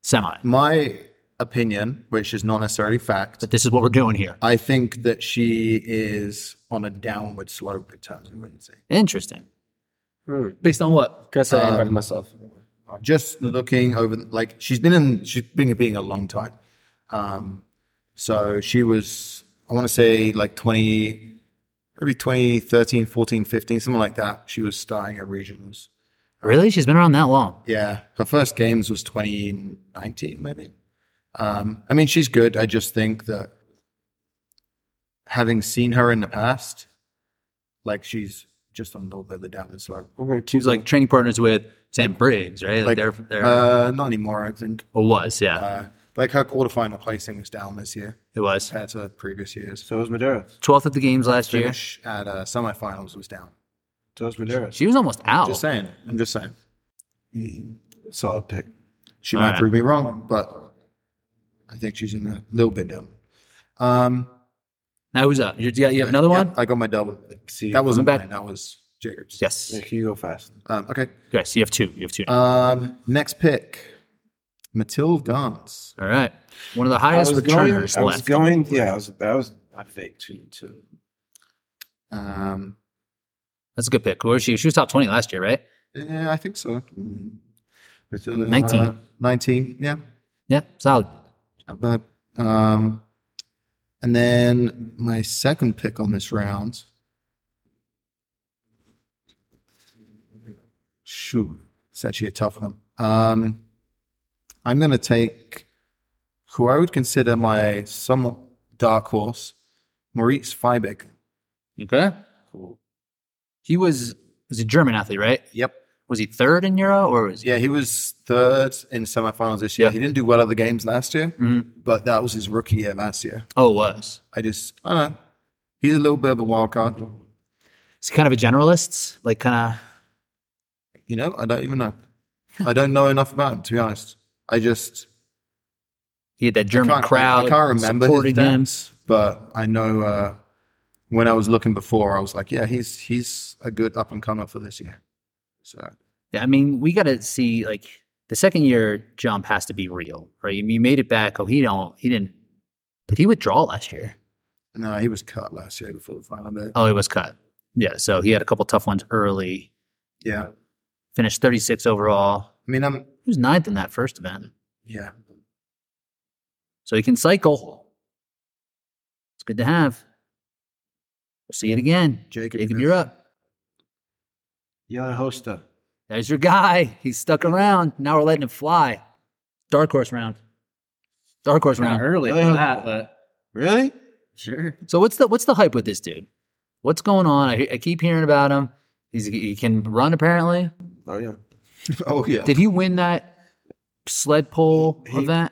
Speaker 1: Semi.
Speaker 2: My opinion, which is not necessarily fact,
Speaker 1: But this is what we're doing here.
Speaker 2: I think that she is on a downward slope in terms of Lindsay.
Speaker 1: Interesting.
Speaker 4: Hmm.
Speaker 1: Based on what?
Speaker 4: Guess I invited myself.
Speaker 2: Just looking over, like she's been in, she's been being a long time. Um, so she was, I want to say like 20, maybe 2013, 14, 15, something like that. She was starting at regionals.
Speaker 1: Really? She's been around that long.
Speaker 2: Yeah, her first games was 2019, maybe. Um, I mean, she's good. I just think that having seen her in the past, like she's just on a little bit of the downward slope.
Speaker 1: She was like training partners with Sam Briggs, right? Like,
Speaker 2: Like,
Speaker 1: they're, they're
Speaker 2: Uh, not anymore, I think.
Speaker 1: or was, yeah.
Speaker 2: Uh, like her quarterfinal placing was down this year
Speaker 1: it was.
Speaker 2: compared to previous years.
Speaker 3: So was Medeiros.
Speaker 1: 12th at the games last year.
Speaker 2: Finish at uh, semifinals was down.
Speaker 3: So was Medeiros.
Speaker 1: She was almost out.
Speaker 2: Just saying. I'm just saying. Mm,
Speaker 3: Solid pick.
Speaker 2: She
Speaker 1: All
Speaker 2: might
Speaker 1: right.
Speaker 2: prove me wrong, but I think she's in a little bit down. Um,
Speaker 1: Now who's up? You're, you got- you have another
Speaker 2: Yeah,
Speaker 1: one?
Speaker 2: I got my double.
Speaker 3: See,
Speaker 2: That wasn't
Speaker 1: back.
Speaker 2: mine. That was Jacobs.
Speaker 1: Yes.
Speaker 3: Nick, you go fast.
Speaker 2: Um, okay.
Speaker 1: Yes, you have two. You have two.
Speaker 2: Um, next pick, Matilde Gantz.
Speaker 1: All right. One of the highest
Speaker 3: going.
Speaker 1: returners
Speaker 3: I was
Speaker 1: left.
Speaker 3: going. Yeah, I was. That was. I think two two.
Speaker 2: Um,
Speaker 1: That's a good pick. Where was she? She was top 20 last year, right?
Speaker 2: yeah, I think so. It's, Hmm. uh,
Speaker 1: 19.
Speaker 2: 19, yeah.
Speaker 1: Yeah, solid.
Speaker 2: But, um, and then my second pick on this round. Shoot, it's actually a tough one. Um, I'm going to take who I would consider my somewhat dark horse, Maurice Feibig.
Speaker 1: Okay. Cool. He was was a German athlete, right?
Speaker 2: Yep.
Speaker 1: Was he third in Euro or was he?
Speaker 2: Yeah, he was third in semifinals this year.
Speaker 1: Yeah.
Speaker 2: He didn't do well at the games last year, but that was his rookie year last year.
Speaker 1: Oh, it was.
Speaker 2: I just, I don't know. He's a little bit of a wild card.
Speaker 1: Is he kind of a generalist? Like kind
Speaker 2: You know, I don't even know. I don't know enough about him, to be honest. I just,
Speaker 1: of he had that German
Speaker 2: can't- I
Speaker 1: crowd.
Speaker 2: can't remember his
Speaker 1: supporting him.
Speaker 2: but I know uh, when I was looking before, I was like, yeah, he's he's a good up and comer for this year. So,
Speaker 1: Yeah, I mean, we got to see like the second year jump has to be real, right? You made it back. Oh, he don't. He didn't. Did he withdraw last year?
Speaker 2: no, he was cut last year before the final day.
Speaker 1: Oh, he was cut. Yeah, so he had a couple tough ones early.
Speaker 2: Yeah.
Speaker 1: Finished 36 overall.
Speaker 2: I mean, I'm,
Speaker 1: He was ninth in that first event,
Speaker 2: yeah.
Speaker 1: so he can cycle. It's good to have. We'll see it again,
Speaker 2: Jacob,
Speaker 1: Jacob. You're up.
Speaker 3: Yana Hosta.
Speaker 1: There's your guy. He's stuck around. Now we're letting it fly. Dark horse round. Dark horse round.
Speaker 4: early for that, but
Speaker 3: Really?
Speaker 4: sure.
Speaker 1: So what's the what's the hype with this dude? What's going on? I, I keep hearing about him. He's, he can run apparently.
Speaker 3: Oh yeah.
Speaker 2: Oh, yeah.
Speaker 1: Did he win that sled pole
Speaker 3: He-
Speaker 1: event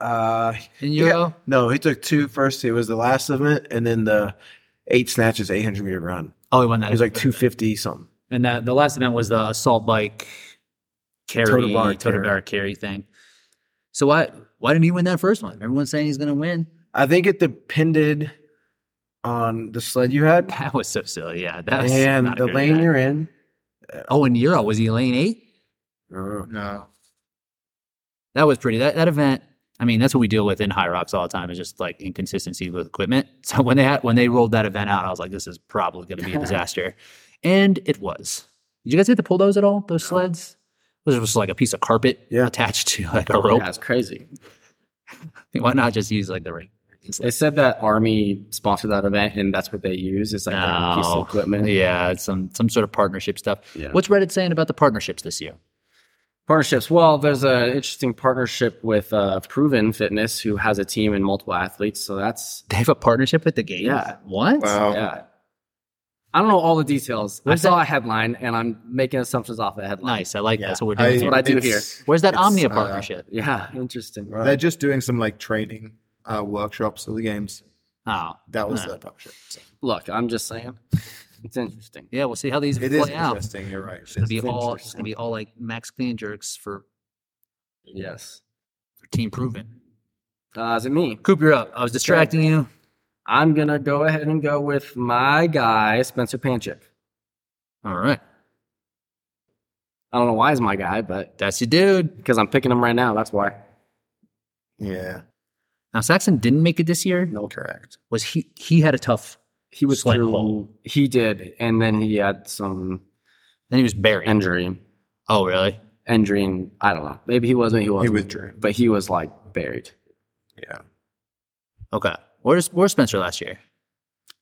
Speaker 3: Uh,
Speaker 1: in Euro?
Speaker 3: no, he took two first. It was the last event, and then the eight snatches, eight hundred meter run.
Speaker 1: Oh, he won that.
Speaker 3: It was like two fifty something.
Speaker 1: and that the last event was the assault bike carry
Speaker 3: Total
Speaker 1: total
Speaker 3: bar
Speaker 1: bar,
Speaker 3: carry.
Speaker 1: carry thing. So why why didn't he win that first one? Everyone's saying he's going to win.
Speaker 3: I think it depended on the sled you had
Speaker 1: That was so silly. Yeah, that was
Speaker 3: and
Speaker 1: not
Speaker 3: the
Speaker 1: good
Speaker 3: lane
Speaker 1: event.
Speaker 3: you're in.
Speaker 1: Oh, in Euro was he lane eight? Oh,
Speaker 3: Uh,
Speaker 2: No.
Speaker 1: That was pretty. That that event. I mean, that's what we deal with in high rocks all the time is just like inconsistency with equipment. So when they had when they rolled that event out, I was like, this is probably going to be a disaster, and it was. Did you guys get to pull those at all? Those sleds? Those was just like a piece of carpet
Speaker 3: Yeah.
Speaker 1: attached to like a rope.
Speaker 4: Yeah, it's crazy.
Speaker 1: Why not just use like the ring? It's
Speaker 4: They
Speaker 1: like-
Speaker 4: said that Army sponsored that event, and that's what they use. It's like a piece
Speaker 1: No.
Speaker 4: of equipment.
Speaker 1: yeah, it's some some sort of partnership stuff.
Speaker 4: Yeah.
Speaker 1: What's Reddit saying about the partnerships this year?
Speaker 4: Partnerships. Well, there's an interesting partnership with uh, Proven Fitness, who has a team and multiple athletes. So that's
Speaker 1: They have a partnership with the game.
Speaker 4: Yeah.
Speaker 1: What?
Speaker 2: Wow.
Speaker 4: yeah. I don't know all the details. I
Speaker 1: Where's
Speaker 4: saw a headline, and I'm making assumptions off the headline.
Speaker 1: Nice. I like that. So we're doing.
Speaker 2: That's
Speaker 1: here.
Speaker 4: what I do here.
Speaker 1: Where's that
Speaker 2: it's,
Speaker 1: Omnia
Speaker 2: uh,
Speaker 1: partnership?
Speaker 4: Yeah, interesting.
Speaker 2: They're just doing some like training uh, workshops of the games.
Speaker 1: Oh,
Speaker 2: That was
Speaker 1: Yeah.
Speaker 2: their partnership. So
Speaker 4: Look, I'm just saying, it's interesting.
Speaker 1: yeah. We'll see how these
Speaker 2: it
Speaker 1: play
Speaker 2: is
Speaker 1: out.
Speaker 2: interesting. You're right. It's
Speaker 1: It's gonna be all it's
Speaker 2: interesting.
Speaker 1: gonna be all like max clean jerks for,
Speaker 4: Yes.
Speaker 1: for team proven.
Speaker 4: Uh, is it me?
Speaker 1: Coop, you're up. I was distracting you.
Speaker 4: I'm gonna go ahead and go with my guy, Spencer Panchik.
Speaker 1: All right,
Speaker 4: I don't know why he's my guy, but
Speaker 1: that's your dude.
Speaker 4: because I'm picking him right now, that's why.
Speaker 2: Yeah.
Speaker 1: Now Saxon didn't make it this year.
Speaker 4: No,
Speaker 2: Correct.
Speaker 1: Was he? He had a tough.
Speaker 4: He was
Speaker 1: Slight
Speaker 4: through.
Speaker 1: hole.
Speaker 4: He did, and then he had some
Speaker 1: Then he was buried.
Speaker 4: injury,
Speaker 1: oh, really?
Speaker 4: injury, and I don't know. Maybe he wasn't. He was.
Speaker 2: He
Speaker 4: not
Speaker 2: withdrew.
Speaker 4: But he was like buried.
Speaker 2: Yeah.
Speaker 1: Okay. Where's Where's Spencer last year?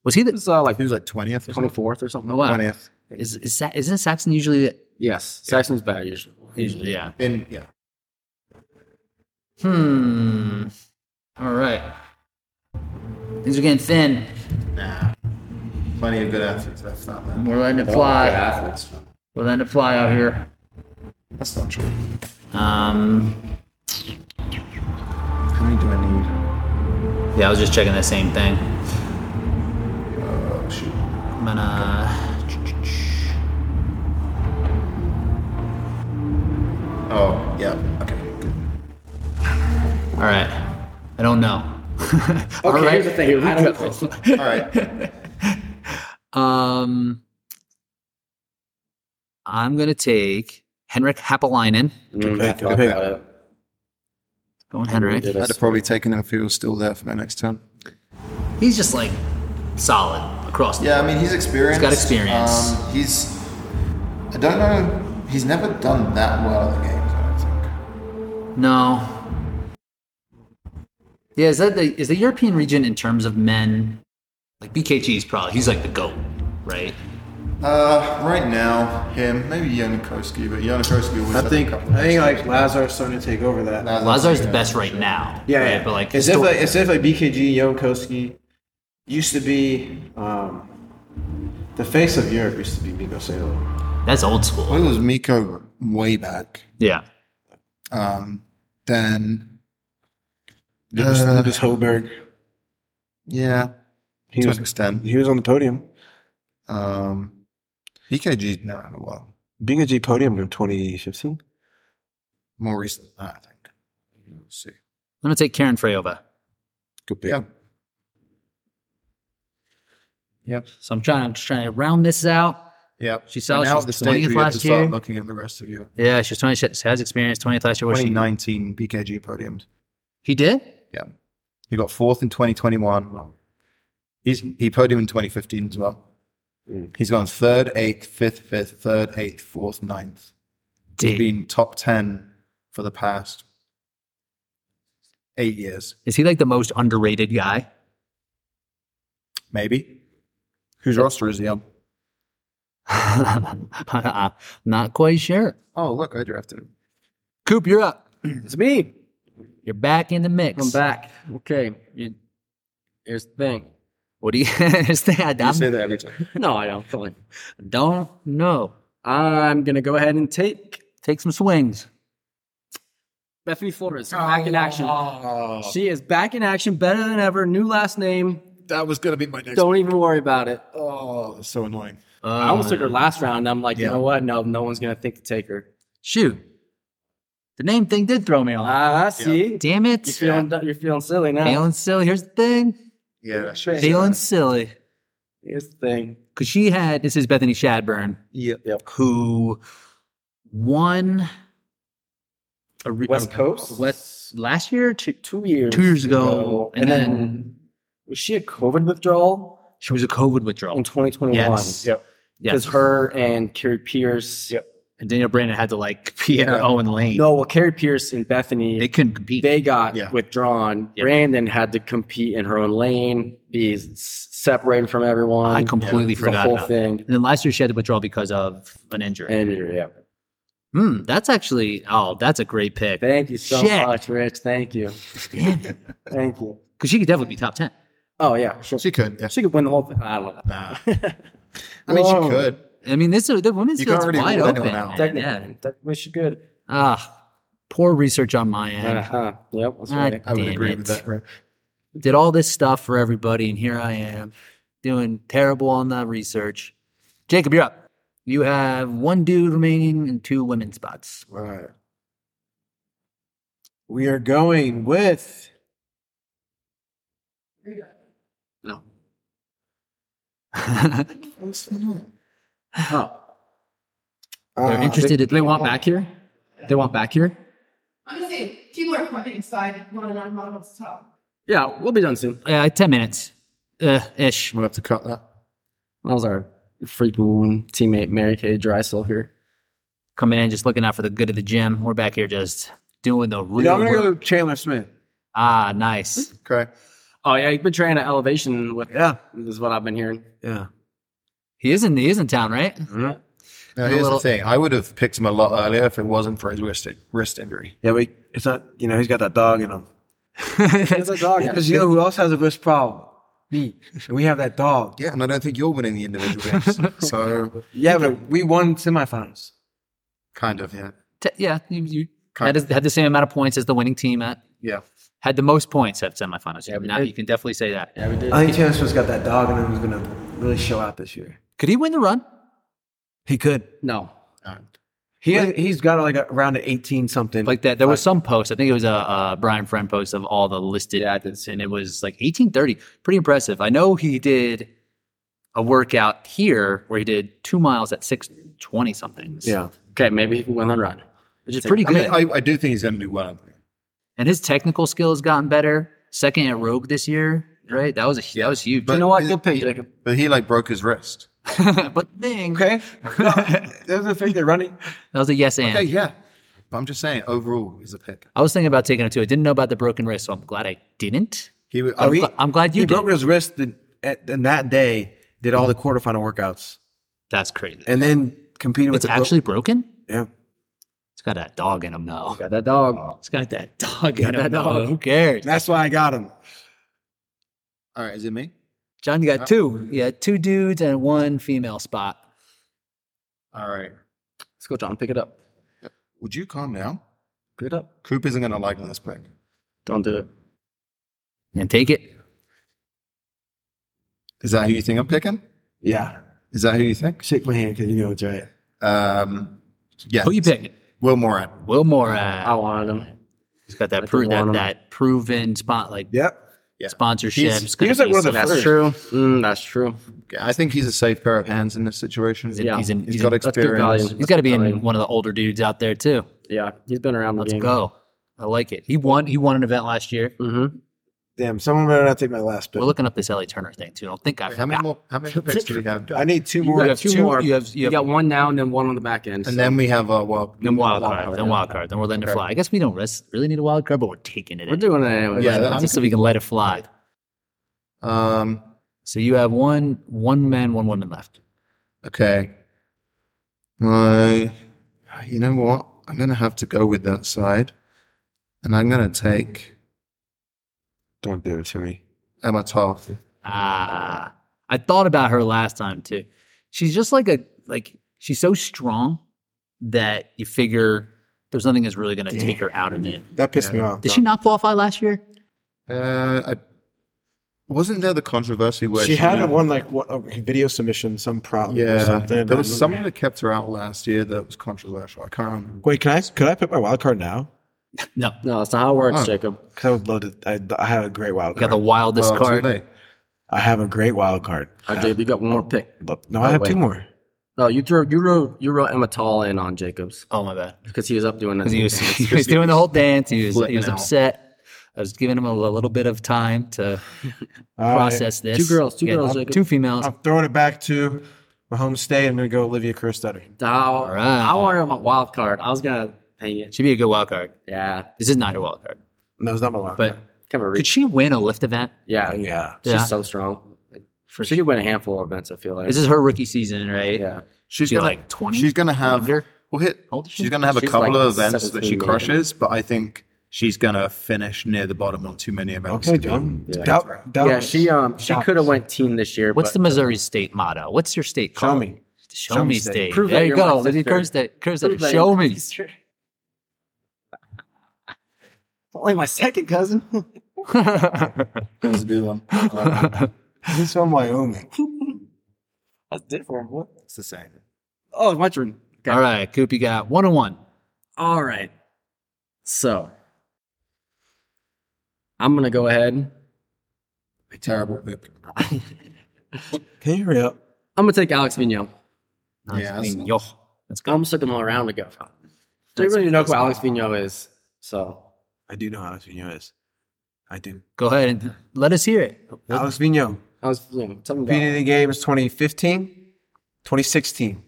Speaker 1: Was he
Speaker 4: It
Speaker 1: the?
Speaker 4: was uh, like
Speaker 2: He was like 20th or something.
Speaker 4: 24th or something.
Speaker 1: Oh, wow.
Speaker 2: 20th.
Speaker 1: Is, is Sa- isn't Saxon usually?
Speaker 4: Yes, Saxon's bad usually.
Speaker 1: Usually, yeah.
Speaker 2: In, yeah.
Speaker 1: Hmm. All right. Things are getting thin.
Speaker 2: Plenty of good athletes. That's not that.
Speaker 1: We're letting it fly. We're letting it fly out here.
Speaker 2: That's not true.
Speaker 1: Um,
Speaker 2: How many do I
Speaker 1: Yeah, I was just checking the same thing.
Speaker 2: need? Oh, shoot.
Speaker 1: I'm gonna.
Speaker 2: Oh, yeah. Okay. Good.
Speaker 1: All right. I don't know. All
Speaker 4: Okay,
Speaker 1: right.
Speaker 4: here's the thing. Here we
Speaker 1: I
Speaker 4: go.
Speaker 1: don't
Speaker 2: All right.
Speaker 1: know. Um, I'm gonna take Henrik Hapalainen.
Speaker 4: Mm,
Speaker 3: Good
Speaker 4: I
Speaker 3: pick,
Speaker 4: thought
Speaker 3: good pick.
Speaker 4: about it.
Speaker 1: Going Henrik.
Speaker 4: Did
Speaker 2: I'd
Speaker 4: us-
Speaker 2: have probably taken him if he was still there for my next turn.
Speaker 1: He's just like solid across. The
Speaker 2: Yeah, I mean, he's experienced.
Speaker 1: He's got experience.
Speaker 2: Um, he's. I don't know. He's never done that well at the games. I don't think.
Speaker 1: No. Yeah, is that the is the European region in terms of men? Like BKG is probably he's like the goat, right?
Speaker 6: Uh, right now, him, maybe Yanukovsky, but Yanukovsky was.
Speaker 3: I think I think like Lazar's starting to take over that.
Speaker 2: Oh,
Speaker 1: Lazar's the best right now.
Speaker 3: Yeah,
Speaker 1: right?
Speaker 3: yeah.
Speaker 1: but like
Speaker 3: as if
Speaker 1: histor-
Speaker 3: like, as if like BKG Yonkowski used to be um, the face of Europe used to be Miko Salo.
Speaker 1: that's old school.
Speaker 6: Well, it was Miko way back.
Speaker 1: Yeah,
Speaker 6: Um, then
Speaker 3: Lucas,
Speaker 6: Uh.
Speaker 3: Lucas Hoberg.
Speaker 6: yeah,
Speaker 3: He
Speaker 6: to
Speaker 3: was
Speaker 6: an extent.
Speaker 3: he was on the podium.
Speaker 6: Um, BKG's been around a while.
Speaker 3: BKG podium in 2015.
Speaker 6: More recent than that, I think. Let's see.
Speaker 1: I'm gonna take Karen Freyova.
Speaker 3: Good pick.
Speaker 6: Yeah.
Speaker 1: So I'm trying, I'm just trying to round this out.
Speaker 6: Yeah.
Speaker 1: She saw
Speaker 6: And
Speaker 1: she
Speaker 6: now
Speaker 1: was
Speaker 6: at the
Speaker 1: 20th
Speaker 6: stage we have
Speaker 1: last
Speaker 6: to start
Speaker 1: year.
Speaker 6: looking at the rest of you.
Speaker 1: Yeah, she's 20. She has experience. 20th last year. Was she?
Speaker 6: 2019 BKG podiums.
Speaker 1: He did.
Speaker 6: Yeah. He got fourth in 2021. He's, he podium in 2015 as well. He's gone third, eighth, fifth, fifth, third, eighth, fourth, ninth. He's
Speaker 1: Dang.
Speaker 6: been top 10 for the past eight years,
Speaker 1: Is he like the most underrated guy?
Speaker 6: maybe. Whose roster is he on?
Speaker 1: I'm not quite sure.
Speaker 6: Oh, look, I drafted him.
Speaker 1: Coop, you're up.
Speaker 4: It's me.
Speaker 1: You're back in the mix.
Speaker 4: I'm back. Okay. You, here's the thing.
Speaker 1: What do you understand?
Speaker 6: You
Speaker 1: I'm,
Speaker 6: say that every time.
Speaker 4: No, I don't. Fine.
Speaker 1: don't know.
Speaker 4: I'm gonna go ahead and take
Speaker 1: Take some swings.
Speaker 4: Bethany
Speaker 6: Oh,
Speaker 4: Flores back in action. She is back in action, better than ever. New last name.
Speaker 6: That was going to be my next.
Speaker 4: Don't even worry about it.
Speaker 6: Oh, that's so annoying.
Speaker 4: I almost
Speaker 1: Uh-huh.
Speaker 4: took her last round. I'm like, you
Speaker 6: Yeah.
Speaker 4: know what? No, no one's gonna think to take her.
Speaker 1: Shoot. The name thing did throw me off.
Speaker 4: Ah, I see.
Speaker 1: Damn it.
Speaker 4: You're feeling you're feeling silly now.
Speaker 1: Feeling silly. Here's the thing.
Speaker 6: Yeah.
Speaker 1: Feeling silly.
Speaker 4: Here's the thing.
Speaker 1: Because she had, this is Bethany Shadburn,
Speaker 6: Yeah.
Speaker 1: who won a re-
Speaker 4: West Coast?
Speaker 1: West, last year? Two,
Speaker 4: Two years.
Speaker 1: two years ago.
Speaker 4: And, then, was she a COVID withdrawal
Speaker 1: she was a COVID
Speaker 4: in
Speaker 1: withdrawal.
Speaker 4: 2021?
Speaker 1: Yes.
Speaker 4: Yep. Because
Speaker 1: Yes.
Speaker 4: her and Carrie Pierce. Yep.
Speaker 1: and Daniel Brandon had to like be in her
Speaker 6: Yeah.
Speaker 1: own lane.
Speaker 4: No, well, Carrie Pierce and Bethany
Speaker 1: They couldn't compete.
Speaker 4: they got
Speaker 6: Yeah.
Speaker 4: withdrawn.
Speaker 1: Yeah.
Speaker 4: Brandon had to compete in her own lane, be s- separated from everyone.
Speaker 1: I completely
Speaker 4: the
Speaker 1: forgot
Speaker 4: whole
Speaker 1: about
Speaker 4: thing.
Speaker 1: And then last year she had to withdraw because of an injury.
Speaker 4: And yeah,
Speaker 1: Hmm, that's actually oh, that's a great pick.
Speaker 4: thank you so
Speaker 1: Shit.
Speaker 4: much, Rich. Thank you, thank you.
Speaker 1: Because she could definitely be top ten.
Speaker 4: Oh yeah, sure.
Speaker 6: She could. Yeah.
Speaker 4: She could win the whole thing. I don't know.
Speaker 6: Nah. I mean, she
Speaker 4: Whoa.
Speaker 6: could.
Speaker 1: I mean, this is the women's
Speaker 6: You
Speaker 1: field's
Speaker 6: already
Speaker 1: wide
Speaker 6: ruled
Speaker 1: open.
Speaker 6: anyone out.
Speaker 1: man.
Speaker 4: Technically,
Speaker 1: Yeah.
Speaker 4: technically she could.
Speaker 1: Ah, poor research on my end.
Speaker 4: Uh-huh. Yep. That's
Speaker 1: Ah,
Speaker 4: right.
Speaker 6: I would
Speaker 1: damn
Speaker 6: agree
Speaker 1: it.
Speaker 6: with that. Right?
Speaker 1: Did all this stuff for everybody, and here I am doing terrible on the research. Jacob, you're up. You have one dude remaining and two women spots.
Speaker 3: All right. We are going with
Speaker 4: No.
Speaker 1: They're uh-huh.
Speaker 4: Oh.
Speaker 3: uh,
Speaker 1: interested.
Speaker 4: Do they want back here? They want back here?
Speaker 7: I'm gonna say people are quite excited when I'm on top.
Speaker 4: Yeah, we'll be done soon.
Speaker 1: Uh, ten minutes, uh, ish.
Speaker 6: We'll have to cut that.
Speaker 4: That was our freaking teammate Mary Kay Drysdale here.
Speaker 1: coming in, just looking out for the good of the gym. We're back here just doing the real
Speaker 3: You know, I'm gonna
Speaker 1: work.
Speaker 3: go with Chandler Smith.
Speaker 1: Ah, nice.
Speaker 6: Okay.
Speaker 4: Oh yeah, you've been training at elevation with
Speaker 3: Yeah,
Speaker 4: This is what I've been hearing.
Speaker 3: yeah.
Speaker 1: He is in he is in town, right?
Speaker 6: Now,
Speaker 1: And a
Speaker 6: here's
Speaker 1: little-
Speaker 6: the thing. I would have picked him a lot earlier if it wasn't for his wrist, wrist injury.
Speaker 3: Yeah, but it's not. You know, he's got that dog in him.
Speaker 4: It's a dog.
Speaker 3: Because you know who else has a wrist problem? Me. And we have that dog.
Speaker 6: Yeah, and I don't think you're winning the individual games. so,
Speaker 3: Yeah, but we won semifinals.
Speaker 6: kind of, yeah.
Speaker 1: T- yeah, you, you had, had the same amount of points as the winning team at
Speaker 6: Yeah.
Speaker 1: had the most points at semifinals.
Speaker 4: Yeah, we
Speaker 1: now
Speaker 4: did.
Speaker 1: you can definitely say that.
Speaker 4: Yeah, we did.
Speaker 3: I think Taylor Swift's got that dog in him who's gonna really show out this year.
Speaker 1: Could he win the run?
Speaker 3: He could.
Speaker 4: No.
Speaker 3: He he's got like a, around an eighteen something.
Speaker 1: Like that, there was some post. I think it was a, a Brian Friend post of all the listed athletes, and it was like eighteen thirty. Pretty impressive. I know he did a workout here where he did two miles at six twenty something.
Speaker 3: yeah.
Speaker 4: Okay, maybe he can win the run.
Speaker 1: which is pretty
Speaker 6: I
Speaker 1: good.
Speaker 6: mean, I, I do think he's going to do well.
Speaker 1: and his technical skill has gotten better. Second at Rogue this year, right? That was a, that was huge.
Speaker 6: But,
Speaker 4: You know what? Good pick, Jacob.
Speaker 6: But he, like, broke his wrist.
Speaker 1: but dang,
Speaker 3: Okay. Doesn't think they're running.
Speaker 1: that was a yes and.
Speaker 6: Hey, yeah. But I'm just saying, overall, he's a pick.
Speaker 1: I was thinking about taking it too. I didn't know about the broken wrist, so I'm glad I didn't.
Speaker 6: He, would- uh,
Speaker 1: I'm,
Speaker 6: he-
Speaker 1: gl- I'm glad you
Speaker 3: He
Speaker 1: did.
Speaker 3: broke his wrist and, and that day did all the quarterfinal workouts
Speaker 1: That's crazy.
Speaker 3: and then competed with
Speaker 1: It's
Speaker 3: the
Speaker 1: actually broken.
Speaker 3: yeah.
Speaker 1: It's got that dog in him though.
Speaker 4: Got that dog.
Speaker 1: It's got that dog in
Speaker 3: Got
Speaker 1: him.
Speaker 3: that
Speaker 1: though.
Speaker 3: dog.
Speaker 1: Who cares?
Speaker 3: That's why I got him.
Speaker 6: all right, is it me?
Speaker 1: John, you got two. You got two dudes and one female spot.
Speaker 6: All right.
Speaker 4: Let's go, John. Pick it up.
Speaker 6: Would you calm down?
Speaker 4: Pick it up.
Speaker 6: Coop isn't going to like this pick.
Speaker 4: Don't do it.
Speaker 1: And take it.
Speaker 6: Is that who you think I'm picking?
Speaker 3: Yeah.
Speaker 6: Is that who you think?
Speaker 3: Shake my hand because you know it's right.
Speaker 6: Um, yeah.
Speaker 1: Who you picking?
Speaker 6: Will Moran.
Speaker 1: Will Morad.
Speaker 4: I wanted him.
Speaker 1: He's got that
Speaker 4: Oh, I
Speaker 1: pro-
Speaker 4: don't want
Speaker 1: that,
Speaker 4: him.
Speaker 1: that proven spot like
Speaker 3: Yep.
Speaker 1: sponsorship.
Speaker 6: He's-
Speaker 1: It's gonna
Speaker 3: he was, like,
Speaker 1: be
Speaker 3: one of the
Speaker 1: so-
Speaker 4: That's true. Mm, that's true.
Speaker 6: I think he's a safe pair of hands in this situation.
Speaker 1: Yeah. He's in-
Speaker 6: he's
Speaker 1: he's
Speaker 6: got
Speaker 1: in-
Speaker 4: That's good
Speaker 6: experience.
Speaker 4: value.
Speaker 1: He's got to be in
Speaker 4: Italian.
Speaker 1: one of the older dudes out there too.
Speaker 4: Yeah, he's been around the
Speaker 1: Let's
Speaker 4: game.
Speaker 1: go. I like it. He won. He won an event last year.
Speaker 4: Mm-hmm.
Speaker 3: Damn, someone better not take my last pick.
Speaker 1: We're looking up this LA Turner thing too. I don't think I
Speaker 6: How many
Speaker 1: forgot.
Speaker 6: more? How many picks do we have?
Speaker 3: I need two
Speaker 4: You
Speaker 3: more.
Speaker 4: have two, more.
Speaker 1: You have you
Speaker 4: You
Speaker 1: have
Speaker 4: got one now and then one on the back end.
Speaker 6: And then we have uh, well,
Speaker 1: then wild card,
Speaker 4: card,
Speaker 1: then
Speaker 4: yeah.
Speaker 1: wild card, then we're letting it fly. I guess we don't res- really need a wild card, but we're taking it.
Speaker 4: we're
Speaker 1: in.
Speaker 4: doing it anyway.
Speaker 6: Yeah, that-
Speaker 1: just so we can let it fly.
Speaker 6: um,
Speaker 1: So you have one one man, one woman left.
Speaker 6: okay. I, you know what? I'm gonna have to go with that side, and I'm gonna take
Speaker 3: Don't do it to me.
Speaker 6: Emma Toth.
Speaker 1: Ah, I thought about her last time too. She's just like a like she's so strong that you figure there's nothing that's really going to take her out of it.
Speaker 3: That pissed me off.
Speaker 1: Did she not qualify last year?
Speaker 6: Uh, I wasn't there the controversy where
Speaker 3: She had one like what, a video submission, some problem or
Speaker 6: Yeah,
Speaker 3: something.
Speaker 6: there was someone that kept her out last year that was controversial. I can't remember.
Speaker 3: Wait, can I could I pick my wild card now?
Speaker 1: No,
Speaker 4: No, that's not how it works,
Speaker 6: Oh.
Speaker 4: Jacob.
Speaker 3: Because I would love to. I, I have a great wild
Speaker 1: you got
Speaker 3: card.
Speaker 1: the wildest
Speaker 6: Oh, too
Speaker 1: card.
Speaker 6: late.
Speaker 3: I have a great wild card.
Speaker 4: All right, Jacob, you got one more pick.
Speaker 3: No, I have
Speaker 4: wait.
Speaker 3: two more.
Speaker 4: No, you threw you wrote you wrote Emma Tall in on Jacobs
Speaker 1: Oh my bad.
Speaker 4: because he was up doing it.
Speaker 1: He was, he was doing the whole dance. He was he
Speaker 6: flipping
Speaker 1: was
Speaker 6: out.
Speaker 1: upset. I was giving him a little bit of time to
Speaker 3: All right.
Speaker 1: process this.
Speaker 4: Two girls, two girls, Jacob.
Speaker 1: two females.
Speaker 3: I'm throwing it back to my home state. I'm gonna go Olivia Kerstetter.
Speaker 4: All
Speaker 1: right.
Speaker 4: right. I wanted him a wild card. I was gonna hang it.
Speaker 1: She'd be a good wild card.
Speaker 4: Yeah,
Speaker 1: This is not a wild card,
Speaker 3: No, it's not my wild
Speaker 1: but
Speaker 4: kind of a
Speaker 1: could
Speaker 4: reach.
Speaker 1: she win a lift event?
Speaker 4: Yeah,
Speaker 3: card. Yeah.
Speaker 4: she's
Speaker 1: Yeah.
Speaker 4: so strong.
Speaker 1: For
Speaker 4: she could win a handful of events. I feel like.
Speaker 1: This is her rookie season, right?
Speaker 4: yeah,
Speaker 6: She's
Speaker 1: She's
Speaker 6: gonna
Speaker 1: like twenty.
Speaker 6: She's gonna have
Speaker 1: Under?
Speaker 6: we'll hit.
Speaker 1: How old is she?
Speaker 6: She's gonna have a
Speaker 4: She's
Speaker 6: couple
Speaker 4: like
Speaker 6: of events that she
Speaker 4: 17,
Speaker 6: crushes, but I think she's gonna finish near the bottom on too many events.
Speaker 3: Okay, John. Doubt, doubt.
Speaker 4: yeah. She um she
Speaker 3: Doubts.
Speaker 4: could have went team this year.
Speaker 1: What's the
Speaker 4: but
Speaker 1: Missouri state motto? What's your state
Speaker 3: Show
Speaker 1: called?
Speaker 3: me.
Speaker 1: Show,
Speaker 3: Show
Speaker 1: me
Speaker 3: me
Speaker 1: state.
Speaker 3: state.
Speaker 4: Prove
Speaker 1: there
Speaker 4: that
Speaker 1: you
Speaker 4: you're
Speaker 1: go.
Speaker 4: my
Speaker 1: Lady
Speaker 4: sister.
Speaker 1: curse that curse that.
Speaker 4: Prove that
Speaker 1: Show
Speaker 4: you're my
Speaker 1: me.
Speaker 4: only my second cousin?
Speaker 6: That's a good one.
Speaker 3: He's from Wyoming.
Speaker 4: That's different. What?
Speaker 6: It's the same.
Speaker 4: Oh, it's my turn. Okay.
Speaker 1: All right, Coop, you got one on one.
Speaker 4: All right. So I'm gonna go ahead.
Speaker 6: Terrible pick.
Speaker 3: Can you hurry up?
Speaker 4: I'm gonna take Alex Vigneault.
Speaker 6: Yeah,
Speaker 1: I
Speaker 6: that's-
Speaker 1: mean, yo, let's go.
Speaker 4: I'm just looking all around to go. Do you really know who Alex Vigneault is? So
Speaker 3: I do know how Alex Vigneault is. I do.
Speaker 1: Go ahead and let us hear it.
Speaker 3: Alex Vigneault.
Speaker 4: I was you know, something
Speaker 3: Beat
Speaker 4: about
Speaker 3: in the game is 2015, 2016.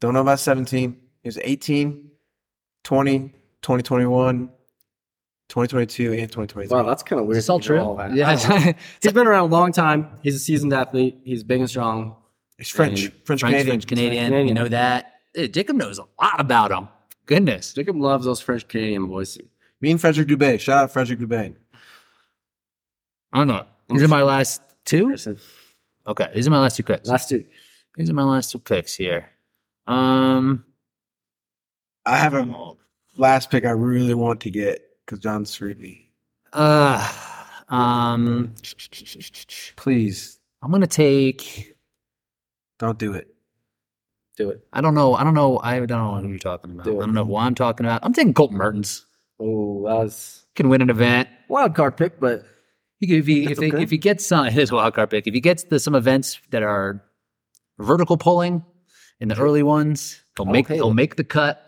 Speaker 3: Don't know about 17. It was 18, 20, 2021, 2022, and 2023.
Speaker 4: Wow, that's kind of weird.
Speaker 1: It's all
Speaker 4: to hear
Speaker 1: true.
Speaker 4: that.
Speaker 1: Yeah.
Speaker 4: He's been around a long time. He's a seasoned athlete. He's big and strong.
Speaker 3: It's French, French,
Speaker 1: French,
Speaker 3: Canadian.
Speaker 1: French Canadian. You
Speaker 4: Canadian.
Speaker 1: know that. Dude, Jacob knows a lot about him. Goodness.
Speaker 4: Jacob loves those French Canadian boys.
Speaker 3: Me and Frederick Dubé. Shout out Frederick Dubé.
Speaker 1: I don't know. These are my last two.
Speaker 4: Listen,
Speaker 1: Okay, these are my last two picks.
Speaker 4: Last two.
Speaker 1: These are my last two picks here. Um,
Speaker 3: I have a last pick I really want to get because John's sleepy.
Speaker 1: uh, um,
Speaker 3: Please
Speaker 1: I'm gonna take.
Speaker 3: don't do it.
Speaker 4: Do it.
Speaker 1: I don't know. I don't know. I don't know who you're talking about. I
Speaker 4: Do it.
Speaker 1: don't know who I'm talking about. I'm taking Colton Mertens.
Speaker 4: Oh, that was
Speaker 1: Can win an event.
Speaker 4: wild card pick, but
Speaker 1: He could- If he if
Speaker 4: That's
Speaker 1: he,
Speaker 4: okay.
Speaker 1: if he gets some, his wild card pick. If he gets the, some events that are vertical pulling in the early ones, he'll make
Speaker 4: Okay.
Speaker 1: he'll make the cut.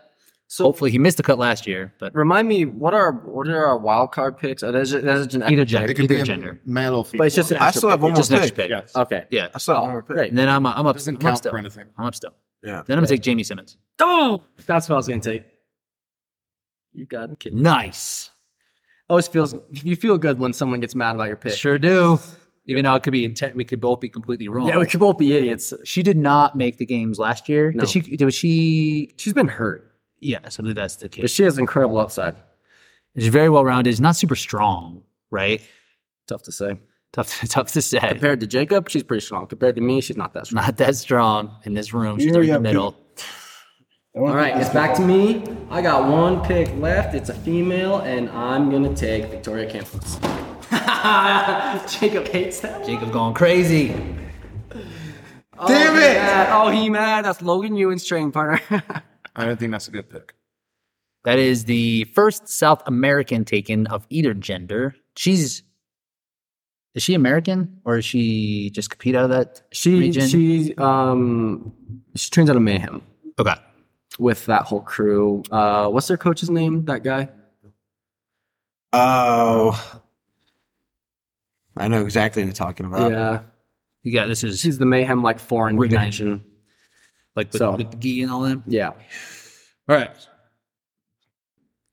Speaker 4: So-
Speaker 1: hopefully he missed the cut last year, but
Speaker 4: remind me what are what are our wild card picks? Are that's just an
Speaker 1: either gender,
Speaker 6: It could be
Speaker 1: either
Speaker 6: a
Speaker 1: gender,
Speaker 6: male or female.
Speaker 4: but it's just an
Speaker 3: I
Speaker 4: extra
Speaker 3: still have
Speaker 4: pick.
Speaker 3: one more
Speaker 1: just an extra
Speaker 3: pick.
Speaker 1: pick.
Speaker 6: yes.
Speaker 4: Okay.
Speaker 1: Yeah,
Speaker 3: I still have one more pick.
Speaker 4: Great.
Speaker 1: and then I'm I'm up.
Speaker 6: doesn't
Speaker 1: I'm up
Speaker 6: count
Speaker 1: still.
Speaker 6: for anything.
Speaker 1: I'm up still.
Speaker 3: Yeah.
Speaker 1: Then I'm gonna take Jamie Simmons.
Speaker 4: Oh, that's what I was gonna take. You got it. Kid.
Speaker 1: Nice.
Speaker 4: Always feels you feel good when someone gets mad about your pick.
Speaker 1: Sure do. Even though it could be intent, we could both be completely wrong.
Speaker 4: Yeah, we could both be idiots.
Speaker 1: she did not make the games last year.
Speaker 4: No.
Speaker 1: Did she? Did she?
Speaker 4: She's been hurt,
Speaker 1: Yeah, so that's the
Speaker 4: but
Speaker 1: case.
Speaker 4: she has incredible upside.
Speaker 1: She's very well rounded. She's not super strong, right?
Speaker 4: Tough to say.
Speaker 1: Tough, tough to say.
Speaker 4: Compared to Jacob, she's pretty strong. Compared to me, she's not that strong.
Speaker 1: Not that strong in this room. She's
Speaker 6: Yeah,
Speaker 1: right in
Speaker 6: yeah,
Speaker 1: the middle.
Speaker 4: All right, it's back to me. I got one pick left. It's a female, and I'm gonna take Victoria Campos. Jacob hates that. one.
Speaker 1: Jacob going crazy.
Speaker 4: Damn it! Oh, he mad. That's Logan Ewan's training partner.
Speaker 6: I don't think that's a good pick.
Speaker 1: That is the first South American taken of either gender. She's is she American or is she just compete out of that
Speaker 4: she
Speaker 1: region?
Speaker 4: she um she turns out of mayhem
Speaker 1: okay.
Speaker 4: with that whole crew. Uh, what's their coach's name? That guy.
Speaker 3: Oh. I know exactly what you're talking about.
Speaker 4: yeah,
Speaker 1: You got this is
Speaker 4: she's the mayhem like foreign
Speaker 1: We're gonna-
Speaker 4: connection.
Speaker 1: like with,
Speaker 4: so-
Speaker 1: with the Gee and all them.
Speaker 4: Yeah,
Speaker 1: All right.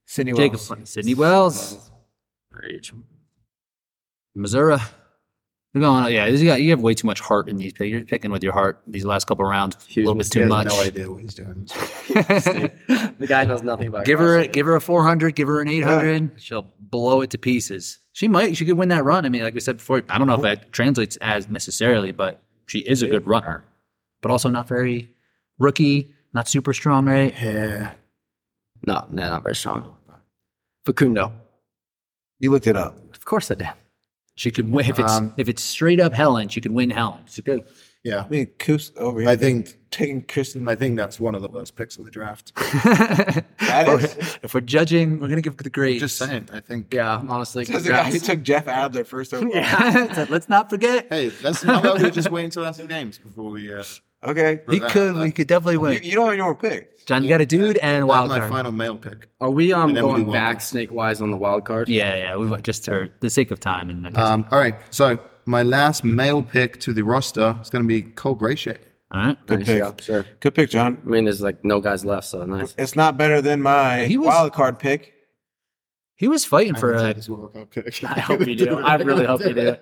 Speaker 3: Sydney
Speaker 1: Jacob
Speaker 3: Wells.
Speaker 1: Sydney Wells. Missouri. You're going, yeah, this- you, got, you have way too much heart in these. pick- You're picking with your heart these last couple rounds. A little bit
Speaker 6: He
Speaker 1: too
Speaker 6: has
Speaker 1: much.
Speaker 6: no idea what he's doing.
Speaker 4: the guy knows nothing about.
Speaker 1: give her, give her a 400. Give her an 800. She'll blow it to pieces. She might. She could win that run. I mean, like we said before, I don't know if that translates as necessarily, but she is a good runner, but also not very rookie, not super strong, right?
Speaker 6: Yeah.
Speaker 4: No, no, not very strong. Facundo.
Speaker 3: You looked it up.
Speaker 4: Of course I did.
Speaker 1: She could win if it's
Speaker 6: Um,
Speaker 1: if it's straight up Helen. She could win Helen. She could.
Speaker 6: Yeah.
Speaker 3: I mean, Coos over here.
Speaker 6: I think
Speaker 3: taking Kristen.
Speaker 6: I think that's one of the worst picks of the draft.
Speaker 3: That is-
Speaker 1: if we're judging, we're gonna give the grades.
Speaker 6: Just saying. I think.
Speaker 4: Yeah, honestly.
Speaker 3: That's the guy who
Speaker 4: congrats.
Speaker 3: took Jeff Adler first overall.
Speaker 1: So let's not forget.
Speaker 6: Hey, that's how about we just wait until after the games before we. Uh,
Speaker 3: Okay.
Speaker 1: He
Speaker 6: that-
Speaker 3: uh,
Speaker 1: could.
Speaker 6: that-
Speaker 1: We could definitely
Speaker 3: You,
Speaker 1: win.
Speaker 3: you don't have your own pick.
Speaker 1: John, you got a dude and a
Speaker 6: that's
Speaker 1: wild
Speaker 6: my
Speaker 1: card.
Speaker 6: final male pick.
Speaker 4: Are we um
Speaker 6: And then we
Speaker 4: going
Speaker 6: do one.
Speaker 4: back snake wise on the wild card?
Speaker 1: Yeah, yeah. We went just for the sake of time and I guess-
Speaker 6: Um, all right. So my last male pick to the roster is going to be Cole Brachet.
Speaker 1: all right.
Speaker 4: Nice,
Speaker 3: pick.
Speaker 4: yeah, sure.
Speaker 3: Good pick, John.
Speaker 4: I mean, there's like no guys left, so nice.
Speaker 3: It's not better than my
Speaker 1: He was-
Speaker 3: wild card pick.
Speaker 1: He was fighting for a.
Speaker 6: Oh,
Speaker 4: I hope you do. I really hope you do.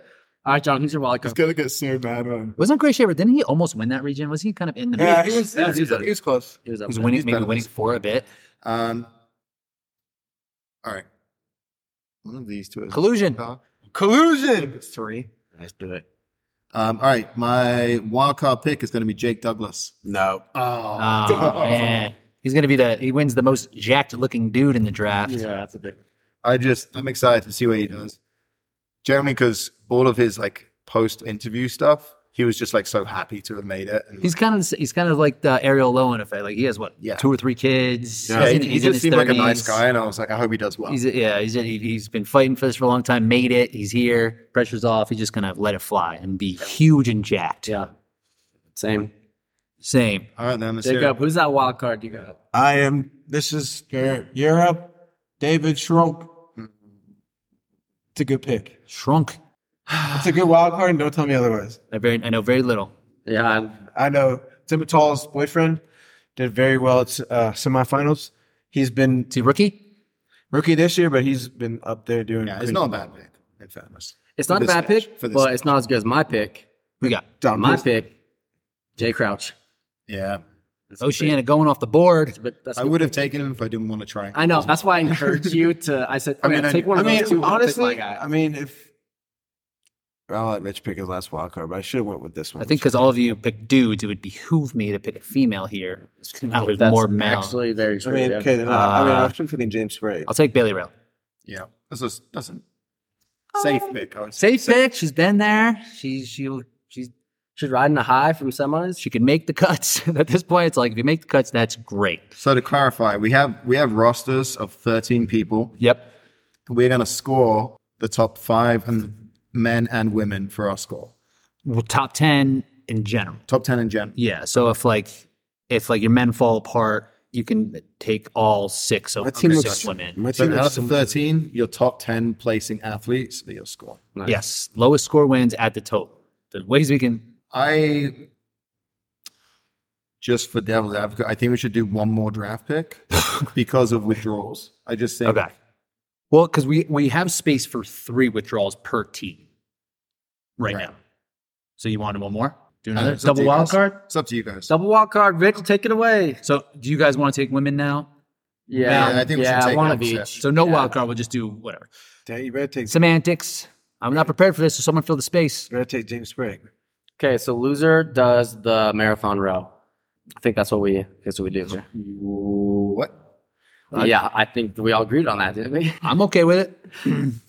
Speaker 4: All right, John, who's your wild card?
Speaker 6: gonna get so bad on.
Speaker 1: Wasn't Gray Shaver? Didn't he almost win that region? Was he kind of in the?
Speaker 3: Yeah,
Speaker 1: mix?
Speaker 3: he was, he was, he was close.
Speaker 4: He was
Speaker 1: He
Speaker 4: up
Speaker 1: was
Speaker 4: there.
Speaker 1: winning,
Speaker 6: He's
Speaker 1: maybe
Speaker 6: better.
Speaker 1: winning for a bit.
Speaker 6: Um. All right. One of these two. Is
Speaker 1: Collusion.
Speaker 6: Um.
Speaker 3: Collusion.
Speaker 4: three. Let's do it.
Speaker 6: Um, All right. My wild card pick is going to be Jake Douglas.
Speaker 3: No.
Speaker 1: Oh,
Speaker 6: Oh.
Speaker 1: man. He's gonna be the. He wins the most jacked looking dude in the draft.
Speaker 4: Yeah, that's a big.
Speaker 6: I just I'm excited to see what he does. Generally, because all of his like post interview stuff, he was just like so happy to have made it. And,
Speaker 1: He's kind of he's kind of like the Ariel Lowen effect. Like he has what
Speaker 6: Yeah.
Speaker 1: two or three kids.
Speaker 6: yeah,
Speaker 1: He's in-
Speaker 6: he, he
Speaker 1: he's in
Speaker 6: just
Speaker 1: his
Speaker 6: seemed like a nice
Speaker 1: 30s.
Speaker 6: guy, and I was like, I hope he does well.
Speaker 1: He's yeah, he's he- he's been fighting for this for a long time. Made it. He's here. Pressure's off. He's just gonna let it fly and be huge and jacked.
Speaker 4: Yeah. Same.
Speaker 1: Same.
Speaker 6: all right, then let's hear it.
Speaker 4: Jacob, who's that wild card you got?
Speaker 3: I am. This is your Europe. David Schroep. It's a good pick.
Speaker 1: Shrunk.
Speaker 3: It's a good wild card, and don't tell me otherwise.
Speaker 1: I very I know very little.
Speaker 4: Yeah, I'm,
Speaker 3: I know Tim Tall's boyfriend did very well at uh, semifinals. He's been
Speaker 1: Is he rookie?
Speaker 3: rookie this year, but he's been up there doing.
Speaker 6: Yeah, it's
Speaker 3: pretty
Speaker 6: not a
Speaker 3: well.
Speaker 6: bad pick, in fairness.
Speaker 4: it's not a
Speaker 6: this
Speaker 4: bad
Speaker 6: match,
Speaker 4: pick,
Speaker 6: for this
Speaker 4: but it's not as good as my pick.
Speaker 1: We got
Speaker 3: Dom
Speaker 4: my
Speaker 3: Christ-
Speaker 4: pick, Jay Crouch.
Speaker 6: Yeah,
Speaker 1: Oceana going off the board.
Speaker 4: But that's
Speaker 6: I would have taken him if I didn't want to try.
Speaker 4: I know. That's why I encourage you to. I said,
Speaker 6: I
Speaker 4: I mean,
Speaker 6: mean, I-
Speaker 4: take one
Speaker 3: I
Speaker 4: of those
Speaker 3: mean,
Speaker 4: two. and pick my
Speaker 3: honestly,
Speaker 4: guy.
Speaker 3: I mean, if I'll let Rich pick his last wild card, but I should have went with this one.
Speaker 1: I think because all of you picked dudes, it would behoove me to pick a female here. Now there's more male.
Speaker 4: actually very
Speaker 3: I
Speaker 4: true.
Speaker 3: mean,
Speaker 4: yeah.
Speaker 3: okay, then I, I mean,
Speaker 1: Uh,
Speaker 3: I should picking James Spray.
Speaker 1: I'll take Bailey Rail.
Speaker 6: Yeah, that's a, that's a safe pick. I would say.
Speaker 1: Safe pick. She's been there. She she she's
Speaker 4: She's riding a high from semis.
Speaker 1: she can make the cuts. At this point, it's like if you make the cuts, that's great.
Speaker 6: So to clarify, we have we have rosters of 13 people.
Speaker 1: Yep.
Speaker 6: We're going to score the top five and men and women for our score.
Speaker 1: Well, top ten in general.
Speaker 6: Top 10 in gen.
Speaker 1: Yeah. So if like if like your men fall apart, you can take all six of
Speaker 3: My
Speaker 1: the
Speaker 3: team
Speaker 1: six
Speaker 3: looks.
Speaker 1: women.
Speaker 3: My
Speaker 6: So
Speaker 3: team
Speaker 6: out
Speaker 3: looks.
Speaker 6: of 13, your top 10 placing athletes for your score.
Speaker 4: Nice.
Speaker 1: Yes. Lowest score wins at the total. The ways we can
Speaker 6: I just for devil's advocate, I think we should do one more draft pick because of withdrawals. I just think
Speaker 1: Okay.
Speaker 8: Well, because we we have space for three withdrawals per team right, now.
Speaker 1: So you wanted one more?
Speaker 8: Do
Speaker 6: Uh,
Speaker 8: another
Speaker 6: it's up to
Speaker 8: double
Speaker 6: you
Speaker 8: wild
Speaker 6: guys.
Speaker 8: card.
Speaker 6: It's up to you guys.
Speaker 1: Double wild card. Vic, take it away. So do you guys want to take women now?
Speaker 9: Yeah,
Speaker 6: Yeah, I think we should
Speaker 9: yeah,
Speaker 6: take
Speaker 9: one
Speaker 6: that
Speaker 9: of
Speaker 6: set.
Speaker 9: each.
Speaker 1: So no
Speaker 9: Yeah.
Speaker 1: wild card. We'll just do whatever.
Speaker 3: Dang, you better take, you
Speaker 1: Semantics. I'm not prepared for this. So someone fill the space.
Speaker 3: better take James Sprague.
Speaker 4: Okay, so loser does the marathon row. I think that's what we that's what we do. here. Uh,
Speaker 6: What?
Speaker 4: yeah, I think we all agreed on that, didn't we?
Speaker 1: I'm okay with it.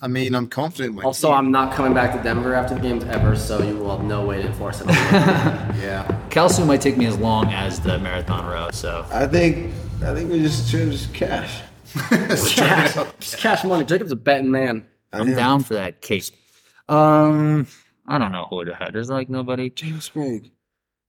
Speaker 6: I mean, I'm confident with
Speaker 4: Also, I'm not coming back to Denver after the games ever, so you will have no way to enforce it.
Speaker 6: yeah.
Speaker 1: Kelsu might take me as long as the marathon row. So
Speaker 3: I think, I think we just should just cash.
Speaker 4: cash, just cash money. Jacob's a betting man.
Speaker 1: I'm down for that case. Um, I don't know who the heck. There's like nobody.
Speaker 3: James Sprague.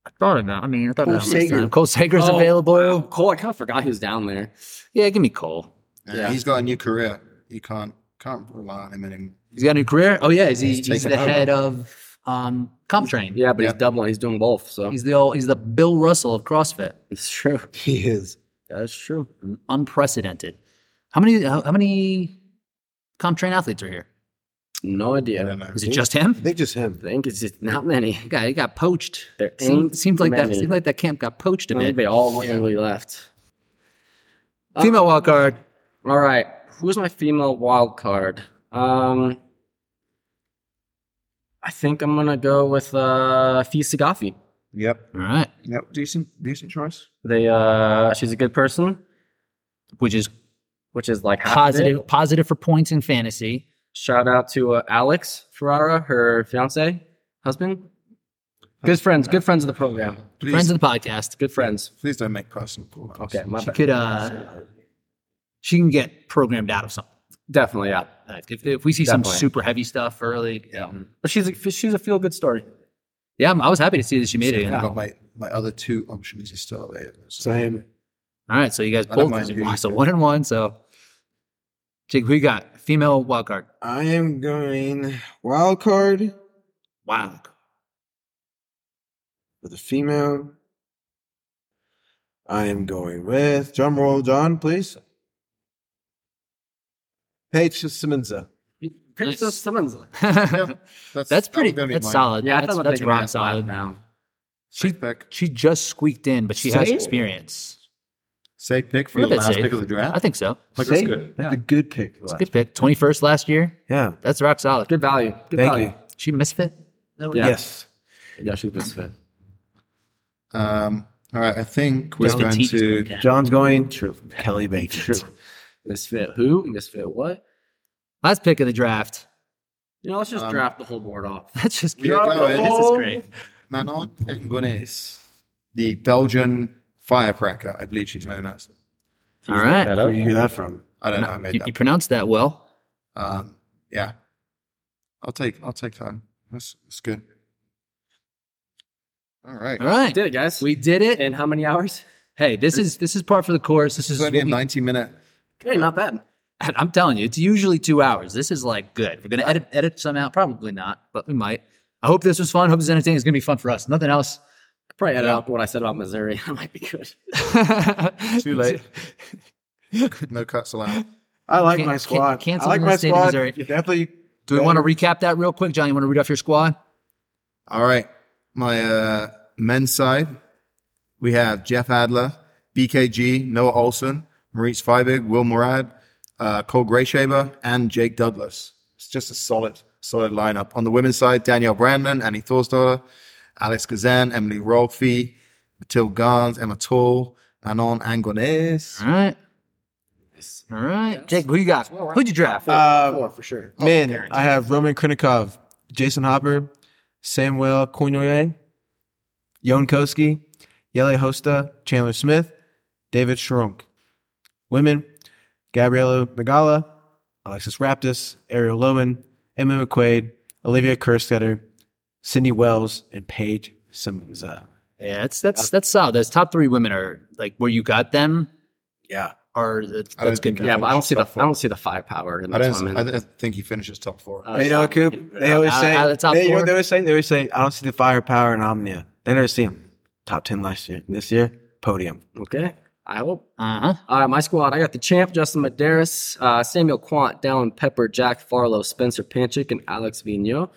Speaker 1: I thought about. I mean, I thought
Speaker 3: Cole
Speaker 1: about
Speaker 3: Sager.
Speaker 1: Sager. Cole Sager's
Speaker 4: Oh,
Speaker 1: available.
Speaker 4: wow, Cole, I kind of forgot he was down there.
Speaker 1: Yeah, give me Cole.
Speaker 6: yeah. He's got a new career. You can't can't rely on him anymore.
Speaker 1: He's got a new career. Oh yeah, is he,
Speaker 6: He's
Speaker 1: he's the
Speaker 6: taken over.
Speaker 1: head of um Comp Train.
Speaker 4: Yeah, but
Speaker 6: Yeah.
Speaker 4: he's doubling. He's doing both, so
Speaker 1: He's the old, he's the Bill Russell of CrossFit.
Speaker 4: it's true.
Speaker 3: He is.
Speaker 1: That's true. Unprecedented. How many how, how many comp train athletes are here?
Speaker 4: No idea.
Speaker 6: I don't know.
Speaker 1: Is it just him?
Speaker 3: I think just him.
Speaker 4: I think it's just not many.
Speaker 1: That guy he got poached.
Speaker 4: There
Speaker 1: Seemed,
Speaker 4: ain't
Speaker 1: seemed like that
Speaker 4: many.
Speaker 1: seemed like that camp got poached a
Speaker 4: I think
Speaker 1: bit.
Speaker 4: they all literally left.
Speaker 1: Female wild card.
Speaker 4: All right. Who's my female wild card? Um, I think I'm gonna go with uh, Fee Sagafi.
Speaker 6: Yep.
Speaker 1: All right.
Speaker 6: Yep. Decent decent choice.
Speaker 4: They, uh, she's a good person,
Speaker 1: Which is
Speaker 4: which is like half of it.
Speaker 1: positive positive for points in fantasy.
Speaker 4: Shout out to uh, Alex Ferrara, her fiance, husband. Good friends. Good friends of the program.
Speaker 6: Please,
Speaker 1: Friends of the podcast.
Speaker 4: Good friends.
Speaker 6: please don't make personal calls.
Speaker 4: Okay, my
Speaker 1: She
Speaker 4: bad.
Speaker 1: could uh she can get programmed out of something.
Speaker 4: definitely yeah.
Speaker 1: Like, If, if we see some
Speaker 4: Definitely.
Speaker 1: super heavy stuff early, yeah,
Speaker 4: But she's a, she's a feel good story.
Speaker 1: yeah I'm, I was happy to see that she made it. in.
Speaker 6: I've got my, my other two options are still available. So
Speaker 3: Same.
Speaker 1: All right, so you guys
Speaker 6: I don't
Speaker 1: both
Speaker 6: mind who you
Speaker 1: so one and one. So, Jake, who you got? Female wild card.
Speaker 3: I am going wild card
Speaker 1: Wow.
Speaker 3: for the female. I am going with drum roll, John, please. Paige Simonza.
Speaker 1: Princess
Speaker 4: Simmons.
Speaker 6: that's
Speaker 1: that's pretty.
Speaker 6: that was gonna be
Speaker 1: That's
Speaker 6: mine.
Speaker 1: solid.
Speaker 4: Yeah, I
Speaker 1: that's,
Speaker 4: thought about
Speaker 1: that's
Speaker 4: taking
Speaker 1: rock
Speaker 4: that
Speaker 1: solid.
Speaker 4: now.
Speaker 6: Safe pick.
Speaker 1: She just squeaked in, but she has
Speaker 4: Say-
Speaker 1: experience.
Speaker 6: Safe pick for
Speaker 1: Look
Speaker 6: the
Speaker 1: at
Speaker 6: last
Speaker 1: safe.
Speaker 6: pick of the draft.
Speaker 1: I think so.
Speaker 6: Like, that's
Speaker 3: Say,
Speaker 6: good.
Speaker 3: that's a good pick.
Speaker 1: It's a good pick. Twenty first last year.
Speaker 3: Yeah.
Speaker 1: That's rock solid.
Speaker 4: Good value. Good
Speaker 3: Thank
Speaker 4: value.
Speaker 3: you.
Speaker 1: She misfit.
Speaker 4: Yeah.
Speaker 3: Yes.
Speaker 4: Yeah, she's best fit.
Speaker 6: Um, all right. I think we're
Speaker 1: Just the
Speaker 6: going
Speaker 1: teeth.
Speaker 6: to
Speaker 3: John's going true. Kelly Baker.
Speaker 4: Misfit who? Misfit what?
Speaker 1: Last pick of the draft.
Speaker 4: You know, let's just
Speaker 6: Um,
Speaker 4: draft the whole board off.
Speaker 1: That's just
Speaker 6: We are going-
Speaker 1: This is great.
Speaker 6: Manon Gunnis, the Belgian firecracker. I believe she's known as.
Speaker 1: All right.
Speaker 3: Where you hear that from?
Speaker 6: I don't know. I made
Speaker 1: You,
Speaker 6: that.
Speaker 1: you pronounced that well.
Speaker 6: Um, yeah, I'll take I'll take time. That's that's good. All right.
Speaker 1: All right.
Speaker 4: Did it, guys?
Speaker 1: We did it.
Speaker 4: in how many hours?
Speaker 1: Hey, this is this is part for the course. This is
Speaker 6: This is only
Speaker 1: what
Speaker 6: a
Speaker 1: we-
Speaker 6: ninety minute.
Speaker 4: Hey, not bad.
Speaker 1: And I'm telling you, it's usually two hours. This is like good. We're gonna edit edit some out, probably not, but we might. I hope this was fun. Hope it's entertaining. It's gonna be fun for us. Nothing else.
Speaker 4: Probably edit out what I said about Missouri. That might be good.
Speaker 1: Too
Speaker 6: late. No cuts allowed.
Speaker 3: I like
Speaker 1: Can-
Speaker 3: my
Speaker 1: can-
Speaker 3: squad.
Speaker 1: cancel
Speaker 3: I like
Speaker 1: the
Speaker 3: my
Speaker 1: state of
Speaker 3: squad.
Speaker 1: Missouri.
Speaker 3: Definitely.
Speaker 1: Do we want to recap that real quick, John? You want to read off your squad?
Speaker 6: All right. My uh, men's side, we have Jeff Adler, BKG, Noah Olson, Maurice Feibig, Will Murad, uh, Cole Grayshaber, and Jake Douglas. It's just a solid, solid lineup. On the women's side, Danielle Brandon, Annie Thorsdaughter, Alex Kazan, Emily Rolfe, Matilde Garnes, Emma Tall, Anon Angones.
Speaker 1: All right. All right. Jake, who you got? Who'd you draft?
Speaker 3: Uh,
Speaker 4: for sure.
Speaker 3: Man, I have Roman Krinikov, Jason Hopper, Samuel Cunyoye, Yon Koski, Yele Hosta, Chandler Smith, David Shrunk. Women, Gabriella Magala, Alexis Raptis, Ariel Lowen, Emma McQuaid, Olivia Kerstetter, Cindy Wells, and Paige Simmons. Uh,
Speaker 1: Yeah, that's that's that's solid. Those top three women are like where you got them
Speaker 3: Yeah.
Speaker 1: are that's,
Speaker 6: I don't
Speaker 1: that's good.
Speaker 6: think-
Speaker 4: Yeah, but I don't see the I don't see the firepower in
Speaker 6: I
Speaker 4: this
Speaker 6: don't,
Speaker 4: one. Uh,
Speaker 6: I don't think he finishes top four.
Speaker 3: You know, Coop, they always
Speaker 1: Out-
Speaker 3: say,
Speaker 1: out of the top
Speaker 3: they, you know
Speaker 1: four?
Speaker 3: what they always say? They always say, I don't see the firepower in Omnia. They never see him. Top ten last year. This year, podium.
Speaker 4: Okay. I hope.
Speaker 1: Uh huh.
Speaker 4: All right, my squad. I got the champ, Justin Medeiros, uh, Samuel Quant, Dallin Pepper, Jack Farlow, Spencer Panchik, and Alex Vigneault.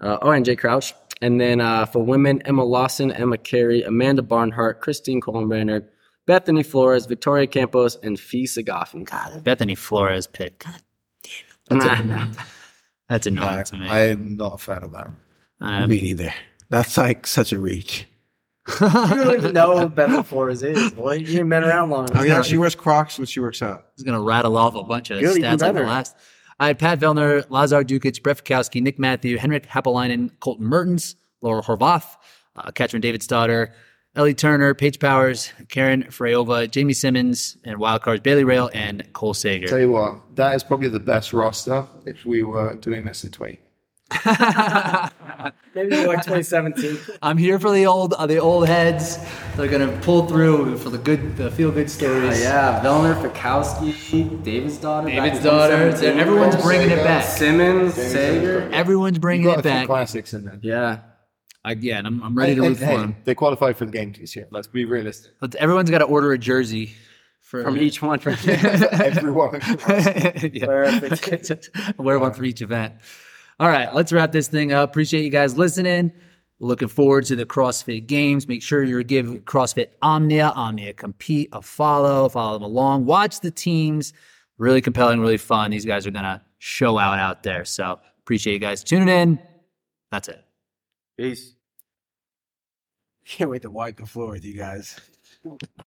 Speaker 4: Uh, oh, and Jay Crouch. And then uh, for women, Emma Lawson, Emma Carey, Amanda Barnhart, Christine Kohlbrenner, Bethany Flores, Victoria Campos, and Fee Sagaffin. God,
Speaker 1: Bethany Flores pick. God, that's annoying
Speaker 2: I,
Speaker 1: to me.
Speaker 2: I'm not a fan of that.
Speaker 1: Um,
Speaker 3: Me neither. That's like such a reach.
Speaker 4: you don't even know who Bethany Flores is. Boy, you ain't been around long enough.
Speaker 2: Oh yeah, she wears Crocs when she works out.
Speaker 1: He's going to rattle off a bunch of
Speaker 4: Good, even
Speaker 1: stats like the
Speaker 4: better.
Speaker 1: last. I had Pat Vellner, Lazar Dukic, Brett Fikowski, Nick Matthew, Henrik Hapalainen, Colton Mertens, Laura Horvath, uh, Katrin David's daughter, Ellie Turner, Paige Powers, Karen Freyova, Jamie Simmons, and wildcards Bailey Rail and Cole
Speaker 2: Tell
Speaker 1: Sager.
Speaker 2: you what, that is probably the best roster if we were doing this in 20.
Speaker 4: Maybe like 2017.
Speaker 1: I'm here for the old uh, the old heads. They're going to pull through for the good, the feel good stories.
Speaker 4: yeah, Vellner, Fikowski, David's daughter. back
Speaker 1: David's
Speaker 4: in
Speaker 1: daughter.
Speaker 4: 2017.
Speaker 1: Everyone's bringing it back.
Speaker 4: Simmons, Sager.
Speaker 1: Everyone's
Speaker 2: You
Speaker 1: bringing
Speaker 2: got a
Speaker 1: it
Speaker 2: few
Speaker 1: back.
Speaker 2: classics in there.
Speaker 4: Yeah.
Speaker 1: Again, I'm, I'm ready to root for them.
Speaker 2: they qualified for the game this year. Let's be realistic.
Speaker 1: But everyone's got to order a jersey for
Speaker 4: From each one. From
Speaker 2: Everyone.
Speaker 1: Yeah. Wear one for each event. All right, let's wrap this thing up. Appreciate you guys listening. Looking forward to the CrossFit Games. Make sure you give CrossFit Omnia, Omnia Compete a follow. Follow them along. Watch the teams. Really compelling, really fun. These guys are gonna show out out there. So appreciate you guys tuning in. That's it.
Speaker 3: Can't wait to wipe the floor with you guys.